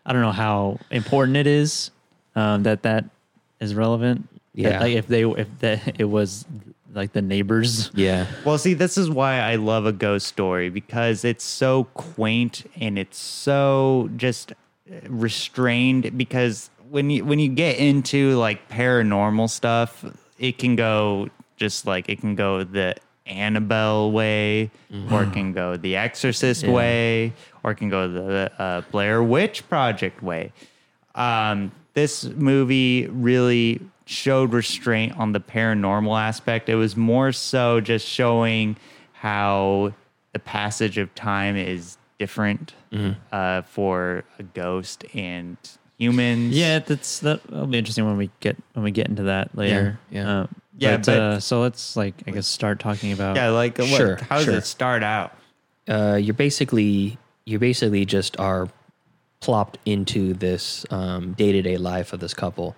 Speaker 2: I don't know how important it is um, that that is relevant. That,
Speaker 1: Yeah.
Speaker 2: like if they if that it was like the neighbors.
Speaker 1: Yeah.
Speaker 3: Well, see, this is why I love a ghost story because it's so quaint and it's so just uh, restrained. Because when you when you get into like paranormal stuff, it can go just like it can go the Annabelle way, or it can go the Exorcist way, or it can go the uh, Blair Witch Project way. Um, this movie really showed restraint on the paranormal aspect. It was more so just showing how the passage of time is different
Speaker 1: Mm-hmm.
Speaker 3: uh, for a ghost and humans.
Speaker 2: [LAUGHS] Yeah, that's that'll be interesting when we get when we get into that later.
Speaker 1: Yeah, yeah.
Speaker 2: Uh,
Speaker 3: Yeah,
Speaker 2: but,
Speaker 3: but-
Speaker 2: uh, so let's like I guess start talking about
Speaker 3: Yeah, like what,
Speaker 1: Sure,
Speaker 3: how does
Speaker 1: sure.
Speaker 3: it start out?
Speaker 1: Uh, you're basically you basically just are plopped into this um, day-to-day life of this couple,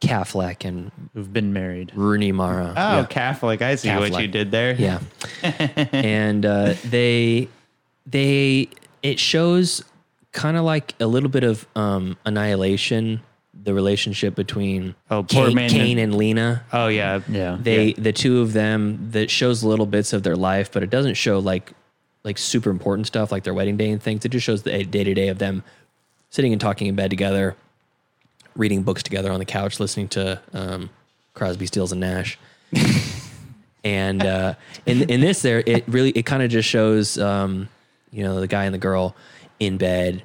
Speaker 1: Kaflak and
Speaker 2: who''ve been married.
Speaker 1: Rooney Mara.
Speaker 3: Oh, Catholic. I see what
Speaker 1: Catholic.
Speaker 3: you did there.
Speaker 1: Yeah.
Speaker 3: [LAUGHS]
Speaker 1: and uh, they they it shows kind of like a little bit of um, annihilation, the relationship between
Speaker 3: Oh,
Speaker 1: Kane,
Speaker 3: Portman and-
Speaker 1: Kane and Lena.
Speaker 3: Oh, yeah.
Speaker 2: Yeah,
Speaker 1: they the two of them that shows little bits of their life but it doesn't show like like super important stuff like their wedding day and things it just shows the day to day of them sitting and talking in bed together reading books together on the couch listening to um, crosby stills and
Speaker 2: [LAUGHS]
Speaker 1: nash and uh, in in this there it really it kind of just shows um, you know the guy and the girl in bed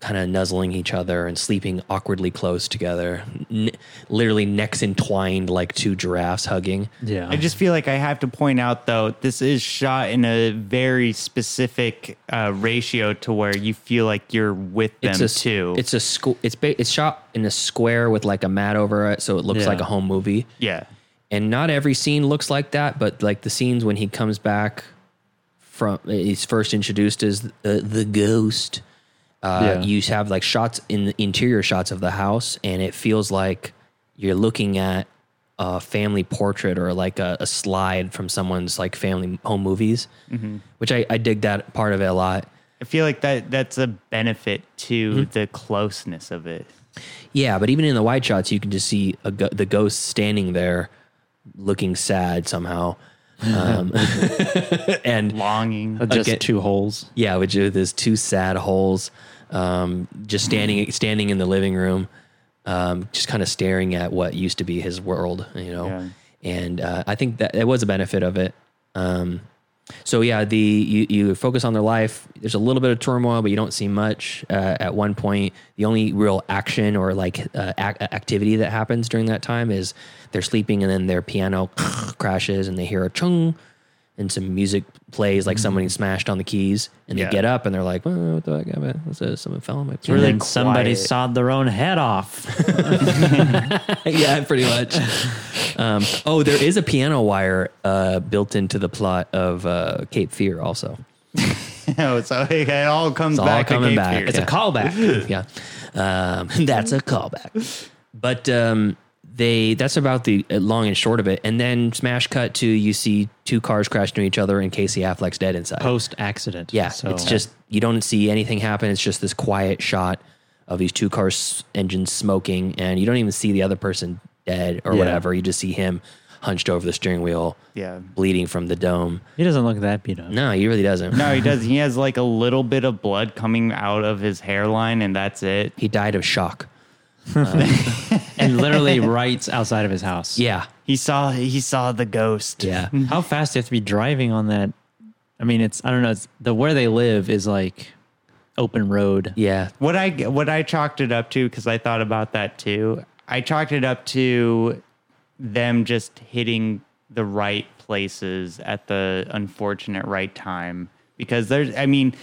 Speaker 1: kind of nuzzling each other and sleeping awkwardly close together, N- literally necks entwined like two giraffes hugging.
Speaker 2: Yeah.
Speaker 3: I just feel like I have to point out though, this is shot in a very specific uh, ratio to where you feel like you're with them
Speaker 1: It's a
Speaker 3: too.
Speaker 1: It's a squ- It's ba- it's shot in a square with like a mat over it, so it looks
Speaker 2: Yeah.
Speaker 1: like a home movie.
Speaker 3: yeah,
Speaker 1: and not every scene looks like that, but like the scenes when he comes back from he's first introduced as the, uh, the ghost. Uh,
Speaker 2: Yeah.
Speaker 1: You have like shots in the interior shots of the house, and it feels like you're looking at a family portrait or like a, a slide from someone's like family home movies, which I, I dig that part of it a lot.
Speaker 3: I feel like that that's a benefit to the closeness of it.
Speaker 1: Yeah, but even in the wide shots, you can just see a, go- the ghost standing there, looking sad somehow, um, [LAUGHS] and
Speaker 3: Longing.
Speaker 2: just
Speaker 1: Again-
Speaker 2: two holes.
Speaker 1: Yeah, which are there's two sad holes, um, just standing standing in the living room, um, just kind of staring at what used to be his world, you know.
Speaker 3: Yeah.
Speaker 1: And uh, I think that that was a benefit of it. Um, so yeah, the you, you focus on their life. There's a little bit of turmoil, but you don't see much. Uh, at one point, the only real action or like uh, ac- activity that happens during that time is they're sleeping, and then their piano [LAUGHS] crashes, and they hear a chung, and some music plays like somebody smashed on the keys, and they
Speaker 3: Mm-hmm. Yeah.
Speaker 1: get up and they're like, oh, "What the heck happened? What's this? Someone fell on my."
Speaker 2: And
Speaker 1: piano."
Speaker 2: then somebody
Speaker 3: quiet.
Speaker 2: sawed their own head off.
Speaker 3: [LAUGHS]
Speaker 1: [LAUGHS] yeah, pretty much. Um, oh, there is a piano wire uh, built into the plot of uh, Cape Fear, also.
Speaker 3: so it all comes
Speaker 1: It's all
Speaker 3: back. to
Speaker 1: coming
Speaker 3: Cape
Speaker 1: back.
Speaker 3: Fear.
Speaker 1: It's a
Speaker 3: [LAUGHS]
Speaker 1: callback. yeah, um, [LAUGHS] that's a callback. But um, they that's about the uh, long and short of it. And then smash cut to you see two cars crash into each other and Casey Affleck's dead inside.
Speaker 2: Post accident.
Speaker 1: yeah, it's just you don't see anything happen. It's just this quiet shot of these two cars engines smoking, and you don't even see the other person dead or
Speaker 2: Yeah.
Speaker 1: whatever. You just see him hunched over the steering wheel,
Speaker 3: Yeah.
Speaker 1: bleeding from the dome.
Speaker 2: He doesn't look that beat up.
Speaker 1: No, he really doesn't.
Speaker 3: No, he does. He has like a little bit of blood coming out of his hairline, and that's it.
Speaker 1: he died of shock.
Speaker 2: And literally [LAUGHS] right outside of his house.
Speaker 1: Yeah,
Speaker 3: He saw he saw the ghost.
Speaker 1: yeah.
Speaker 2: How fast do you have to be driving on that? I mean, it's, I don't know. It's the where they live is like open road.
Speaker 1: Yeah,
Speaker 3: What I what I chalked it up to because I thought about that too. I chalked it up to them just hitting the right places at the unfortunate right time because there's I mean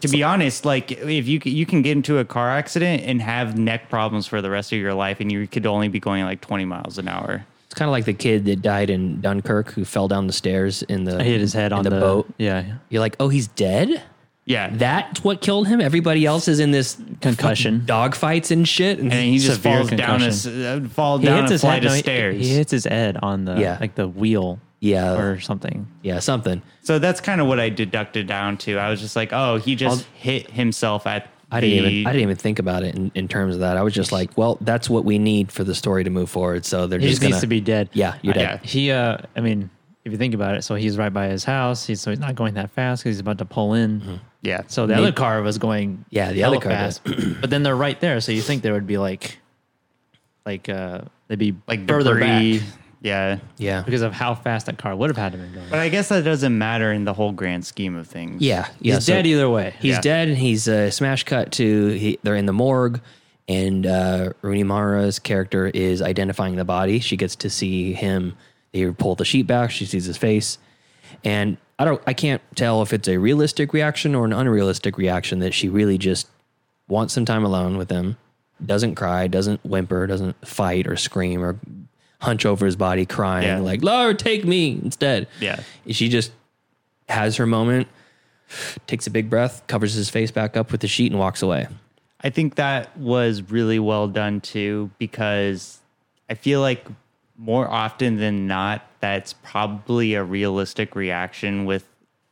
Speaker 3: to be honest like if you c- you can get into a car accident and have neck problems for the rest of your life and you could only be going like 20 miles an hour.
Speaker 1: It's kind of like the kid that died in Dunkirk who fell down the stairs in the
Speaker 2: I hit his head
Speaker 1: in
Speaker 2: on
Speaker 1: the, boat.
Speaker 2: Yeah.
Speaker 1: You're like, oh, he's dead.
Speaker 3: Yeah.
Speaker 1: That's what killed him. Everybody else is in this
Speaker 2: Concussion.
Speaker 1: dog fights and shit. And,
Speaker 3: and he just
Speaker 2: Severe
Speaker 3: falls down a, s- uh, fall down a flight of
Speaker 2: no, he-
Speaker 3: stairs.
Speaker 2: He, hits his head on the
Speaker 1: Yeah.
Speaker 2: like the wheel
Speaker 1: yeah,
Speaker 2: or something.
Speaker 1: yeah, something.
Speaker 3: So that's kind of what I deducted down to. I was just like, oh, he just hit himself at.
Speaker 1: I didn't
Speaker 3: the,
Speaker 1: even I didn't even think about it in, in terms of that. I was just like, well, that's what we need for the story to move forward. So they're
Speaker 2: He
Speaker 1: just
Speaker 2: just needs
Speaker 1: gonna-
Speaker 2: to be dead.
Speaker 1: Yeah, you're
Speaker 3: Yeah.
Speaker 1: dead.
Speaker 2: He uh I mean, if you think about it, so he's right by his house, he's so he's not going that fast because he's about to pull in.
Speaker 3: Yeah.
Speaker 2: So the other car was going
Speaker 1: Mm-hmm. Yeah, the
Speaker 2: hella
Speaker 1: other car
Speaker 2: fast.
Speaker 1: [CLEARS THROAT]
Speaker 2: but then they're right there, so you think there would be like like uh they'd be
Speaker 3: like
Speaker 2: further
Speaker 3: debris.
Speaker 2: back
Speaker 3: Yeah.
Speaker 1: Yeah,
Speaker 2: because of how fast that car would have had to been going.
Speaker 3: But I guess that doesn't matter in the whole grand scheme of things.
Speaker 1: yeah, yeah.
Speaker 2: He's
Speaker 1: so-
Speaker 2: dead either way.
Speaker 1: He's
Speaker 3: Yeah.
Speaker 1: dead. He's uh, smash cut to he, they're in the morgue, and uh, Rooney Mara's character is identifying the body. She gets to see him. They pull the sheet back. She sees his face, and I don't. I can't tell if it's a realistic reaction or an unrealistic reaction that she really just wants some time alone with him. Doesn't cry. Doesn't whimper. Doesn't fight or scream or hunch over his body crying
Speaker 3: Yeah.
Speaker 1: like Lord, take me instead.
Speaker 3: Yeah.
Speaker 1: she just has her moment takes a big breath, covers his face back up with the sheet, and walks away.
Speaker 3: I think that was really well done too, because I feel like more often than not, that's probably a realistic reaction with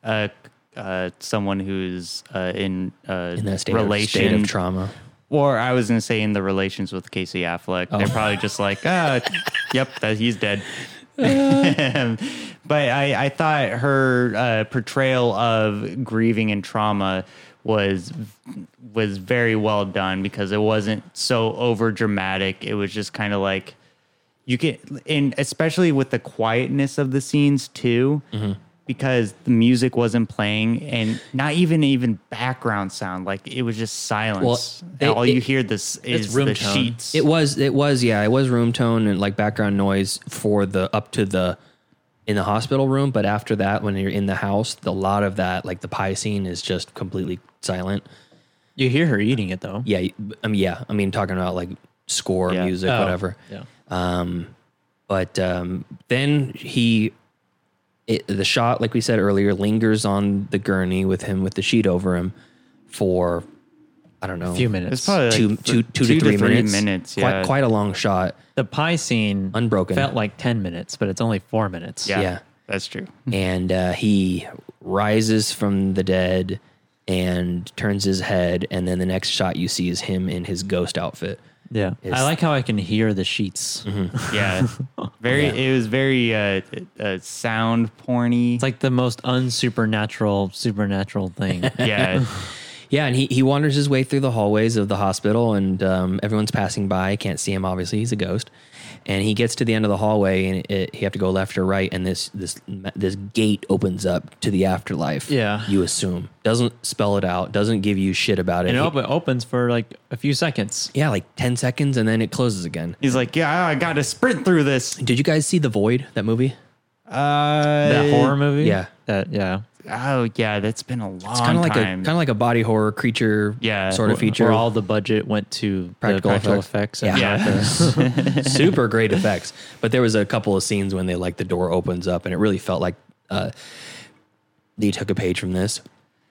Speaker 3: a. Uh, someone who's uh, in uh,
Speaker 1: In that state, of,
Speaker 3: relation
Speaker 1: state of trauma.
Speaker 3: Or I was going to say in the relations with Casey Affleck, they're probably just like, ah, yep, that, he's dead. [LAUGHS] but I, I thought her uh, portrayal of grieving and trauma was was very well done because it wasn't so over dramatic. It was just kind of like
Speaker 1: Mm-hmm.
Speaker 3: you can, and especially with the quietness of the scenes too. because the music wasn't playing and not even even background sound. Like it was just silence.
Speaker 1: Well,
Speaker 3: And
Speaker 1: they-
Speaker 3: all
Speaker 1: it-
Speaker 3: you hear this is
Speaker 10: room
Speaker 3: the
Speaker 10: tone.
Speaker 3: sheets.
Speaker 1: It was it was yeah, it was room tone and like background noise for the up to the in the hospital room, but after that when you're in the house, a lot of that like the pie scene is just completely silent.
Speaker 2: You hear her eating it though.
Speaker 1: Yeah, I mean yeah, I mean talking about like score,
Speaker 3: Yeah.
Speaker 1: music,
Speaker 10: Oh,
Speaker 1: whatever.
Speaker 10: Yeah.
Speaker 1: But um, then he, it, the shot, like we said earlier, lingers on the gurney with him with the sheet over him for, I don't know,
Speaker 2: A few minutes.
Speaker 3: It's probably
Speaker 1: two,
Speaker 3: like
Speaker 1: two,
Speaker 3: th-
Speaker 1: Uh, two to three minutes.
Speaker 3: yeah.
Speaker 1: Quite, quite a long shot.
Speaker 2: the pie scene
Speaker 1: Unbroken.
Speaker 2: felt like ten minutes, but it's only four minutes.
Speaker 3: yeah,
Speaker 1: yeah.
Speaker 3: that's true.
Speaker 1: and uh, he rises from the dead and turns his head, and then the next shot you see is him in his ghost outfit.
Speaker 2: yeah.
Speaker 1: It's-
Speaker 2: I like how I can hear the sheets.
Speaker 1: [LAUGHS]
Speaker 3: Yeah, very. It was very uh, uh, sound porny.
Speaker 2: It's like the most unsupernatural supernatural [LAUGHS] thing.
Speaker 1: [LAUGHS]
Speaker 3: yeah,
Speaker 1: Yeah, and he, he wanders his way through the hallways of the hospital, and um, everyone's passing by. Can't see him, obviously. He's a ghost. And he gets to the end of the hallway, and it, he have to go left or right. And this this this gate opens up to the afterlife.
Speaker 2: Yeah.
Speaker 1: you assume doesn't spell it out, doesn't give you shit about it.
Speaker 2: and it
Speaker 1: He-
Speaker 2: op- opens for like a few seconds.
Speaker 1: yeah, like ten seconds, and then it closes again.
Speaker 3: he's like, yeah, I got to sprint through this.
Speaker 1: Did you guys see the Void that movie?
Speaker 3: Uh,
Speaker 2: That horror movie.
Speaker 1: yeah.
Speaker 2: That yeah.
Speaker 3: Oh yeah, that's been a long
Speaker 1: It's kind of like
Speaker 3: time.
Speaker 1: a kind of like a body horror creature
Speaker 3: Yeah.
Speaker 1: sort of
Speaker 3: Wh-
Speaker 1: feature.
Speaker 2: Where all the budget went to
Speaker 1: Practical
Speaker 2: practical, the practical
Speaker 1: effects.
Speaker 2: effects. and
Speaker 1: Yeah.
Speaker 2: not
Speaker 1: [LAUGHS]
Speaker 2: the- [LAUGHS]
Speaker 1: super great effects. But there was a couple of scenes when they like the door opens up, and it really felt like uh, they took a page from this.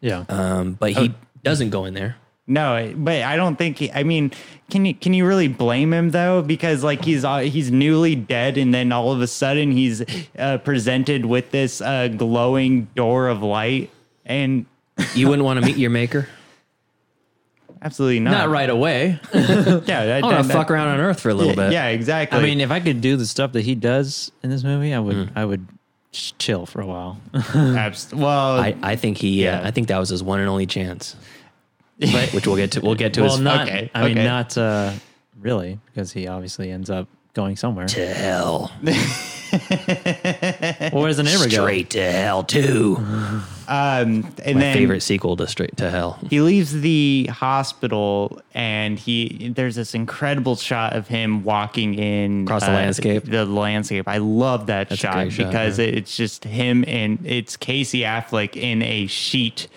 Speaker 2: yeah. Uh,
Speaker 1: Um, but he
Speaker 2: Oh.
Speaker 1: doesn't go in there.
Speaker 3: no, but I don't think. He, I mean, can you can you really blame him though? Because like he's uh, he's newly dead, and then all of a sudden he's uh, presented with this uh, glowing door of light, and
Speaker 1: You wouldn't want to meet your
Speaker 2: [LAUGHS]
Speaker 1: maker.
Speaker 3: absolutely not.
Speaker 10: Not right away.
Speaker 3: Yeah, that,
Speaker 1: I want
Speaker 3: that-
Speaker 1: to fuck around on Earth for a little
Speaker 3: yeah,
Speaker 1: bit.
Speaker 3: yeah, exactly.
Speaker 2: I mean, if I could do the stuff that he does in this movie, I would I would sh- chill for a while.
Speaker 3: Abs- well,
Speaker 1: I, I think he. Yeah.
Speaker 3: Yeah.
Speaker 1: I think that was his one and only
Speaker 2: [LAUGHS]
Speaker 1: chance. which we'll get to. We'll get to
Speaker 2: well,
Speaker 1: his
Speaker 2: not
Speaker 3: okay,
Speaker 2: I mean
Speaker 3: okay.
Speaker 2: not uh, really because he obviously ends up
Speaker 1: [LAUGHS]
Speaker 2: going somewhere.
Speaker 1: to hell.
Speaker 2: Well, where's the neighbor go?
Speaker 1: Straight to hell too.
Speaker 3: um, and
Speaker 1: My
Speaker 3: then
Speaker 1: favorite sequel to Straight to Hell.
Speaker 3: he leaves the hospital and he there's this incredible shot of him walking in uh,
Speaker 1: Across the landscape.
Speaker 3: the landscape i love that
Speaker 1: a
Speaker 3: shot
Speaker 1: great shot,
Speaker 3: because it's just him and it's casey affleck in a sheet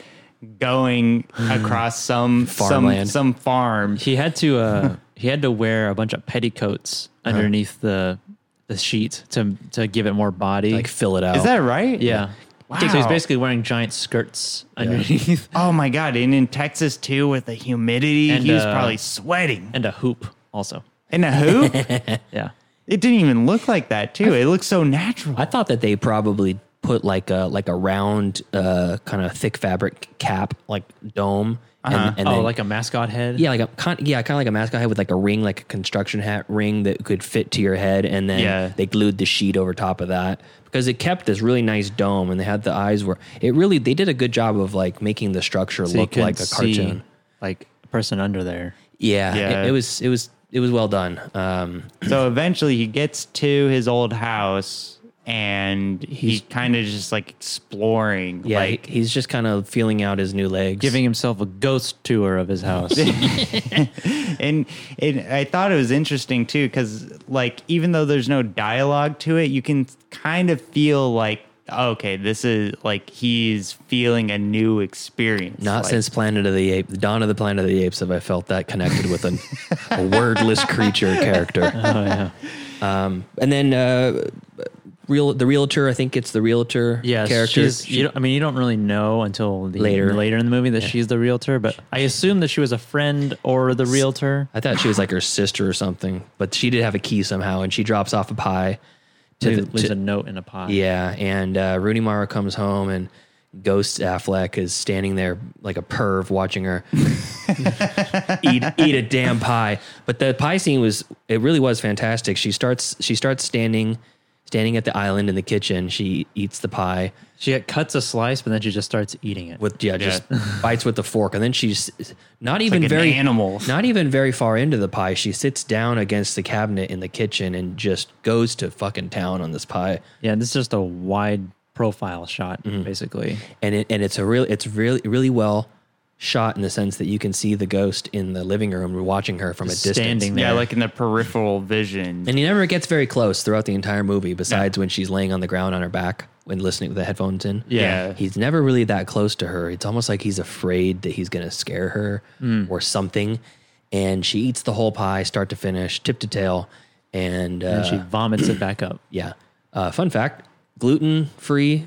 Speaker 3: going across some
Speaker 1: Hmm. Farmland.
Speaker 3: some some farm
Speaker 2: He had to uh, he had to wear a bunch of petticoats
Speaker 1: Uh-huh.
Speaker 2: underneath the the sheet to to give it more body.
Speaker 1: Like fill it out.
Speaker 3: is that right
Speaker 2: yeah. I think so he's
Speaker 3: Wow.
Speaker 2: basically wearing giant skirts
Speaker 1: [LAUGHS]
Speaker 2: underneath
Speaker 3: oh my god and in texas too with the humidity
Speaker 2: And,
Speaker 3: he was
Speaker 2: uh,
Speaker 3: probably sweating
Speaker 2: and a hoop also.
Speaker 3: in a
Speaker 1: [LAUGHS]
Speaker 3: hoop it
Speaker 2: Yeah.
Speaker 3: didn't even look like that too it looked so natural
Speaker 1: I thought that they probably put like a like a round uh kind of thick fabric cap like dome and, and
Speaker 2: oh,
Speaker 1: then-
Speaker 2: like a mascot head.
Speaker 1: yeah like a kind yeah kind of like a mascot head with like a ring like a construction hat ring that could fit to your head and then
Speaker 3: Yeah.
Speaker 1: they glued the sheet over top of that because it kept this really nice dome and they had the eyes where it really they did a good job of like making the structure
Speaker 2: So you
Speaker 1: look like a
Speaker 2: couldn't see,
Speaker 1: cartoon
Speaker 2: like a person under there.
Speaker 1: yeah,
Speaker 3: Yeah.
Speaker 1: It, it was it was it was well done um
Speaker 3: so eventually he gets to his old house and he's kind of just like exploring
Speaker 1: yeah
Speaker 3: like
Speaker 1: he- he's just kind of feeling out his new legs
Speaker 2: giving himself a ghost tour of
Speaker 1: [LAUGHS]
Speaker 2: his house.
Speaker 3: and and i thought it was interesting too because like even though there's no dialogue to it you can kind of feel like oh, okay this is like he's feeling a new experience
Speaker 1: Not
Speaker 3: Like,
Speaker 1: since Planet of the Apes, the Dawn of the Planet of the Apes, have I felt that connected with an, a wordless creature character.
Speaker 2: [LAUGHS]
Speaker 1: Um,
Speaker 2: oh yeah,
Speaker 1: And then, uh, real the realtor, I think it's the realtor
Speaker 2: yeah.
Speaker 1: character.
Speaker 2: She's, you don't, I mean, you don't really know until the,
Speaker 1: Later.
Speaker 2: later, later in the movie that she's the realtor. But I assume that she was a friend or the realtor.
Speaker 1: I thought she was like her sister or something, but she did have a key somehow, and she drops off a pie to the,
Speaker 2: leaves
Speaker 1: to-
Speaker 2: a note in a pot.
Speaker 1: yeah. And uh, Rooney Mara comes home and. Ghost Affleck is standing there like a perv watching
Speaker 3: [LAUGHS]
Speaker 1: her eat eat a damn pie. But the pie scene was it really was fantastic. She starts she starts standing standing at the island in the kitchen. She eats the pie
Speaker 2: she cuts a slice, but then she just starts eating it.
Speaker 1: with yeah, just
Speaker 3: [LAUGHS]
Speaker 1: bites with the fork, and then she's not even
Speaker 3: an
Speaker 1: very
Speaker 3: animal.
Speaker 1: Not even very far into the pie, she sits down against the cabinet in the kitchen and just goes to fucking town on this pie.
Speaker 2: yeah, this is just a wide profile shot,
Speaker 1: Mm-hmm.
Speaker 2: basically.
Speaker 1: and it and it's a real it's really really well shot in the sense that you can see the ghost in the living room watching her from
Speaker 2: Just
Speaker 1: a distance.
Speaker 2: standing there.
Speaker 3: Yeah, like in the peripheral vision.
Speaker 1: And he never gets very close throughout the entire movie, besides when she's laying on the ground on her back when listening with the headphones in.
Speaker 3: Yeah.
Speaker 1: He's never really that close to her. It's almost like he's afraid that he's going to scare her
Speaker 2: Mm.
Speaker 1: or something. And she eats the whole pie, start to finish, tip to tail. And, uh,
Speaker 2: and she vomits it back up.
Speaker 1: yeah. Uh, fun fact gluten free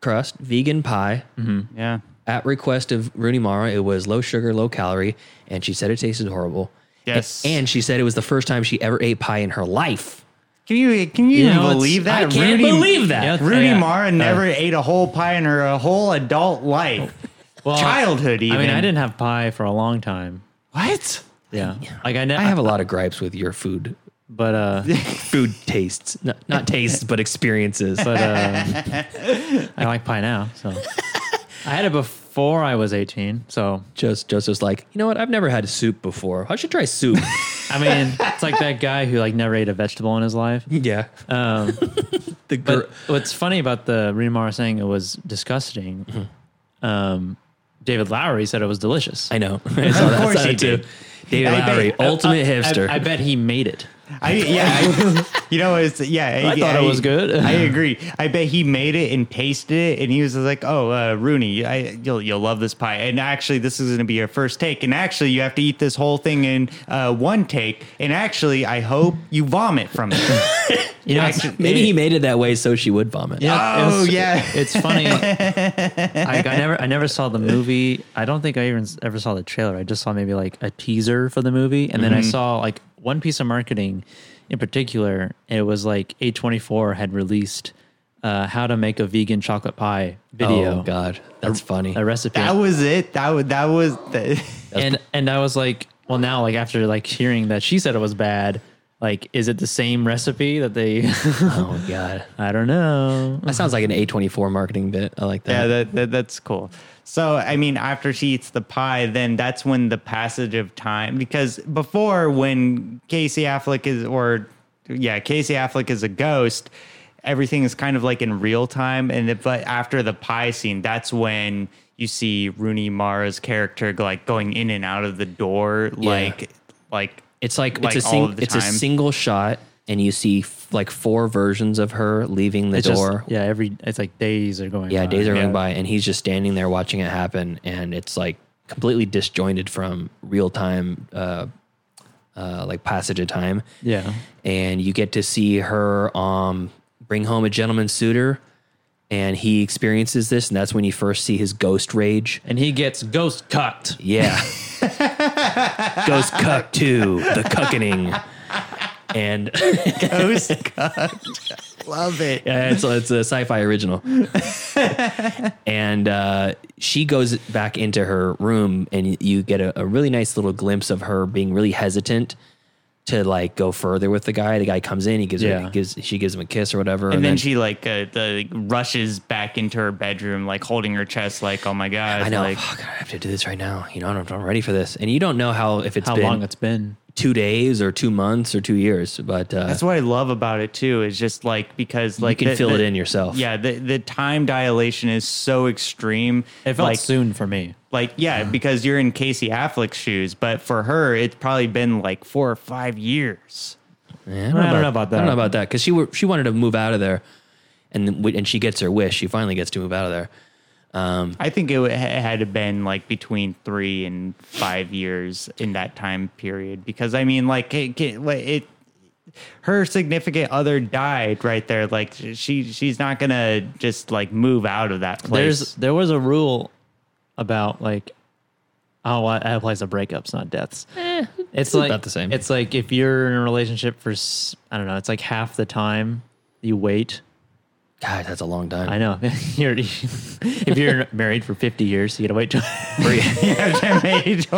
Speaker 1: crust, vegan pie.
Speaker 2: Mm-hmm.
Speaker 3: Yeah.
Speaker 1: At request of Rooney Mara, it was low sugar, low calorie. And she said it tasted horrible.
Speaker 3: Yes.
Speaker 1: And she said it was the first time she ever ate pie in her life.
Speaker 3: Can you can you,
Speaker 2: You
Speaker 3: even
Speaker 2: know, it's-
Speaker 3: believe that?
Speaker 1: I can't believe that.
Speaker 2: Yeah,
Speaker 3: Rooney
Speaker 2: yeah.
Speaker 3: Mara never ate a whole pie in her whole adult life,
Speaker 2: Well,
Speaker 3: childhood. Even
Speaker 2: I mean, I didn't have pie for a long time.
Speaker 3: What?
Speaker 2: Yeah, like I, ne-
Speaker 1: I have a lot of gripes with your food
Speaker 2: but
Speaker 1: [LAUGHS]
Speaker 2: uh,
Speaker 1: food tastes, not, not tastes, but experiences.
Speaker 2: but uh, I like pie now. So I had it before I was eighteen. So
Speaker 1: Just Joseph's like, you know what? I've never had soup before. I should try soup.
Speaker 2: I mean, it's like that guy who like never ate a vegetable in his life.
Speaker 1: yeah.
Speaker 2: Um,
Speaker 1: [LAUGHS] The
Speaker 2: But
Speaker 1: girl.
Speaker 2: what's funny about the Rita Mara saying it was disgusting, um, David Lowery said it was delicious.
Speaker 1: Mm-hmm. I know. [LAUGHS] I saw that, I saw that too. David
Speaker 3: I bet-
Speaker 1: Lowry,
Speaker 3: I-
Speaker 1: ultimate
Speaker 2: I-
Speaker 1: hipster.
Speaker 2: I, bet he made it. [LAUGHS]
Speaker 3: I, yeah, I, you know, it's yeah.
Speaker 2: I thought it was good. [LAUGHS]
Speaker 3: [LAUGHS] I agree. I bet he made it and tasted it, and he was like, "Oh, uh, Rooney, I, you'll you'll love this pie." And actually, this is going to be your first take. And actually, you have to eat this whole thing in uh, one take. And actually, I hope you vomit from it.
Speaker 2: [LAUGHS] You know,
Speaker 3: Actually-
Speaker 1: Maybe he made it that way so she would vomit.
Speaker 2: Yeah,
Speaker 3: Oh, yeah.
Speaker 2: It's funny. I, [LAUGHS] I never, I never saw the movie. I don't think I even s- ever saw the trailer. I just saw maybe like a teaser for the movie, and then
Speaker 1: Mm-hmm.
Speaker 2: I saw like one piece of marketing in particular. It was like A twenty four had released uh, how to make a vegan chocolate pie video,
Speaker 1: Oh, God. That's funny.
Speaker 2: a recipe.
Speaker 3: that was it. That was that was. The, [LAUGHS]
Speaker 2: and and I was like, well, now like after like hearing that she said it was bad, like is it the same recipe that they? [LAUGHS]
Speaker 1: oh, God.
Speaker 2: I don't know.
Speaker 1: That sounds like an A24 marketing bit. I like that.
Speaker 3: yeah, that, that that's cool. So I mean, after she eats the pie, then that's when the passage of time. Because before, when Casey Affleck is, or yeah, Casey Affleck is a ghost, everything is kind of like in real time. And it- but after the pie scene, that's when you see Rooney Mara's character like going in and out of the door, like like
Speaker 1: It's like,
Speaker 3: Like
Speaker 1: it's a
Speaker 3: all
Speaker 1: sing,
Speaker 3: of the
Speaker 1: it's a
Speaker 3: time.
Speaker 1: single shot, and you see f- like four versions of her leaving the
Speaker 2: It's just-
Speaker 1: door
Speaker 2: yeah, every it's like days are going.
Speaker 1: Yeah,
Speaker 2: by.
Speaker 1: days are
Speaker 3: yeah.
Speaker 1: going by, and he's just standing there watching it happen, and it's like completely disjointed from real time, uh, uh, like passage of time.
Speaker 2: Yeah.
Speaker 1: and you get to see her um, bring home a gentleman suitor, and he experiences this, and that's when you first see his ghost rage.
Speaker 2: And he gets ghost cucked. [LAUGHS]
Speaker 1: Yeah, ghost cuck two, the cuckening, and [LAUGHS]
Speaker 3: ghost Love it.
Speaker 1: Yeah, it's a, it's a sci-fi
Speaker 3: [LAUGHS]
Speaker 1: original. and uh, she goes back into her room, and you get a, a really nice little glimpse of her being really hesitant to like go further with the guy. The guy comes in, he gives her
Speaker 2: Yeah.
Speaker 1: gives she gives him a kiss or whatever,
Speaker 3: And, then, she like uh, the, rushes back into her bedroom, like holding her chest, like "Oh my god!"
Speaker 1: I know,
Speaker 3: Like,
Speaker 1: "Fuck, I have to do this right now. You know, I'm, I'm ready for this, and you don't know how if it's
Speaker 2: How
Speaker 1: been
Speaker 2: long it's been?
Speaker 1: two days or two months or two years, but uh,
Speaker 3: That's what I love about it too. Is just like because like
Speaker 1: you can
Speaker 3: the-
Speaker 1: feel
Speaker 3: the-
Speaker 1: it in yourself.
Speaker 3: Yeah, the the time dilation is so extreme.
Speaker 2: It felt
Speaker 3: like
Speaker 2: soon for me.
Speaker 3: like yeah, because you're in Casey Affleck's shoes, but for her, it's probably been like four or five years.
Speaker 1: Yeah, I don't,
Speaker 2: I don't know about
Speaker 1: I don't know
Speaker 2: that.
Speaker 1: about that because she were, she wanted to move out of there, and then we- and she gets her wish. She finally gets to move out of there. Mm-hmm.
Speaker 3: I think it, wa- ha- had been like between three and five years in that time period because I mean, like it, it, wa- it her significant other died right there. Like she, she's not gonna just like move out of that place.
Speaker 2: There's there was a rule about like oh I I applies to breakups, not deaths. Eh, it's like
Speaker 1: about the same.
Speaker 2: It's like if you're in a relationship for s- I don't know, it's like half the time you wait.
Speaker 1: God, that's a long time.
Speaker 2: I know. [LAUGHS] you're if you're married for 50 years, you got to wait till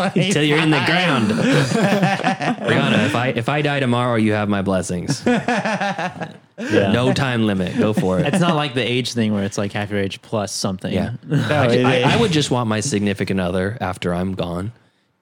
Speaker 1: [LAUGHS] Until you're
Speaker 2: [LAUGHS]
Speaker 1: in the ground. Brianna, if I if I die tomorrow, you have my blessings.
Speaker 2: [LAUGHS] yeah.
Speaker 1: No time limit. Go for it.
Speaker 2: It's not like the age thing where it's like half your age plus something.
Speaker 1: Yeah.
Speaker 3: No,
Speaker 1: I,
Speaker 3: it-
Speaker 1: I-
Speaker 3: it-
Speaker 1: I would just want my significant other after I'm gone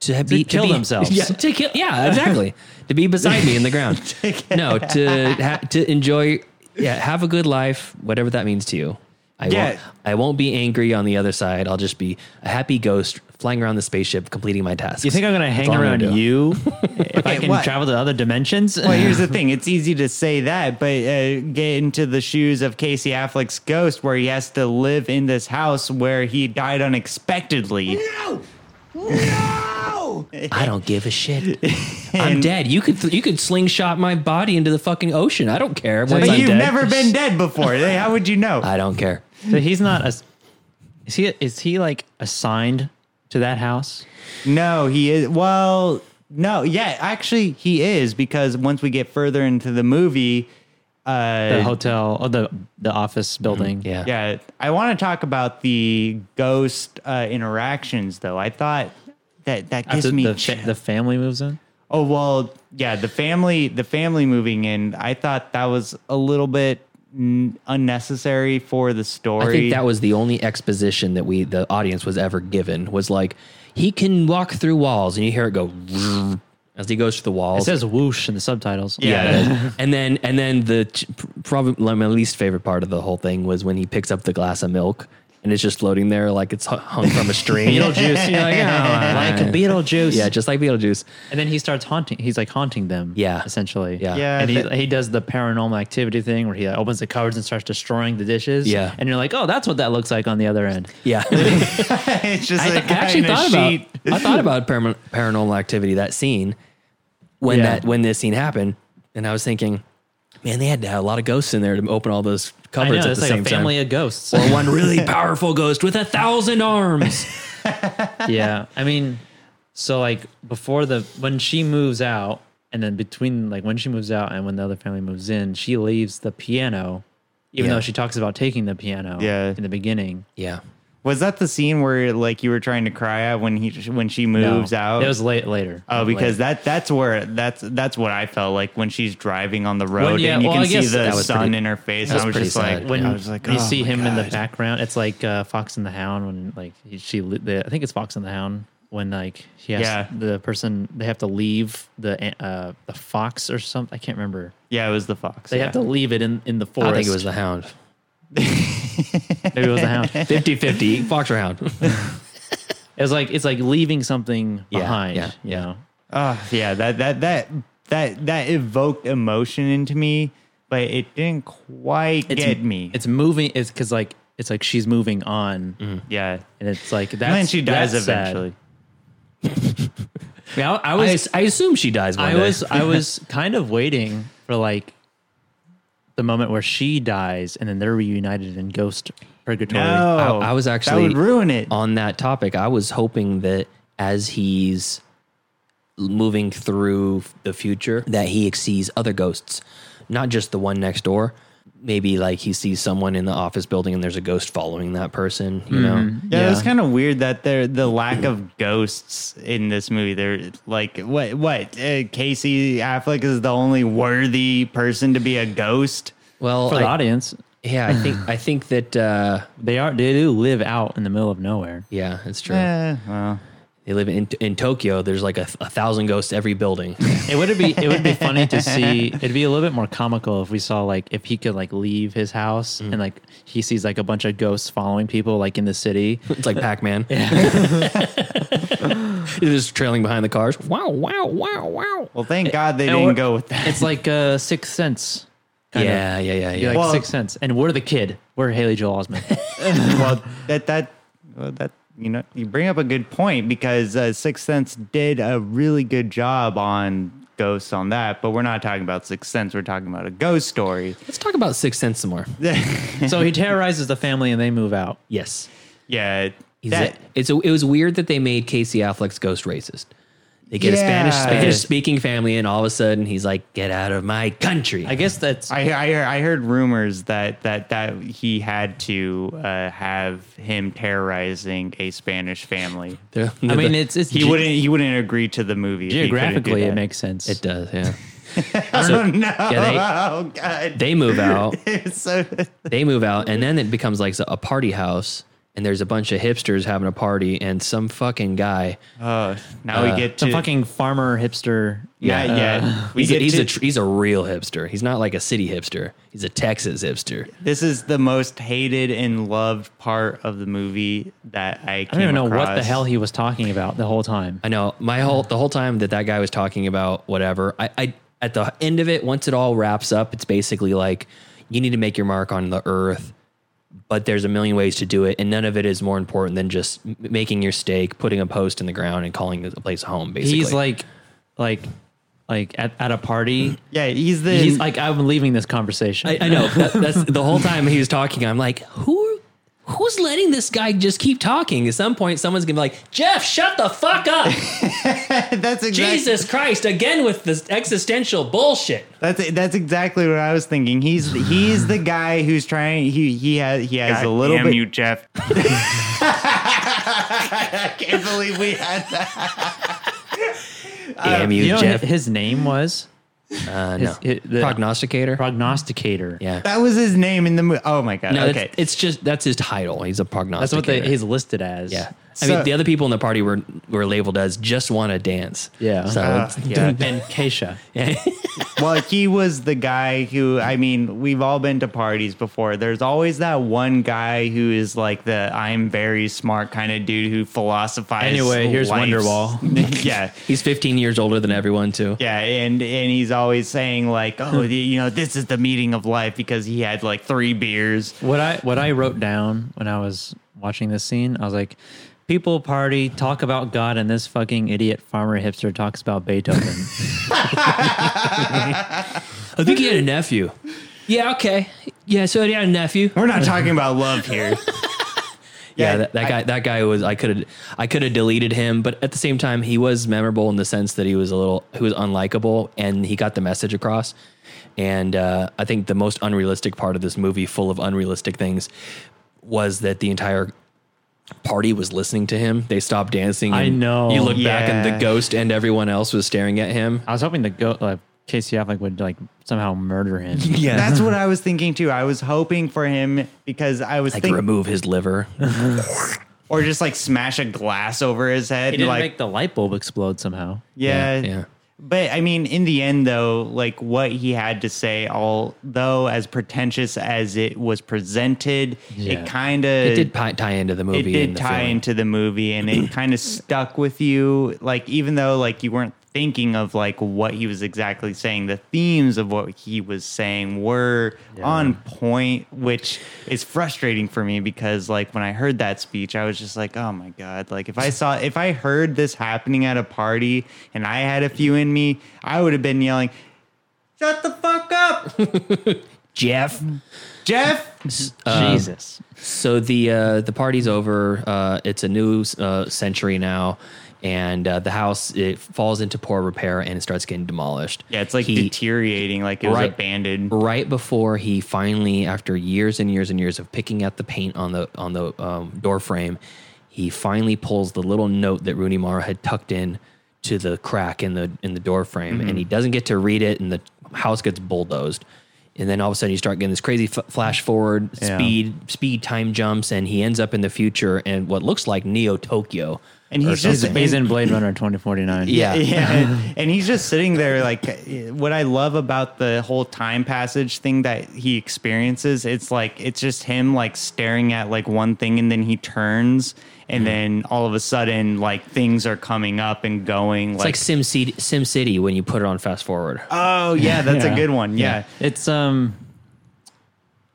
Speaker 1: to, be,
Speaker 2: kill
Speaker 1: be-
Speaker 2: themselves.
Speaker 1: Yeah, to kill. Yeah, exactly. [LAUGHS] to be beside me in the ground. No, to ha- to enjoy. Yeah, have a good life, whatever that means to you. I
Speaker 8: Yeah.
Speaker 1: won't. I won't be angry on the other side. I'll just be a happy ghost flying around the spaceship, completing my tasks.
Speaker 2: You think I'm gonna
Speaker 1: That's
Speaker 2: hang
Speaker 1: all I'm
Speaker 2: around
Speaker 1: gonna do.
Speaker 3: [LAUGHS]
Speaker 2: you if I
Speaker 3: Okay,
Speaker 2: can
Speaker 3: what?
Speaker 2: travel to other dimensions?
Speaker 3: Well,
Speaker 2: [LAUGHS]
Speaker 3: here's the thing. It's easy to say that, but uh, get into the shoes of Casey Affleck's ghost, where he has to live in this house where he died unexpectedly.
Speaker 1: I don't give a shit. I'm dead. You could you could slingshot my body into the fucking ocean. I don't care. Once
Speaker 3: But
Speaker 1: I'm
Speaker 3: you've
Speaker 1: dead,
Speaker 3: never been dead before. Hey, How would
Speaker 2: [LAUGHS]
Speaker 3: you know?
Speaker 2: Uh,
Speaker 1: I don't care.
Speaker 2: so he's not as is he is he like assigned to that house?
Speaker 3: No, he is. Well, no, yeah, actually, he is because once we get further into the movie,
Speaker 2: The
Speaker 3: uh,
Speaker 2: hotel or the the office building.
Speaker 1: Mm-hmm. Yeah.
Speaker 3: yeah, I want to talk about the ghost uh, interactions though. I thought that that gives
Speaker 2: After
Speaker 3: me
Speaker 2: Uh, the,
Speaker 3: chill.
Speaker 2: fa- the family moves in.
Speaker 3: oh well, yeah, the family, the family moving in. I thought that was a little bit n- unnecessary for the
Speaker 1: I
Speaker 3: story.
Speaker 1: think that was the only exposition that we the audience was ever given was like he can walk through walls and you hear it go [LAUGHS] as he goes through the
Speaker 2: It
Speaker 1: walls.
Speaker 2: says whoosh in the subtitles.
Speaker 1: [LAUGHS]
Speaker 3: Yeah.
Speaker 1: Yeah. and then and then the ch- probably like, my least favorite part of the whole thing was when he picks up the glass of milk and it's just floating there like it's hu- hung from a string. Beetlejuice. You're like, "Oh,
Speaker 2: Like Beetlejuice.
Speaker 1: [LAUGHS] Yeah, just like Beetlejuice.
Speaker 2: And then he starts haunting. He's like haunting them.
Speaker 1: Yeah.
Speaker 2: essentially.
Speaker 1: Yeah.
Speaker 3: Yeah,
Speaker 2: and he,
Speaker 3: that-
Speaker 2: he does the paranormal activity thing where he like, opens the cupboards and starts destroying the dishes.
Speaker 1: Yeah.
Speaker 2: and you're like, oh, that's what that looks like on the other end.
Speaker 1: Yeah.
Speaker 3: [LAUGHS] it's just
Speaker 1: I,
Speaker 3: a
Speaker 1: I actually
Speaker 3: kinda
Speaker 1: thought
Speaker 3: sheet.
Speaker 1: about I
Speaker 3: [LAUGHS]
Speaker 1: thought about param- paranormal activity that scene when
Speaker 2: Yeah.
Speaker 1: that when this scene happened, and I was thinking, man, they had to have a lot of ghosts in there to open all those
Speaker 2: I
Speaker 1: cupboards at
Speaker 2: know it's
Speaker 1: the
Speaker 2: like
Speaker 1: same
Speaker 2: a family
Speaker 1: [LAUGHS] time.
Speaker 2: of ghosts.
Speaker 1: or one really powerful ghost with a thousand
Speaker 2: [LAUGHS]
Speaker 1: arms.
Speaker 2: yeah, I mean, so like before the when she moves out, and then between like when she moves out and when the other family moves in, she leaves the piano. Even
Speaker 1: Yeah.
Speaker 2: though she talks about taking the piano
Speaker 3: Yeah.
Speaker 2: in the beginning,
Speaker 1: yeah,
Speaker 3: Was that the scene where like you were trying to cry out when he when she moves
Speaker 2: No,
Speaker 3: out?
Speaker 2: It was late later.
Speaker 3: Oh,
Speaker 2: Later.
Speaker 3: because that that's where that's that's what I felt like when she's driving on the road
Speaker 2: yeah,
Speaker 3: and you
Speaker 2: well,
Speaker 3: can
Speaker 2: I guess
Speaker 3: see the
Speaker 1: that was
Speaker 3: sun
Speaker 1: pretty-
Speaker 3: in her face.
Speaker 1: that
Speaker 3: And I was
Speaker 1: was
Speaker 3: just
Speaker 1: pretty
Speaker 3: like,
Speaker 1: sad.
Speaker 2: when
Speaker 1: I
Speaker 8: was like,
Speaker 2: you
Speaker 8: "Oh
Speaker 2: see
Speaker 8: my
Speaker 2: him in the
Speaker 8: God."
Speaker 2: background, it's like uh, Fox and the Hound when like he- she li- the- I think it's Fox and the Hound when like he has
Speaker 3: Yeah.
Speaker 2: the person they have to leave the uh, the fox or something I can't remember.
Speaker 3: [GASPS] yeah, it was the fox.
Speaker 2: They
Speaker 3: yeah.
Speaker 2: have to leave it in in the
Speaker 1: I
Speaker 2: forest.
Speaker 1: think it was the hound.
Speaker 2: [LAUGHS] maybe it was the Hound.
Speaker 1: 50-50, fox or hound.
Speaker 2: It's like it's like leaving something
Speaker 1: Yeah,
Speaker 2: behind.
Speaker 1: yeah,
Speaker 2: you know?
Speaker 3: Oh, yeah, that that that that that evoked emotion into me, but it didn't quite get me.
Speaker 2: It's moving. It's because like it's like she's moving on,
Speaker 3: yeah,
Speaker 2: Mm-hmm. and it's like that's
Speaker 3: and then she dies
Speaker 2: that's sad.
Speaker 3: eventually.
Speaker 2: I, mean, I- I
Speaker 1: I,
Speaker 2: was
Speaker 1: as- I assume she dies one
Speaker 2: I
Speaker 1: day.
Speaker 2: was I [LAUGHS] was kind of waiting for like the moment where she dies and then they're reunited in ghost purgatory. Oh,
Speaker 3: No,
Speaker 1: I- I was actually-
Speaker 3: that would ruin it.
Speaker 1: on that topic, I was hoping that as he's moving through the future, that he sees other ghosts, not just the one next door. Maybe like he sees someone in the office building and there's a ghost following that person, you know?
Speaker 2: Hmm.
Speaker 3: Yeah, it was kind of weird that there the lack of ghosts in this movie. They're like, what? What? Uh, Casey Affleck is the only worthy person to be a ghost.
Speaker 1: Well,
Speaker 2: For the
Speaker 1: I-
Speaker 2: audience,
Speaker 1: yeah, I think I think that uh,
Speaker 2: they are they do live out in the middle of nowhere.
Speaker 1: yeah, it's true.
Speaker 3: Eh, well,
Speaker 1: They live in in Tokyo. There's like a, a thousand ghosts every building. [LAUGHS]
Speaker 2: It would be it would be funny to see. It'd be a little bit more comical if we saw like if he could like leave his house
Speaker 3: Mm.
Speaker 2: and like he sees like a bunch of ghosts following people like in the
Speaker 3: [LAUGHS]
Speaker 2: city.
Speaker 1: It's like Pac
Speaker 2: [LAUGHS]
Speaker 1: Man. [LAUGHS] You're just trailing behind the cars. Wow, wow, wow, wow.
Speaker 3: well, thank God they
Speaker 2: Eh, and
Speaker 3: didn't
Speaker 2: what-
Speaker 3: go with that.
Speaker 2: It's like uh, Sixth Sense. kind of.
Speaker 1: Yeah, yeah, yeah,
Speaker 2: Be
Speaker 1: yeah.
Speaker 2: like
Speaker 3: Well-
Speaker 2: Sixth Sense, and we're the kid. We're Haley Joel Osment.
Speaker 3: well, that that well, that you know you bring up a good point because uh, Sixth Sense did a really good job on ghosts on that, but we're not talking about Sixth Sense. We're talking about a ghost story.
Speaker 1: Let's talk about Sixth Sense some more.
Speaker 2: so he terrorizes the family and they move out.
Speaker 1: Yes.
Speaker 3: Yeah,
Speaker 1: He's
Speaker 3: that,
Speaker 1: it. It's a, it was weird that they made Casey Affleck's ghost racist. They get a Spanish
Speaker 3: Yeah.
Speaker 1: Spanish speaking family, and all of a sudden he's like, "Get out of my country!"
Speaker 2: I guess that's
Speaker 3: I, I I heard rumors that that that he had to uh, have him terrorizing a Spanish family.
Speaker 1: They're-
Speaker 2: I mean,
Speaker 1: the-
Speaker 2: it's it's
Speaker 3: He
Speaker 2: ge-
Speaker 3: wouldn't he wouldn't agree to the movie. if he couldn't do
Speaker 2: geographically
Speaker 3: that.
Speaker 2: it
Speaker 3: [LAUGHS]
Speaker 2: makes sense.
Speaker 1: it does. Yeah,
Speaker 3: Oh no!
Speaker 1: they-
Speaker 3: [LAUGHS] oh god! [LAUGHS]
Speaker 1: they move out.
Speaker 3: It's so,
Speaker 1: They move out, and then it becomes like a party house. and there's a bunch of hipsters having a party, and some fucking guy.
Speaker 3: Oh, now we get to
Speaker 2: Some fucking farmer hipster. uh,
Speaker 3: yeah, yeah. We
Speaker 1: he's a,
Speaker 3: get
Speaker 1: he's,
Speaker 3: to,
Speaker 1: a tr- he's a real hipster. He's not like a city hipster. He's a Texas hipster.
Speaker 3: this is the most hated and loved part of the movie that I. Came
Speaker 2: I don't even know what the
Speaker 3: across.
Speaker 2: hell he was talking about the whole time.
Speaker 1: I know my whole the whole time that that guy was talking about whatever. I, I at the end of it, once it all wraps up, it's basically like you need to make your mark on the earth, but there's a million ways to do it, and none of it is more important than just m- making your stake, putting a post in the ground, and calling the place home. Basically,
Speaker 2: He's like, like, like at, at a
Speaker 3: [CLEARS THROAT]
Speaker 2: party.
Speaker 3: Yeah, he's the.
Speaker 2: He's like, I'm leaving this conversation.
Speaker 1: I, I know that, that's the whole time he was talking. I'm like, who? Who's letting this guy just keep talking? At some point, someone's gonna be like, "Jeff, shut the fuck [LAUGHS] up!
Speaker 3: [LAUGHS] that's exactly.
Speaker 1: Jesus Christ, again with this existential bullshit."
Speaker 3: That's that's exactly what I was thinking. He's he's the guy who's trying. He he has he has a little bit.
Speaker 8: you, Jeff.
Speaker 3: [LAUGHS] I can't believe we had that.
Speaker 1: Damn you,
Speaker 2: You know,
Speaker 1: Jeff.
Speaker 2: Jeff. his name was
Speaker 1: uh,
Speaker 2: his-
Speaker 1: no.
Speaker 2: hi- the-
Speaker 1: prognosticator.
Speaker 2: prognosticator.
Speaker 1: yeah.
Speaker 3: That was his name in the movie. Oh my god.
Speaker 1: no,
Speaker 3: okay.
Speaker 1: it's, it's just that's his title. He's a prognosticator.
Speaker 2: That's what they, he's listed as.
Speaker 1: Yeah. I
Speaker 3: So-
Speaker 1: mean, the other people in the party were were labeled as just want to dance.
Speaker 2: Yeah.
Speaker 1: So
Speaker 2: Uh,
Speaker 1: it's-
Speaker 2: yeah.
Speaker 1: [LAUGHS]
Speaker 2: And Keisha.
Speaker 3: well, he was the guy who, I mean, we've all been to parties before. There's always that one guy who is like the I'm very smart kind of dude who philosophizes.
Speaker 2: Anyway, here's
Speaker 3: life's-
Speaker 2: Wonderwall.
Speaker 3: [LAUGHS] yeah.
Speaker 1: he's 15 years older than everyone too.
Speaker 3: Yeah, and and he's always saying like, "Oh, the- you know, this is the meaning of life because he had like three beers."
Speaker 2: What I what I wrote down when I was watching this scene, I was like, people party, talk about God, and this fucking idiot farmer hipster talks about Beethoven.
Speaker 1: [LAUGHS] I think he had a nephew. Yeah. Okay. Yeah. So he had a nephew.
Speaker 3: We're not talking about love
Speaker 2: [LAUGHS]
Speaker 3: here.
Speaker 1: Yeah. that, that guy. that guy was. I could have. I could have deleted him, but at the same time, he was memorable in the sense that he was a little. He was unlikable, and he got the message across. And uh, I think the most unrealistic part of this movie, full of unrealistic things, was that the entire party was listening to him. They stopped dancing.
Speaker 2: I
Speaker 1: and
Speaker 2: know.
Speaker 1: You look back, and
Speaker 3: Yeah.
Speaker 1: the ghost and everyone else was staring at him.
Speaker 2: I was hoping the go uh, Casey Affleck would like somehow murder
Speaker 1: [LAUGHS]
Speaker 2: him.
Speaker 3: yeah, that's what I was thinking too. I was hoping for him because I was
Speaker 1: Like
Speaker 3: thinking,
Speaker 1: remove his liver.
Speaker 3: or just like smash a glass over his head,
Speaker 2: He didn't
Speaker 3: like
Speaker 2: make the light bulb explode somehow.
Speaker 3: yeah,
Speaker 1: yeah.
Speaker 3: But I mean, in the end, though, like what he had to say, although as pretentious as it was presented,
Speaker 2: Yeah.
Speaker 3: it kind of
Speaker 1: It did pi- tie into the movie.
Speaker 3: it did
Speaker 1: and the
Speaker 3: tie
Speaker 1: feeling.
Speaker 3: into the movie
Speaker 1: [CLEARS THROAT]
Speaker 3: and it kind of stuck with you like even though like you weren't thinking of like what he was exactly saying the themes of what he was saying were on point which is frustrating for me because like when i heard that speech i was just like oh my god like if i saw if i heard this happening at a party and i had a few in me i would have been yelling shut the fuck up
Speaker 1: [LAUGHS] Jeff. [LAUGHS]
Speaker 3: jeff
Speaker 2: Jesus.
Speaker 1: So the uh, the party's over. Uh, it's a new uh, century now, and uh, the house it falls into poor repair and it starts getting demolished.
Speaker 3: yeah it's like
Speaker 1: He-
Speaker 3: deteriorating like it was
Speaker 1: Right.
Speaker 3: abandoned
Speaker 1: right before he finally, after years and years and years of picking at the paint on the on the um, door frame, he finally pulls the little note that Rooney Mara had tucked in to the crack in the in the door frame, and he doesn't get to read it, and the house gets bulldozed. And then all of a sudden, you start getting this crazy f- flash forward
Speaker 2: Yeah.
Speaker 1: speed, speed time jumps, and he ends up in the future in what looks like Neo Tokyo.
Speaker 3: and he's
Speaker 2: He's,
Speaker 3: just
Speaker 2: he's in Blade Runner 2049.
Speaker 1: Yeah. [LAUGHS]
Speaker 3: [LAUGHS] yeah. and he's just sitting there like what i love about the whole time passage thing that he experiences it's like it's just him like staring at like one thing and then he turns
Speaker 1: Hmm.
Speaker 3: and then all of a sudden like things are coming up and going
Speaker 1: It's like Sim City, Sim City when you put it on fast forward.
Speaker 3: oh yeah that's
Speaker 2: Yeah.
Speaker 3: a good one yeah,
Speaker 2: It's um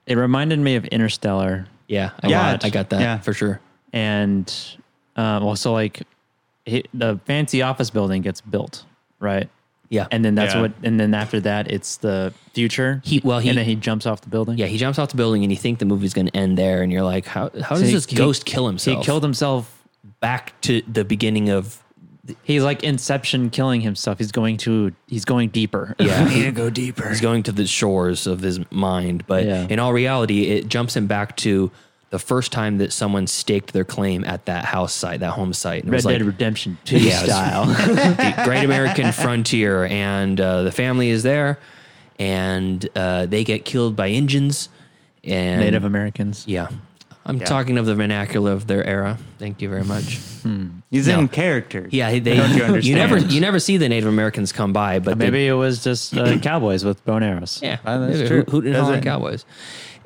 Speaker 2: it reminded me of Interstellar
Speaker 1: Yeah, I,
Speaker 3: Yeah,
Speaker 1: got, I got that
Speaker 3: yeah.
Speaker 1: for sure.
Speaker 2: and um also like it, the fancy office building gets built, right?
Speaker 1: Yeah,
Speaker 2: And then that's
Speaker 3: Yeah.
Speaker 2: what and then after that it's the future.
Speaker 1: He- well, he-
Speaker 2: and then he jumps off the building.
Speaker 1: Yeah, he jumps off the building, and you think the movie's going to end there, and you're like, how how
Speaker 2: So
Speaker 1: does
Speaker 2: he-
Speaker 1: this
Speaker 2: he-
Speaker 1: ghost kill himself?
Speaker 2: He killed himself.
Speaker 1: back to the beginning of
Speaker 2: He's like Inception killing himself. He's going to he's going deeper.
Speaker 1: yeah. [LAUGHS] need to go deeper. He's going to the shores of his mind, but
Speaker 2: Yeah.
Speaker 1: in all reality, it jumps him back to the first time that someone staked their claim at that house site, that home site. And it
Speaker 2: [LAUGHS] Red
Speaker 1: was like,
Speaker 2: Dead Redemption 2
Speaker 1: [LAUGHS] Yeah, it was-
Speaker 2: style. [LAUGHS]
Speaker 1: the Great American Frontier, and uh, the family is there, and uh, they get killed by engines and
Speaker 2: Native Americans.
Speaker 1: Yeah. I'm
Speaker 8: Yeah.
Speaker 1: talking of the vernacular of their era. Thank you very much.
Speaker 3: He's
Speaker 1: No.
Speaker 3: in character.
Speaker 1: Yeah, they.
Speaker 3: Don't you
Speaker 1: [LAUGHS] you,
Speaker 3: understand?
Speaker 1: never you never see the Native Americans come by, but they-
Speaker 2: Maybe it was just uh,
Speaker 1: [CLEARS THROAT]
Speaker 2: cowboys with bone arrows.
Speaker 1: Yeah,
Speaker 3: Oh, that's
Speaker 1: Who-
Speaker 3: true.
Speaker 1: Who, didn't
Speaker 3: Doesn't-
Speaker 1: the Cowboys?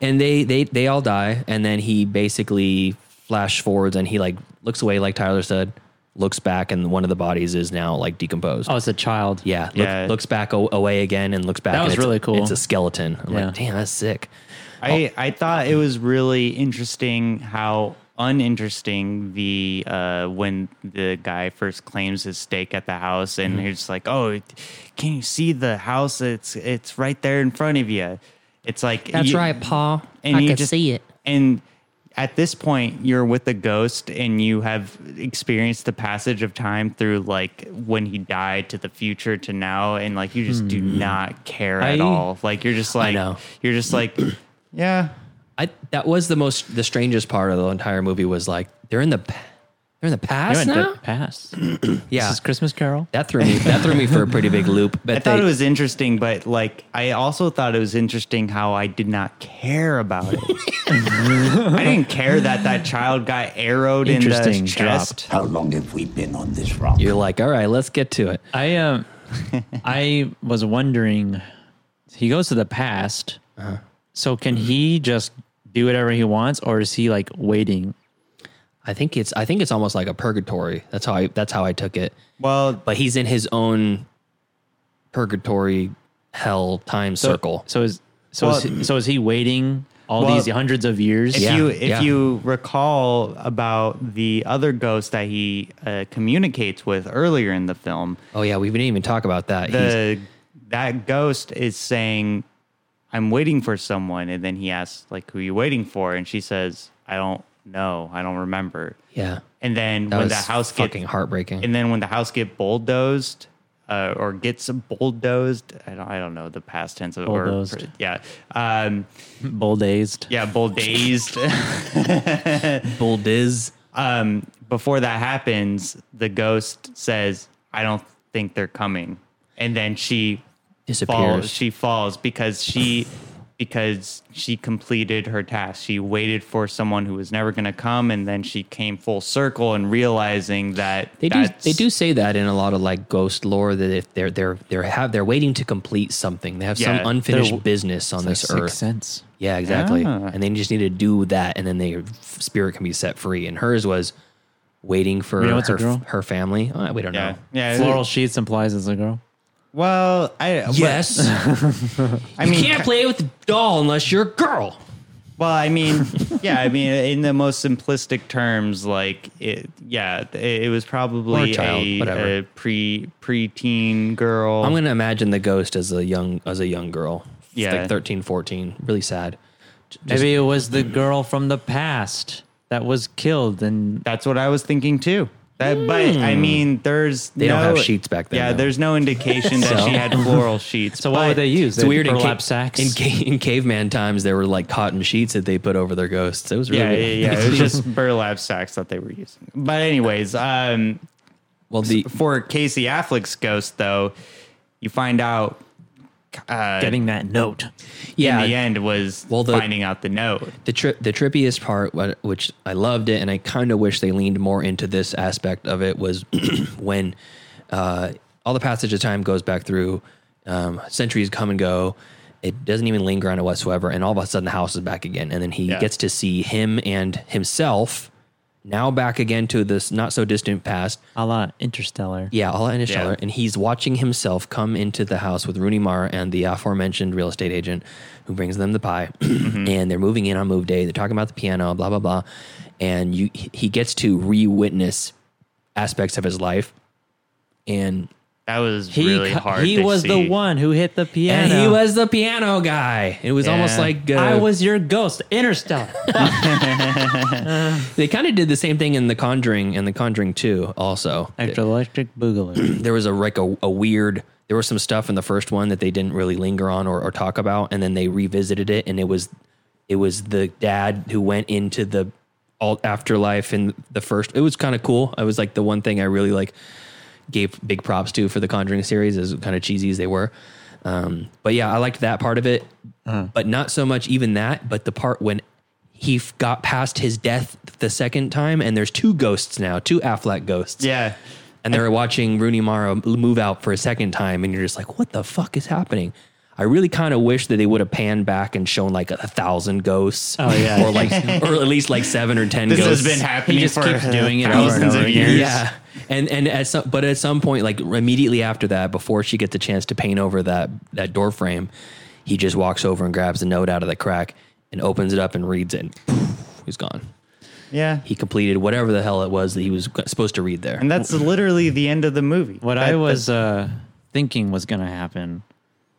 Speaker 1: And they they they all die, and then he basically flash forwards, and he like looks away, like Tyler said, looks back, and one of the bodies is now like decomposed.
Speaker 2: Oh, it's a child.
Speaker 1: yeah, look-
Speaker 3: Yeah.
Speaker 1: looks back o- away again, and looks back.
Speaker 2: That
Speaker 1: and
Speaker 2: was
Speaker 1: it's-
Speaker 2: really cool.
Speaker 1: It's a skeleton. I'm
Speaker 2: Yeah.
Speaker 1: like, damn, that's sick.
Speaker 3: I, I thought it was really interesting how uninteresting the uh, when the guy first claims his stake at the house and he's just like, oh, can you see the house? It's it's right there in front of you. It's like you-
Speaker 9: Pa.
Speaker 3: and you just, And at this point, you're with a ghost, and you have experienced the passage of time through like when he died to the future to now, and like you just do not care at
Speaker 1: Hmm. I-
Speaker 3: all. Like you're just like
Speaker 1: know.
Speaker 3: you're just
Speaker 1: [CLEARS THROAT]
Speaker 3: like yeah.
Speaker 1: I that was the most the strangest part of the entire movie was like they're in the pa- they're in the
Speaker 2: They
Speaker 1: past
Speaker 2: went
Speaker 1: now.
Speaker 2: to past.
Speaker 1: yeah,
Speaker 2: This is Christmas Carol.
Speaker 1: that threw me that threw me for a pretty big loop. But
Speaker 3: [LAUGHS] I thought
Speaker 1: they-
Speaker 3: it was interesting, but like I also thought it was interesting how I did not care
Speaker 1: [LAUGHS]
Speaker 3: about it. I didn't care that that child got arrowed in the
Speaker 2: Interesting drop.
Speaker 3: chest.
Speaker 7: How long have we been on this rock?
Speaker 1: you're like, all right, let's get to it.
Speaker 2: I um, I was wondering. He goes to the past,
Speaker 1: Uh-huh.
Speaker 2: so can he just do whatever he wants, or is he like waiting?
Speaker 1: I think it's I think it's almost like a purgatory. That's how I that's how I took it.
Speaker 3: Well,
Speaker 1: But he's in his own purgatory hell time
Speaker 2: So-
Speaker 1: circle.
Speaker 2: So is so is he, so is he waiting all
Speaker 3: Well,
Speaker 2: these hundreds of years?
Speaker 3: if
Speaker 1: Yeah,
Speaker 3: you if
Speaker 1: yeah.
Speaker 3: you recall about the other ghost that he uh, communicates with earlier in the film,
Speaker 1: oh yeah, we didn't even talk about that. He's-
Speaker 3: the that ghost is saying, "I'm waiting for someone," and then he asks, "Like, who you waiting for?" And she says, "I don't know. I don't remember."
Speaker 1: yeah.
Speaker 3: And then
Speaker 1: That
Speaker 3: when
Speaker 1: was
Speaker 3: the house
Speaker 1: fucking
Speaker 3: gets
Speaker 1: heartbreaking.
Speaker 3: [LAUGHS] and then when the house get bulldozed uh, or gets bulldozed, I don't I don't know the past tense of
Speaker 2: Bulldozed.
Speaker 3: or yeah. Um,
Speaker 2: bulldazed.
Speaker 3: yeah, bulldazed. [LAUGHS]
Speaker 1: Bulldiz.
Speaker 3: um, before that happens, the ghost says, "I don't think they're coming," and then she
Speaker 1: Disappears.
Speaker 3: falls. She falls because she because she completed her task. She waited for someone who was never going to come, and then she came full circle and realizing that
Speaker 1: They do
Speaker 3: that's-
Speaker 1: they do say that in a lot of like ghost lore that if they're they're they're have they're waiting to complete something. They have
Speaker 3: Yeah,
Speaker 1: some unfinished
Speaker 2: they're-
Speaker 1: business on this
Speaker 2: Sixth
Speaker 1: earth.
Speaker 2: sense.
Speaker 1: Yeah, exactly.
Speaker 3: Ah.
Speaker 1: And they just need to do that, and then their spirit can be set free. And hers was waiting for
Speaker 2: We know it's a
Speaker 1: her,
Speaker 2: girl?
Speaker 1: her family. Uh, we don't
Speaker 3: Yeah,
Speaker 1: know.
Speaker 3: yeah.
Speaker 2: Floral sheets implies it's a girl.
Speaker 3: Well, I [LAUGHS]
Speaker 1: Yes,
Speaker 3: I mean,
Speaker 1: you can't play with the doll unless you're a girl.
Speaker 3: Well, I
Speaker 1: [LAUGHS]
Speaker 3: mean, yeah, I mean, in the most simplistic terms, like, it, yeah, it, it was
Speaker 1: Or
Speaker 3: probably
Speaker 1: a child,
Speaker 3: a,
Speaker 1: whatever.
Speaker 3: a pre preteen girl.
Speaker 1: I'm going to imagine the ghost as a young as a young girl. It's
Speaker 3: Yeah.
Speaker 1: like 13, 14. Really sad.
Speaker 2: Maybe it was the girl from the past that was killed, and
Speaker 3: That's what I was thinking too. That, But I mean, there's
Speaker 1: Hmm. They
Speaker 3: no,
Speaker 1: don't have sheets back then,
Speaker 3: Yeah,
Speaker 1: though.
Speaker 3: there's no indication that she had floral sheets.
Speaker 2: so what would
Speaker 3: but-
Speaker 2: they use?
Speaker 1: It's
Speaker 2: They
Speaker 1: weird. In,
Speaker 2: burlap
Speaker 1: ca-
Speaker 2: sacks.
Speaker 1: in, ca- in caveman times, there were like cotton sheets that they put over their ghosts. It was really
Speaker 3: Yeah, yeah,
Speaker 1: weird.
Speaker 3: yeah.
Speaker 1: [LAUGHS]
Speaker 3: It was just burlap sacks that they were using. But anyways, um,
Speaker 1: well, the
Speaker 3: for Casey Affleck's ghost, though, you find out
Speaker 2: Getting that note.
Speaker 1: yeah,
Speaker 3: in the end was
Speaker 1: Well, the-
Speaker 3: finding out the note.
Speaker 1: the trip the trippiest part what- which i loved it and i kind of wish they leaned more into this aspect of it was [CLEARS THROAT] when uh, all the passage of time goes back through um, centuries come and go it doesn't even linger on it whatsoever and all of a sudden the house is back again and then he
Speaker 3: Yeah.
Speaker 1: gets to see him and himself now back again to this not so distant past
Speaker 2: A la Interstellar.
Speaker 1: yeah, all in his
Speaker 3: Yeah.
Speaker 1: cellar, and he's watching himself come into the house with Rooney Mara and the aforementioned real estate agent, who brings them the pie, [CLEARS THROAT]
Speaker 2: Mm-hmm.
Speaker 1: and they're moving in on move day. They're talking about the piano, blah blah blah, and you he he gets to re-witness aspects of his life, and
Speaker 3: That was
Speaker 2: He
Speaker 3: really
Speaker 2: cu-
Speaker 3: hard.
Speaker 2: He
Speaker 3: to
Speaker 2: was the
Speaker 3: see.
Speaker 2: one who hit the piano.
Speaker 1: and he was the piano guy. It was almost
Speaker 3: Yeah.
Speaker 1: like uh,
Speaker 2: I was your ghost, Interstellar.
Speaker 1: They kind of did the same thing in The Conjuring and The Conjuring Two, also.
Speaker 2: Electric
Speaker 3: [CLEARS THROAT]
Speaker 2: Boogaloo.
Speaker 1: there was a like a, a weird there was some stuff in the first one that they didn't really linger on or, or talk about and then they revisited it and it was it was the dad who went into the alt afterlife in the first it was kind of cool it was like the one thing i really like gave big props to for the conjuring series as kind of cheesy as they were um, but yeah i liked that part of it but not so much even that but the part when he f- got past his death the second time, and there's two ghosts now, two Affleck ghosts.
Speaker 3: Yeah.
Speaker 1: And they're watching Rooney Mara move out for a second time, and you're just like, what the fuck is happening? I really kind of wish that they would have panned back and shown like a thousand ghosts, oh, yeah. or like, or at least like seven or ten.
Speaker 3: This
Speaker 1: ghosts.
Speaker 3: has been happening
Speaker 2: just
Speaker 3: for
Speaker 2: keeps doing it over and
Speaker 3: thousands
Speaker 2: over
Speaker 3: of
Speaker 2: again.
Speaker 3: years.
Speaker 1: Yeah. And and at some, but at some point, like immediately after that, before she gets a chance to paint over that that door frame, he just walks over and grabs the note out of the crack and opens it up and reads it. And he's gone.
Speaker 3: Yeah.
Speaker 1: He completed whatever the hell it was that he was supposed to read there.
Speaker 3: And that's literally the end of the movie.
Speaker 2: what
Speaker 3: That-
Speaker 2: I was uh, thinking was going to happen.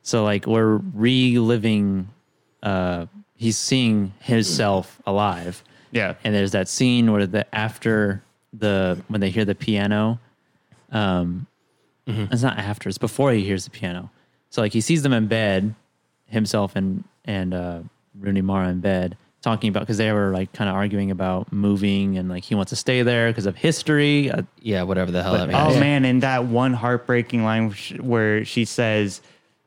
Speaker 2: So like we're reliving. Uh, he's seeing himself alive.
Speaker 3: Mm. Yeah.
Speaker 2: And there's that scene where the after the when they hear the piano, um,
Speaker 3: Mm-hmm.
Speaker 2: it's not after it's before he hears the piano. So like he sees them in bed, himself and and uh, Rooney Mara in bed talking about because they were like kind of arguing about moving and like he wants to stay there because of history. Uh,
Speaker 1: yeah, whatever the hell that means.
Speaker 3: Oh man, and that one heartbreaking line where she- where she says,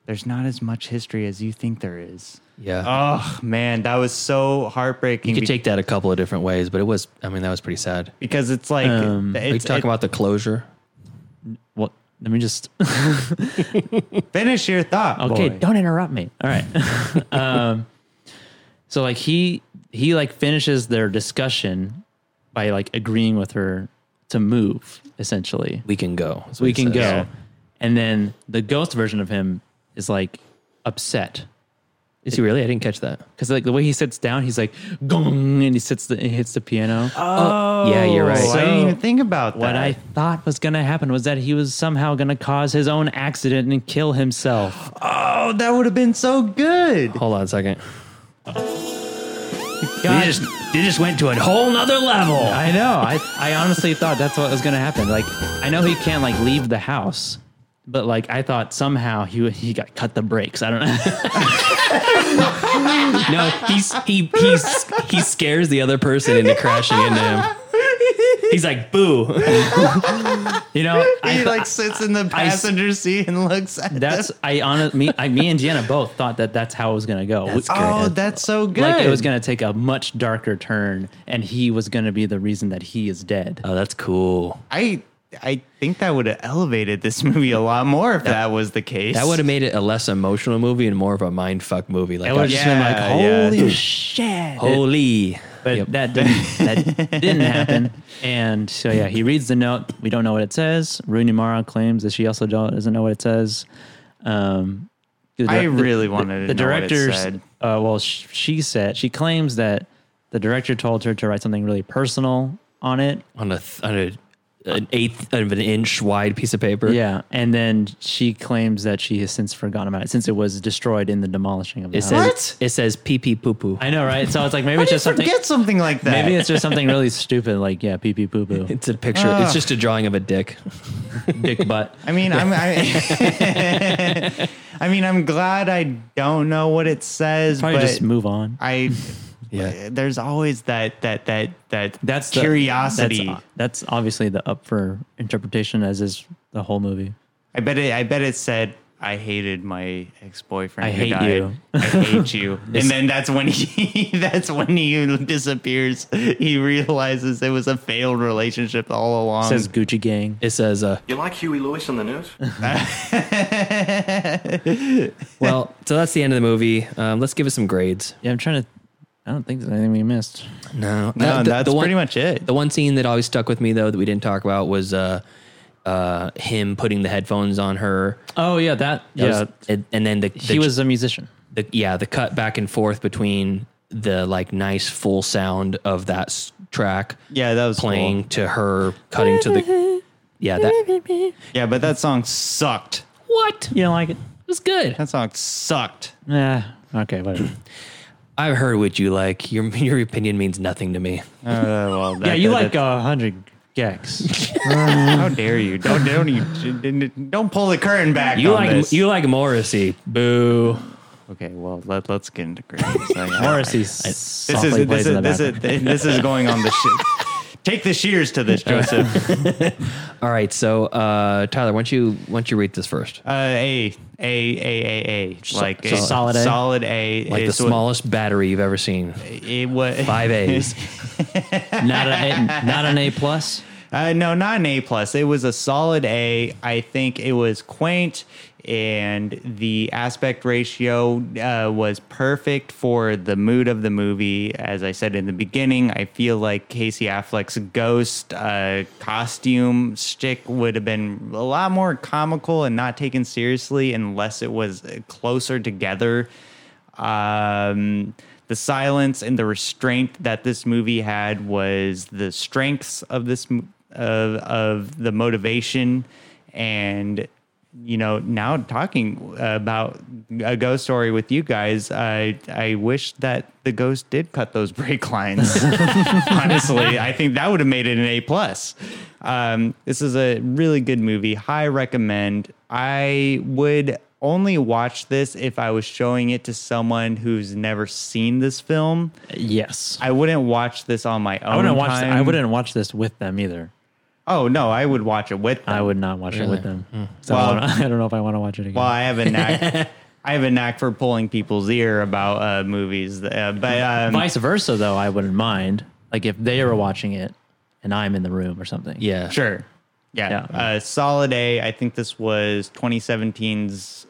Speaker 3: "There's not as much history as you think there is."
Speaker 1: yeah.
Speaker 3: Oh man, that was so
Speaker 1: you
Speaker 3: heartbreaking.
Speaker 1: could
Speaker 3: be-
Speaker 1: take that a couple of different ways, but it was I mean, that was pretty sad.
Speaker 3: because it's like
Speaker 2: Um,
Speaker 1: We
Speaker 3: it's,
Speaker 1: could talk
Speaker 3: it-
Speaker 1: about the closure.
Speaker 2: well, let me just
Speaker 3: finish your
Speaker 2: [LAUGHS]
Speaker 3: thought.
Speaker 2: Okay,
Speaker 3: boy.
Speaker 2: don't interrupt me. All right. [LAUGHS] um, so like he he like finishes their discussion by like agreeing with her to move essentially.
Speaker 1: We can go. is what
Speaker 2: We
Speaker 1: he
Speaker 2: can
Speaker 1: says.
Speaker 2: go. And then the ghost version of him is like upset
Speaker 1: Is he really? I didn't catch that.
Speaker 2: because like the way he sits down, he's like gong and he sits the, he hits the piano.
Speaker 1: Oh, yeah, you're right.
Speaker 3: Oh, I didn't
Speaker 2: So,
Speaker 3: even think about that.
Speaker 2: what I thought was going to happen was that he was somehow going to cause his own accident and kill himself.
Speaker 3: oh, that would have been so good.
Speaker 1: Hold on a second.
Speaker 2: God
Speaker 1: they just went to a
Speaker 3: [LAUGHS]
Speaker 1: whole nother level.
Speaker 2: I know. I, I honestly thought that's what was going to happen. Like, I know he can't like leave the house, but like I thought somehow he he got cut the brakes. I don't know. [LAUGHS]
Speaker 1: No, he's he he's he scares the other person into crashing into him. He's like, "Boo!"
Speaker 2: [LAUGHS] you know,
Speaker 3: He
Speaker 2: I,
Speaker 3: like sits in the
Speaker 2: s-
Speaker 3: passenger seat and looks at
Speaker 2: that's I honest me I, me and Deanna both thought that that's how it was going to go.
Speaker 1: That's
Speaker 2: We-
Speaker 1: good.
Speaker 3: Oh, that's so good.
Speaker 2: Like it was going to take a much darker turn, and he was going to be the reason that he is dead.
Speaker 1: Oh, that's cool.
Speaker 3: I I think that would have elevated this movie a lot more if that, was the case.
Speaker 1: That would have made it a less emotional movie and more of a mind fuck movie. Like,
Speaker 2: I would
Speaker 1: I-
Speaker 2: just been like,
Speaker 3: Yeah, yeah.
Speaker 2: holy shit!
Speaker 1: holy.
Speaker 2: but
Speaker 1: Yep.
Speaker 2: that didn't that didn't happen. And so yeah, he reads the note. We don't know what it says. Rooney Mara claims that she also don't, doesn't know what it says. Um, the
Speaker 3: I
Speaker 2: dir-
Speaker 3: really wanted to
Speaker 2: the
Speaker 3: know what it
Speaker 2: director's
Speaker 3: said.
Speaker 2: uh, well, sh- she said she claims that the director told her to write something really personal on it.
Speaker 1: on a th- on a an eighth of an inch wide piece of paper.
Speaker 2: Yeah, and then she claims that she has since forgotten about it since it was destroyed in the demolishing of the
Speaker 1: it
Speaker 2: house.
Speaker 1: says it says pee pee poo poo.
Speaker 2: I know, right? So it's like maybe
Speaker 3: How
Speaker 2: it's
Speaker 3: do you
Speaker 2: just something.
Speaker 3: forget something like that?
Speaker 2: Maybe it's just something really stupid, like yeah, pee pee poo poo,
Speaker 1: It's a picture.
Speaker 3: Ah.
Speaker 1: It's just a drawing of a dick. [LAUGHS]
Speaker 2: dick butt.
Speaker 3: I mean, I'm, I,
Speaker 2: [LAUGHS]
Speaker 3: I [LAUGHS] mean, I'm glad I don't know what it says,
Speaker 2: Probably
Speaker 3: but
Speaker 2: just move on. [LAUGHS]
Speaker 3: I,
Speaker 1: Yeah.
Speaker 3: there's always that that that that
Speaker 2: That's the-
Speaker 3: curiosity.
Speaker 2: that's, that's obviously the up for interpretation, as is the whole movie.
Speaker 3: I bet it. I bet it said. I hated my ex boyfriend.
Speaker 2: I
Speaker 3: who
Speaker 2: hate
Speaker 3: died.
Speaker 2: you."
Speaker 3: I hate you. and then that's when he. [LAUGHS] That's when he disappears. He realizes it was a failed relationship all along.
Speaker 2: Says Gucci Gang.
Speaker 1: It says, uh,
Speaker 10: You like Huey Lewis on the news?
Speaker 1: "Well, so that's the end of the movie. Um, let's give it some grades."
Speaker 2: Yeah, I'm trying to. I don't think there's anything we missed.
Speaker 1: No,
Speaker 3: no,
Speaker 1: That-
Speaker 3: that's
Speaker 1: one-
Speaker 3: pretty much it.
Speaker 1: The one scene that always stuck with me though that we didn't talk about was uh, uh, him putting the headphones on her.
Speaker 2: Oh yeah, that.
Speaker 1: That
Speaker 2: yeah,
Speaker 1: was- and, and then the, the
Speaker 2: he was a musician.
Speaker 1: the, yeah the cut back and forth between the like nice full sound of that s- track
Speaker 3: yeah, that was
Speaker 1: playing to her cutting to the yeah that
Speaker 3: cool. Yeah, but that song sucked.
Speaker 1: what it
Speaker 2: You don't like it?
Speaker 1: was good.
Speaker 3: That song sucked.
Speaker 2: Yeah. Okay,
Speaker 3: [CLEARS THROAT]
Speaker 2: whatever.
Speaker 1: I've heard what you like. Your your opinion means nothing to me.
Speaker 3: Uh, well, that-
Speaker 2: yeah, you
Speaker 3: that-
Speaker 2: like
Speaker 3: that-
Speaker 2: uh, hundred gex.
Speaker 3: How dare you? Don't don't you, [LAUGHS] don't pull the curtain back.
Speaker 1: You
Speaker 3: on
Speaker 1: like
Speaker 3: this.
Speaker 1: you like Morrissey. Boo.
Speaker 3: Okay, well let let's get into grades. [LAUGHS] I- I-
Speaker 2: Morrissey
Speaker 3: This
Speaker 2: softly
Speaker 3: is
Speaker 2: plays
Speaker 3: this
Speaker 2: in the
Speaker 3: is [LAUGHS] this
Speaker 2: background.
Speaker 3: is this is going on the shit. Take the shears
Speaker 2: [LAUGHS]
Speaker 3: to this, Joseph.
Speaker 1: All right, so uh, Tyler, why don't you why don't you rate this first?
Speaker 3: uh, a a a a a like a
Speaker 2: solid A?
Speaker 3: Solid A.
Speaker 1: Like the
Speaker 3: is what-
Speaker 1: smallest battery you've ever seen.
Speaker 3: It was
Speaker 1: Five
Speaker 3: [LAUGHS]
Speaker 1: A's.
Speaker 2: Not an A, not an A plus.
Speaker 3: Uh, no, not an A plus. It was a solid A. I think it was quaint, and the aspect ratio uh, was perfect for the mood of the movie. As I said in the beginning, I feel like Casey Affleck's ghost uh, costume stick would have been a lot more comical and not taken seriously unless it was closer together um, the silence and the restraint that this movie had was the strengths of this m- of of the motivation and you know now talking about a ghost story with you guys i i wish that the ghost did cut those [LAUGHS] brake lines honestly i think that would have made it an a plus um, this is a really good movie high recommend i would only watch this if i was showing it to someone who's never seen this film
Speaker 2: Yes.
Speaker 3: i wouldn't watch this on my own
Speaker 2: I wouldn't watch.
Speaker 3: time.
Speaker 2: I wouldn't watch this with them either.
Speaker 3: oh no i would watch it with
Speaker 2: [LAUGHS]
Speaker 3: them.
Speaker 2: I would not watch it with them. So
Speaker 3: Hmm. Well-
Speaker 2: I, wanna- [LAUGHS] I don't know if I want to watch it again.
Speaker 3: Well, I have a
Speaker 2: [LAUGHS]
Speaker 3: knack. I have a knack for pulling people's ear about uh, movies, uh, but um,
Speaker 2: Vice versa, though, I wouldn't mind. Like if they were watching it and I'm in the room or something.
Speaker 1: Yeah.
Speaker 3: sure, yeah,
Speaker 2: Yeah.
Speaker 3: Uh, solid A. I think this was 2017's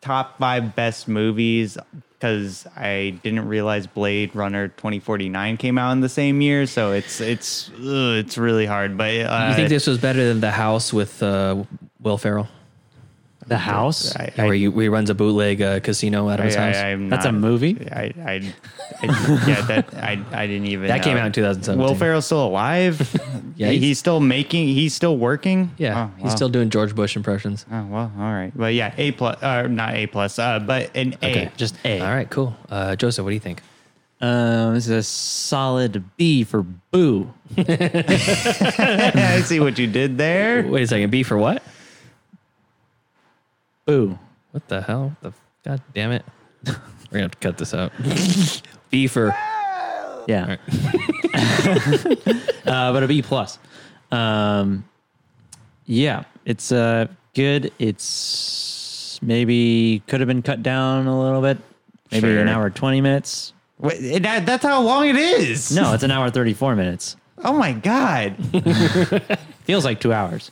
Speaker 3: top five best movies because I didn't realize Blade Runner 2049 came out in the same year, so it's it's ugh, it's really hard. But uh,
Speaker 1: You think this was better than the house with uh, Will Ferrell,
Speaker 2: The house.
Speaker 3: I, I,
Speaker 1: where, you, where he runs a bootleg uh, casino out of his
Speaker 3: I,
Speaker 1: house?
Speaker 3: I, am
Speaker 2: That's a
Speaker 3: not-
Speaker 2: movie?
Speaker 3: I, I, I yeah, that I, I didn't even.
Speaker 1: that
Speaker 3: know.
Speaker 1: came out in 2017.
Speaker 3: Will Ferrell's still alive?
Speaker 1: [LAUGHS] Yeah,
Speaker 3: He-
Speaker 1: he's-
Speaker 3: he's still making. He's still working.
Speaker 1: Yeah,
Speaker 3: Oh,
Speaker 1: he's
Speaker 3: wow.
Speaker 1: still doing George Bush impressions.
Speaker 3: Oh well, all right. But yeah, A plus, uh, not A plus, uh, but an A.
Speaker 1: Okay.
Speaker 2: Just A.
Speaker 1: All right, cool. Uh, Joseph, what do you think?
Speaker 2: Um, this is a solid B for Boo.
Speaker 3: [LAUGHS] I see what you did there.
Speaker 1: Wait a second. B for what?
Speaker 2: Boo.
Speaker 1: What the hell? The God damn
Speaker 3: [LAUGHS]
Speaker 1: it. We're gonna have to cut this out. B for
Speaker 2: Yeah. [LAUGHS] uh, but a B plus. Um, yeah, it's uh, good. It's maybe could have been cut down a little bit. Maybe
Speaker 3: Sure.
Speaker 2: an hour twenty minutes.
Speaker 3: Wait, that, that's how long it is.
Speaker 2: No, it's an hour thirty four minutes.
Speaker 3: Oh my god.
Speaker 2: feels like two hours.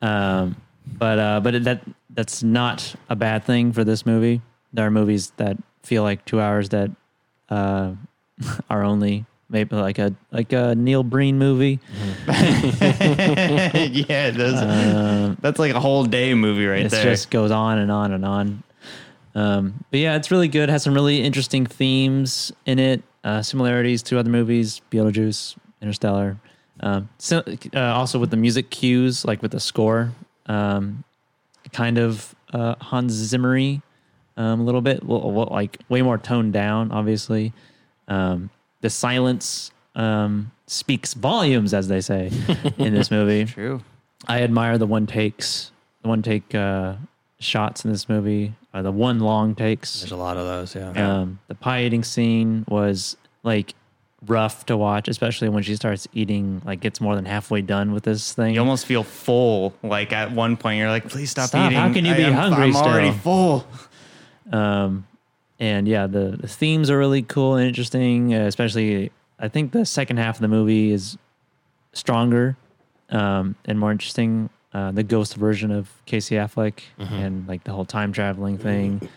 Speaker 2: Um, but uh, but that that's not a bad thing for this movie. There are movies that feel like two hours that uh, [LAUGHS] are only maybe like a like a Neil Breen movie.
Speaker 3: [LAUGHS] yeah, those, that's like a whole day movie right
Speaker 2: It
Speaker 3: there.
Speaker 2: just goes on and on and on. Um, but yeah, it's really good. Has some really interesting themes in it, uh, similarities to other movies, Beetlejuice, Interstellar. Um, so, uh, also with the music cues, like with the score, um, kind of uh, Hans Zimmery um, a little bit, well, well, like way more toned down, obviously. Um, the silence um, speaks volumes, as they say in this movie.
Speaker 3: True.
Speaker 2: I admire the one takes, the one take uh, shots in this movie, uh, the one long takes.
Speaker 1: There's a lot of those, yeah.
Speaker 2: Um, the pie eating scene was like rough to watch, especially when she starts eating, like gets more than halfway done with this thing.
Speaker 3: You almost feel full. Like at one point, you're like, "Please stop,
Speaker 2: Stop.
Speaker 3: eating."
Speaker 2: How can you be
Speaker 3: I'm,
Speaker 2: hungry
Speaker 3: I'm already
Speaker 2: still?
Speaker 3: full.
Speaker 2: Um, and yeah, the, the themes are really cool and interesting, uh, especially I think the second half of the movie is stronger um, and more interesting. Uh, the ghost version of Casey Affleck and like the whole time traveling thing.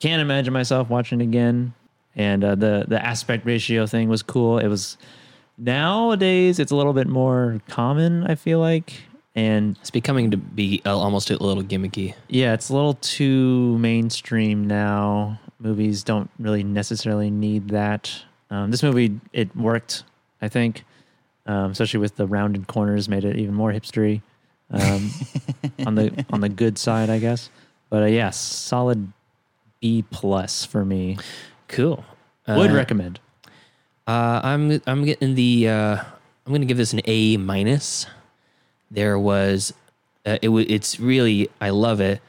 Speaker 2: Can't imagine myself watching it again. And uh, the the aspect ratio thing was cool. It was nowadays it's a little bit more common. I feel like, and
Speaker 1: It's becoming to be uh, almost a little gimmicky.
Speaker 2: yeah, it's a little too mainstream now. Movies don't really necessarily need that. Um, this movie, it worked, I think, um, especially with the rounded corners, made it even more hipstery um, on the on the good side, I guess. But uh, yeah, solid B plus for me.
Speaker 1: Cool.
Speaker 2: Would recommend.
Speaker 1: Uh, I'm I'm getting the uh, I'm gonna give this an A minus. There was uh, it w- it's really I love it,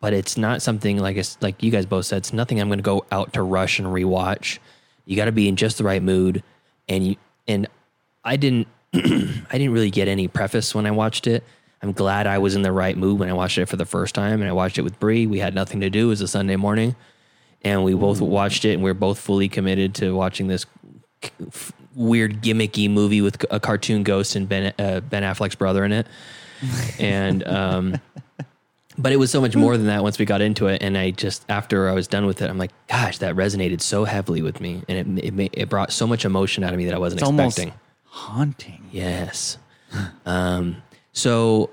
Speaker 1: but it's not something like it's like you guys both said. It's nothing I'm gonna go out to rush and rewatch. You got to be in just the right mood, and you and I didn't [CLEARS THROAT] I didn't really get any preface when I watched it. I'm glad I was in the right mood when I watched it for the first time, and I watched it with Bree. We had nothing to do; it was a Sunday morning, and we
Speaker 3: Mm.
Speaker 1: both watched it, and we were both fully committed to watching this k- f- weird gimmicky movie with c- a cartoon ghost and Ben uh, Ben Affleck's brother in
Speaker 3: [LAUGHS]
Speaker 1: it, and um, but it was so much more than that once we got into it and i just after i was done with it i'm like gosh that resonated so heavily with me and it it, ma- it brought so much emotion out of me that i wasn't
Speaker 3: It's almost
Speaker 1: expecting
Speaker 3: haunting,
Speaker 1: yes [LAUGHS] um so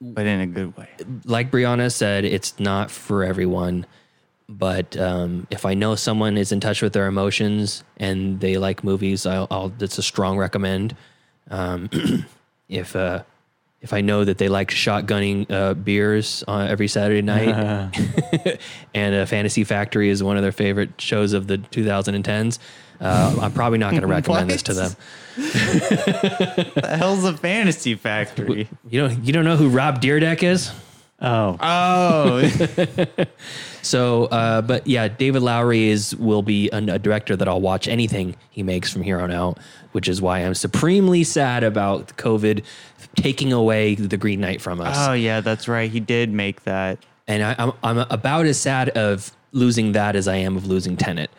Speaker 3: but in a good way.
Speaker 1: like brianna said it's not for everyone but um, if i know someone is in touch with their emotions and they like movies i'll, I'll it's a strong recommend um, [CLEARS THROAT] if uh if I know that they like shotgunning uh, beers uh, every Saturday night, and uh, Fantasy Factory is one of their favorite shows of the 2010s. Uh, I'm probably not going to recommend this to them.
Speaker 3: the hell's a fantasy
Speaker 1: [LAUGHS]
Speaker 3: factory?
Speaker 1: You don't you don't know who Rob Deerdeck is?
Speaker 2: Oh,
Speaker 3: Oh,
Speaker 1: So, uh, but yeah, David Lowry is will be an, a director that I'll watch anything he makes from here on out, which is why I'm supremely sad about COVID taking away the Green Knight from us.
Speaker 3: [LAUGHS] oh yeah, that's right. He did make that.
Speaker 1: and I, I'm I'm about as sad of losing that as I am of losing Tenet.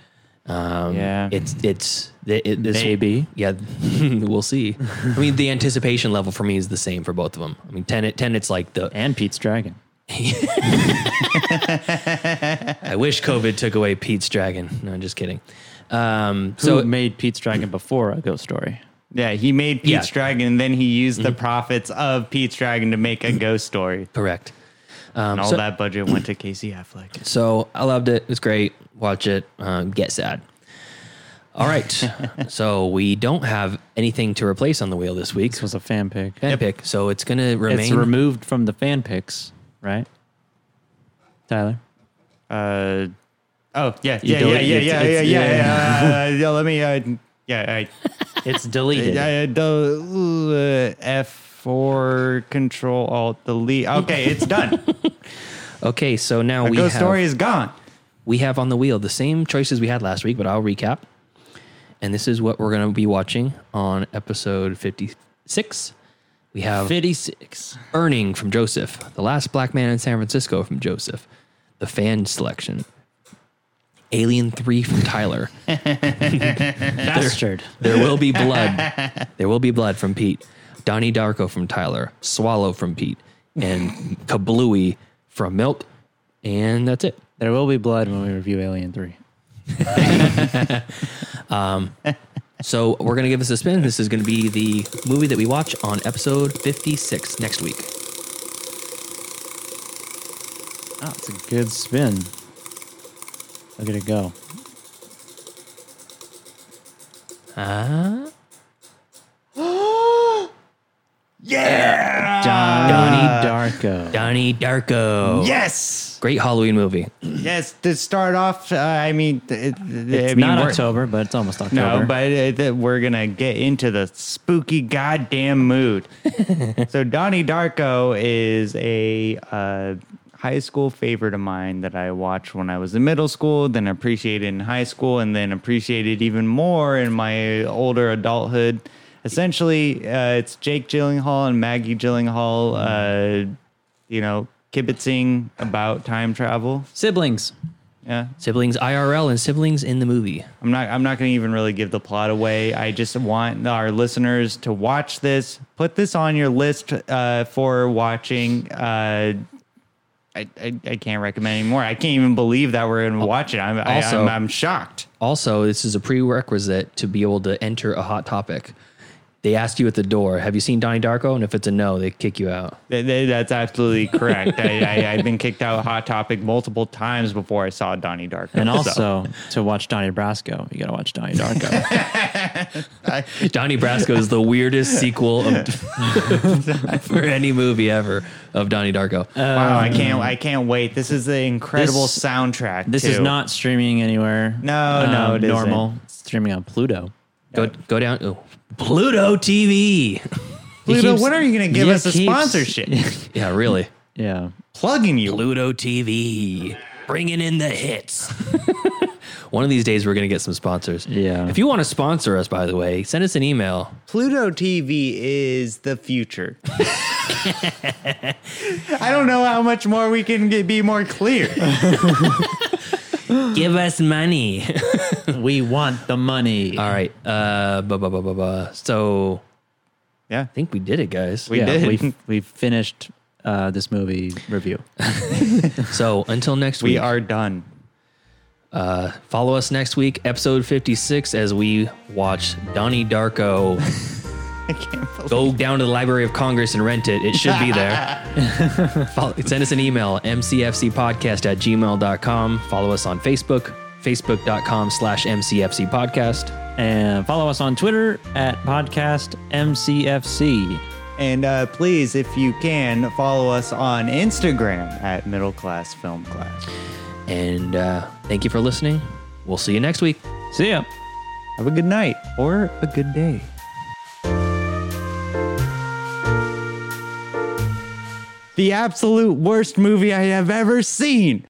Speaker 1: Um,
Speaker 3: Yeah.
Speaker 1: it's it's it, it, this,
Speaker 2: Maybe.
Speaker 1: yeah, [LAUGHS] we'll see. I mean, the anticipation level for me is the same for both of them. I mean, Tenet Tenet's like the
Speaker 2: and Pete's Dragon.
Speaker 1: I wish COVID took away Pete's dragon. No, I'm just kidding. Um,
Speaker 2: So
Speaker 1: so
Speaker 2: it made Pete's Dragon before a ghost story.
Speaker 3: Yeah, he made Pete's
Speaker 1: Yeah. Mm-hmm.
Speaker 3: Dragon, and then he used the profits of Pete's Dragon to make a ghost story.
Speaker 1: correct.
Speaker 3: and all
Speaker 1: Um, so-
Speaker 3: that budget went to Casey Affleck.
Speaker 1: So I loved it. It was great. Watch it. Um, get sad. All
Speaker 3: [LAUGHS]
Speaker 1: right. so we don't have anything to replace on the wheel this week.
Speaker 2: This was a fan pick.
Speaker 1: fan pick. So it's going to remain.
Speaker 2: It's
Speaker 1: [LAUGHS]
Speaker 2: removed from the fan picks, right? Tyler,
Speaker 3: Uh, oh yeah,
Speaker 2: You don't-
Speaker 3: yeah, yeah, yeah, yeah,
Speaker 2: it's-
Speaker 3: yeah, yeah,
Speaker 2: it's-
Speaker 3: yeah, uh, yeah. Let me. Uh, yeah, I,
Speaker 2: it's deleted.
Speaker 3: yeah, yeah, the, uh, F four Control Alt Delete. Okay, it's
Speaker 2: [LAUGHS]
Speaker 3: done.
Speaker 1: okay. So now
Speaker 3: A
Speaker 1: we
Speaker 3: ghost
Speaker 1: have,
Speaker 3: story is gone.
Speaker 1: we have on the wheel the same choices we had last week, but I'll recap. And this is what we're going to be watching on episode 56. We have
Speaker 2: 56.
Speaker 1: Burning from Joseph, The Last Black Man in San Francisco from Joseph, The Fan Selection, Alien 3 from Tyler,
Speaker 2: Bastard.
Speaker 1: There Will Be Blood, There Will Be Blood from Pete, Donnie Darko from Tyler, Swallow from Pete, and Kablooey from Milk. And that's it.
Speaker 2: There will be blood when we review Alien 3.
Speaker 1: So we're going to give this a spin. This is going to be the movie that we watch on episode 56 next week.
Speaker 2: Oh, it's a good spin. Look at it go.
Speaker 3: Yeah.
Speaker 2: Donnie Darko.
Speaker 1: Donnie Darko.
Speaker 3: Yes.
Speaker 1: Great Halloween movie.
Speaker 3: Yes. To start off, uh, I mean, it,
Speaker 2: it's
Speaker 3: I mean,
Speaker 2: not
Speaker 3: we're-
Speaker 2: October, but it's almost
Speaker 3: [LAUGHS]
Speaker 2: October.
Speaker 3: No, but uh, th- we're gonna get into the spooky goddamn mood. so Donnie Darko is a uh, high school favorite of mine that I watched when I was in middle school, then appreciated in high school, and then appreciated even more in my older adulthood. Essentially, uh, it's Jake Gyllenhaal and Maggie Gyllenhaal, uh, you know, kibitzing about time travel.
Speaker 2: siblings.
Speaker 3: Yeah,
Speaker 1: Siblings IRL and siblings in the movie.
Speaker 3: I'm not. I'm not going to even really give the plot away. I just want our listeners to watch this. Put this on your list uh, for watching. Uh, I, I I can't recommend anymore. I can't even believe that we're going to watch it. I'm I,
Speaker 1: Also-
Speaker 3: I'm, I'm shocked.
Speaker 1: Also, this is a prerequisite to be able to enter a hot topic. They asked you at the door, "Have you seen Donnie Darko?" And if it's a no, they kick you out. [LAUGHS]
Speaker 3: Th- th- That's absolutely correct. I, I, I've been kicked out of Hot Topic multiple times before I saw Donnie Darko.
Speaker 2: And
Speaker 3: So,
Speaker 2: also to watch Donnie Brasco, you got to watch Donnie
Speaker 3: [LAUGHS]
Speaker 2: Darko.
Speaker 1: Donnie Brasco is the weirdest sequel of, for any movie ever of Donnie Darko.
Speaker 3: wow, I can't. I can't wait. This is the incredible
Speaker 2: um, This-
Speaker 3: soundtrack.
Speaker 2: this is
Speaker 3: too.
Speaker 2: not streaming anywhere. Um,
Speaker 3: No, no, it
Speaker 2: normal.
Speaker 3: isn't.
Speaker 2: It's streaming on Pluto.
Speaker 1: go go down. oh, Pluto TV.
Speaker 2: He
Speaker 3: Pluto,
Speaker 2: keeps-
Speaker 3: when are you going to give
Speaker 2: he
Speaker 3: us a
Speaker 2: keeps- [LAUGHS]
Speaker 3: sponsorship?
Speaker 1: Yeah, really.
Speaker 2: Yeah.
Speaker 3: Plugging you.
Speaker 1: Pluto TV, bringing in the hits. [LAUGHS] One of these days, we're going to get some sponsors.
Speaker 2: Yeah.
Speaker 1: If you want to sponsor us, by the way, send us an email.
Speaker 3: Pluto TV is the future. [LAUGHS] I don't know how much more we can get, be more clear.
Speaker 1: Give us money. [LAUGHS]
Speaker 2: we want the
Speaker 3: [LAUGHS]
Speaker 2: money.
Speaker 1: All right. Uh, buh, buh, buh, buh, buh. So
Speaker 3: Yeah.
Speaker 1: I think we did it, guys.
Speaker 3: We did.
Speaker 2: We've, we've finished uh, this movie review.
Speaker 3: [LAUGHS]
Speaker 1: So until next week,
Speaker 3: We are done.
Speaker 1: follow us next week, episode 56, as we watch Donnie Darko
Speaker 3: [LAUGHS] I can't believe
Speaker 1: go down to the Library of Congress and rent it. It should be there.
Speaker 3: [LAUGHS]
Speaker 1: Follow, send us an email, mcfcpodcast at gmail.com. Follow us on Facebook, facebook.com slash mcfcpodcast.
Speaker 2: and follow us on Twitter at podcast MCFC.
Speaker 3: And uh, please, if you can, follow us on Instagram at Middle Class Film Class.
Speaker 1: And uh, thank you for listening. We'll see you next week.
Speaker 2: See ya.
Speaker 3: Have a good night or a good day. The absolute worst movie I have ever seen.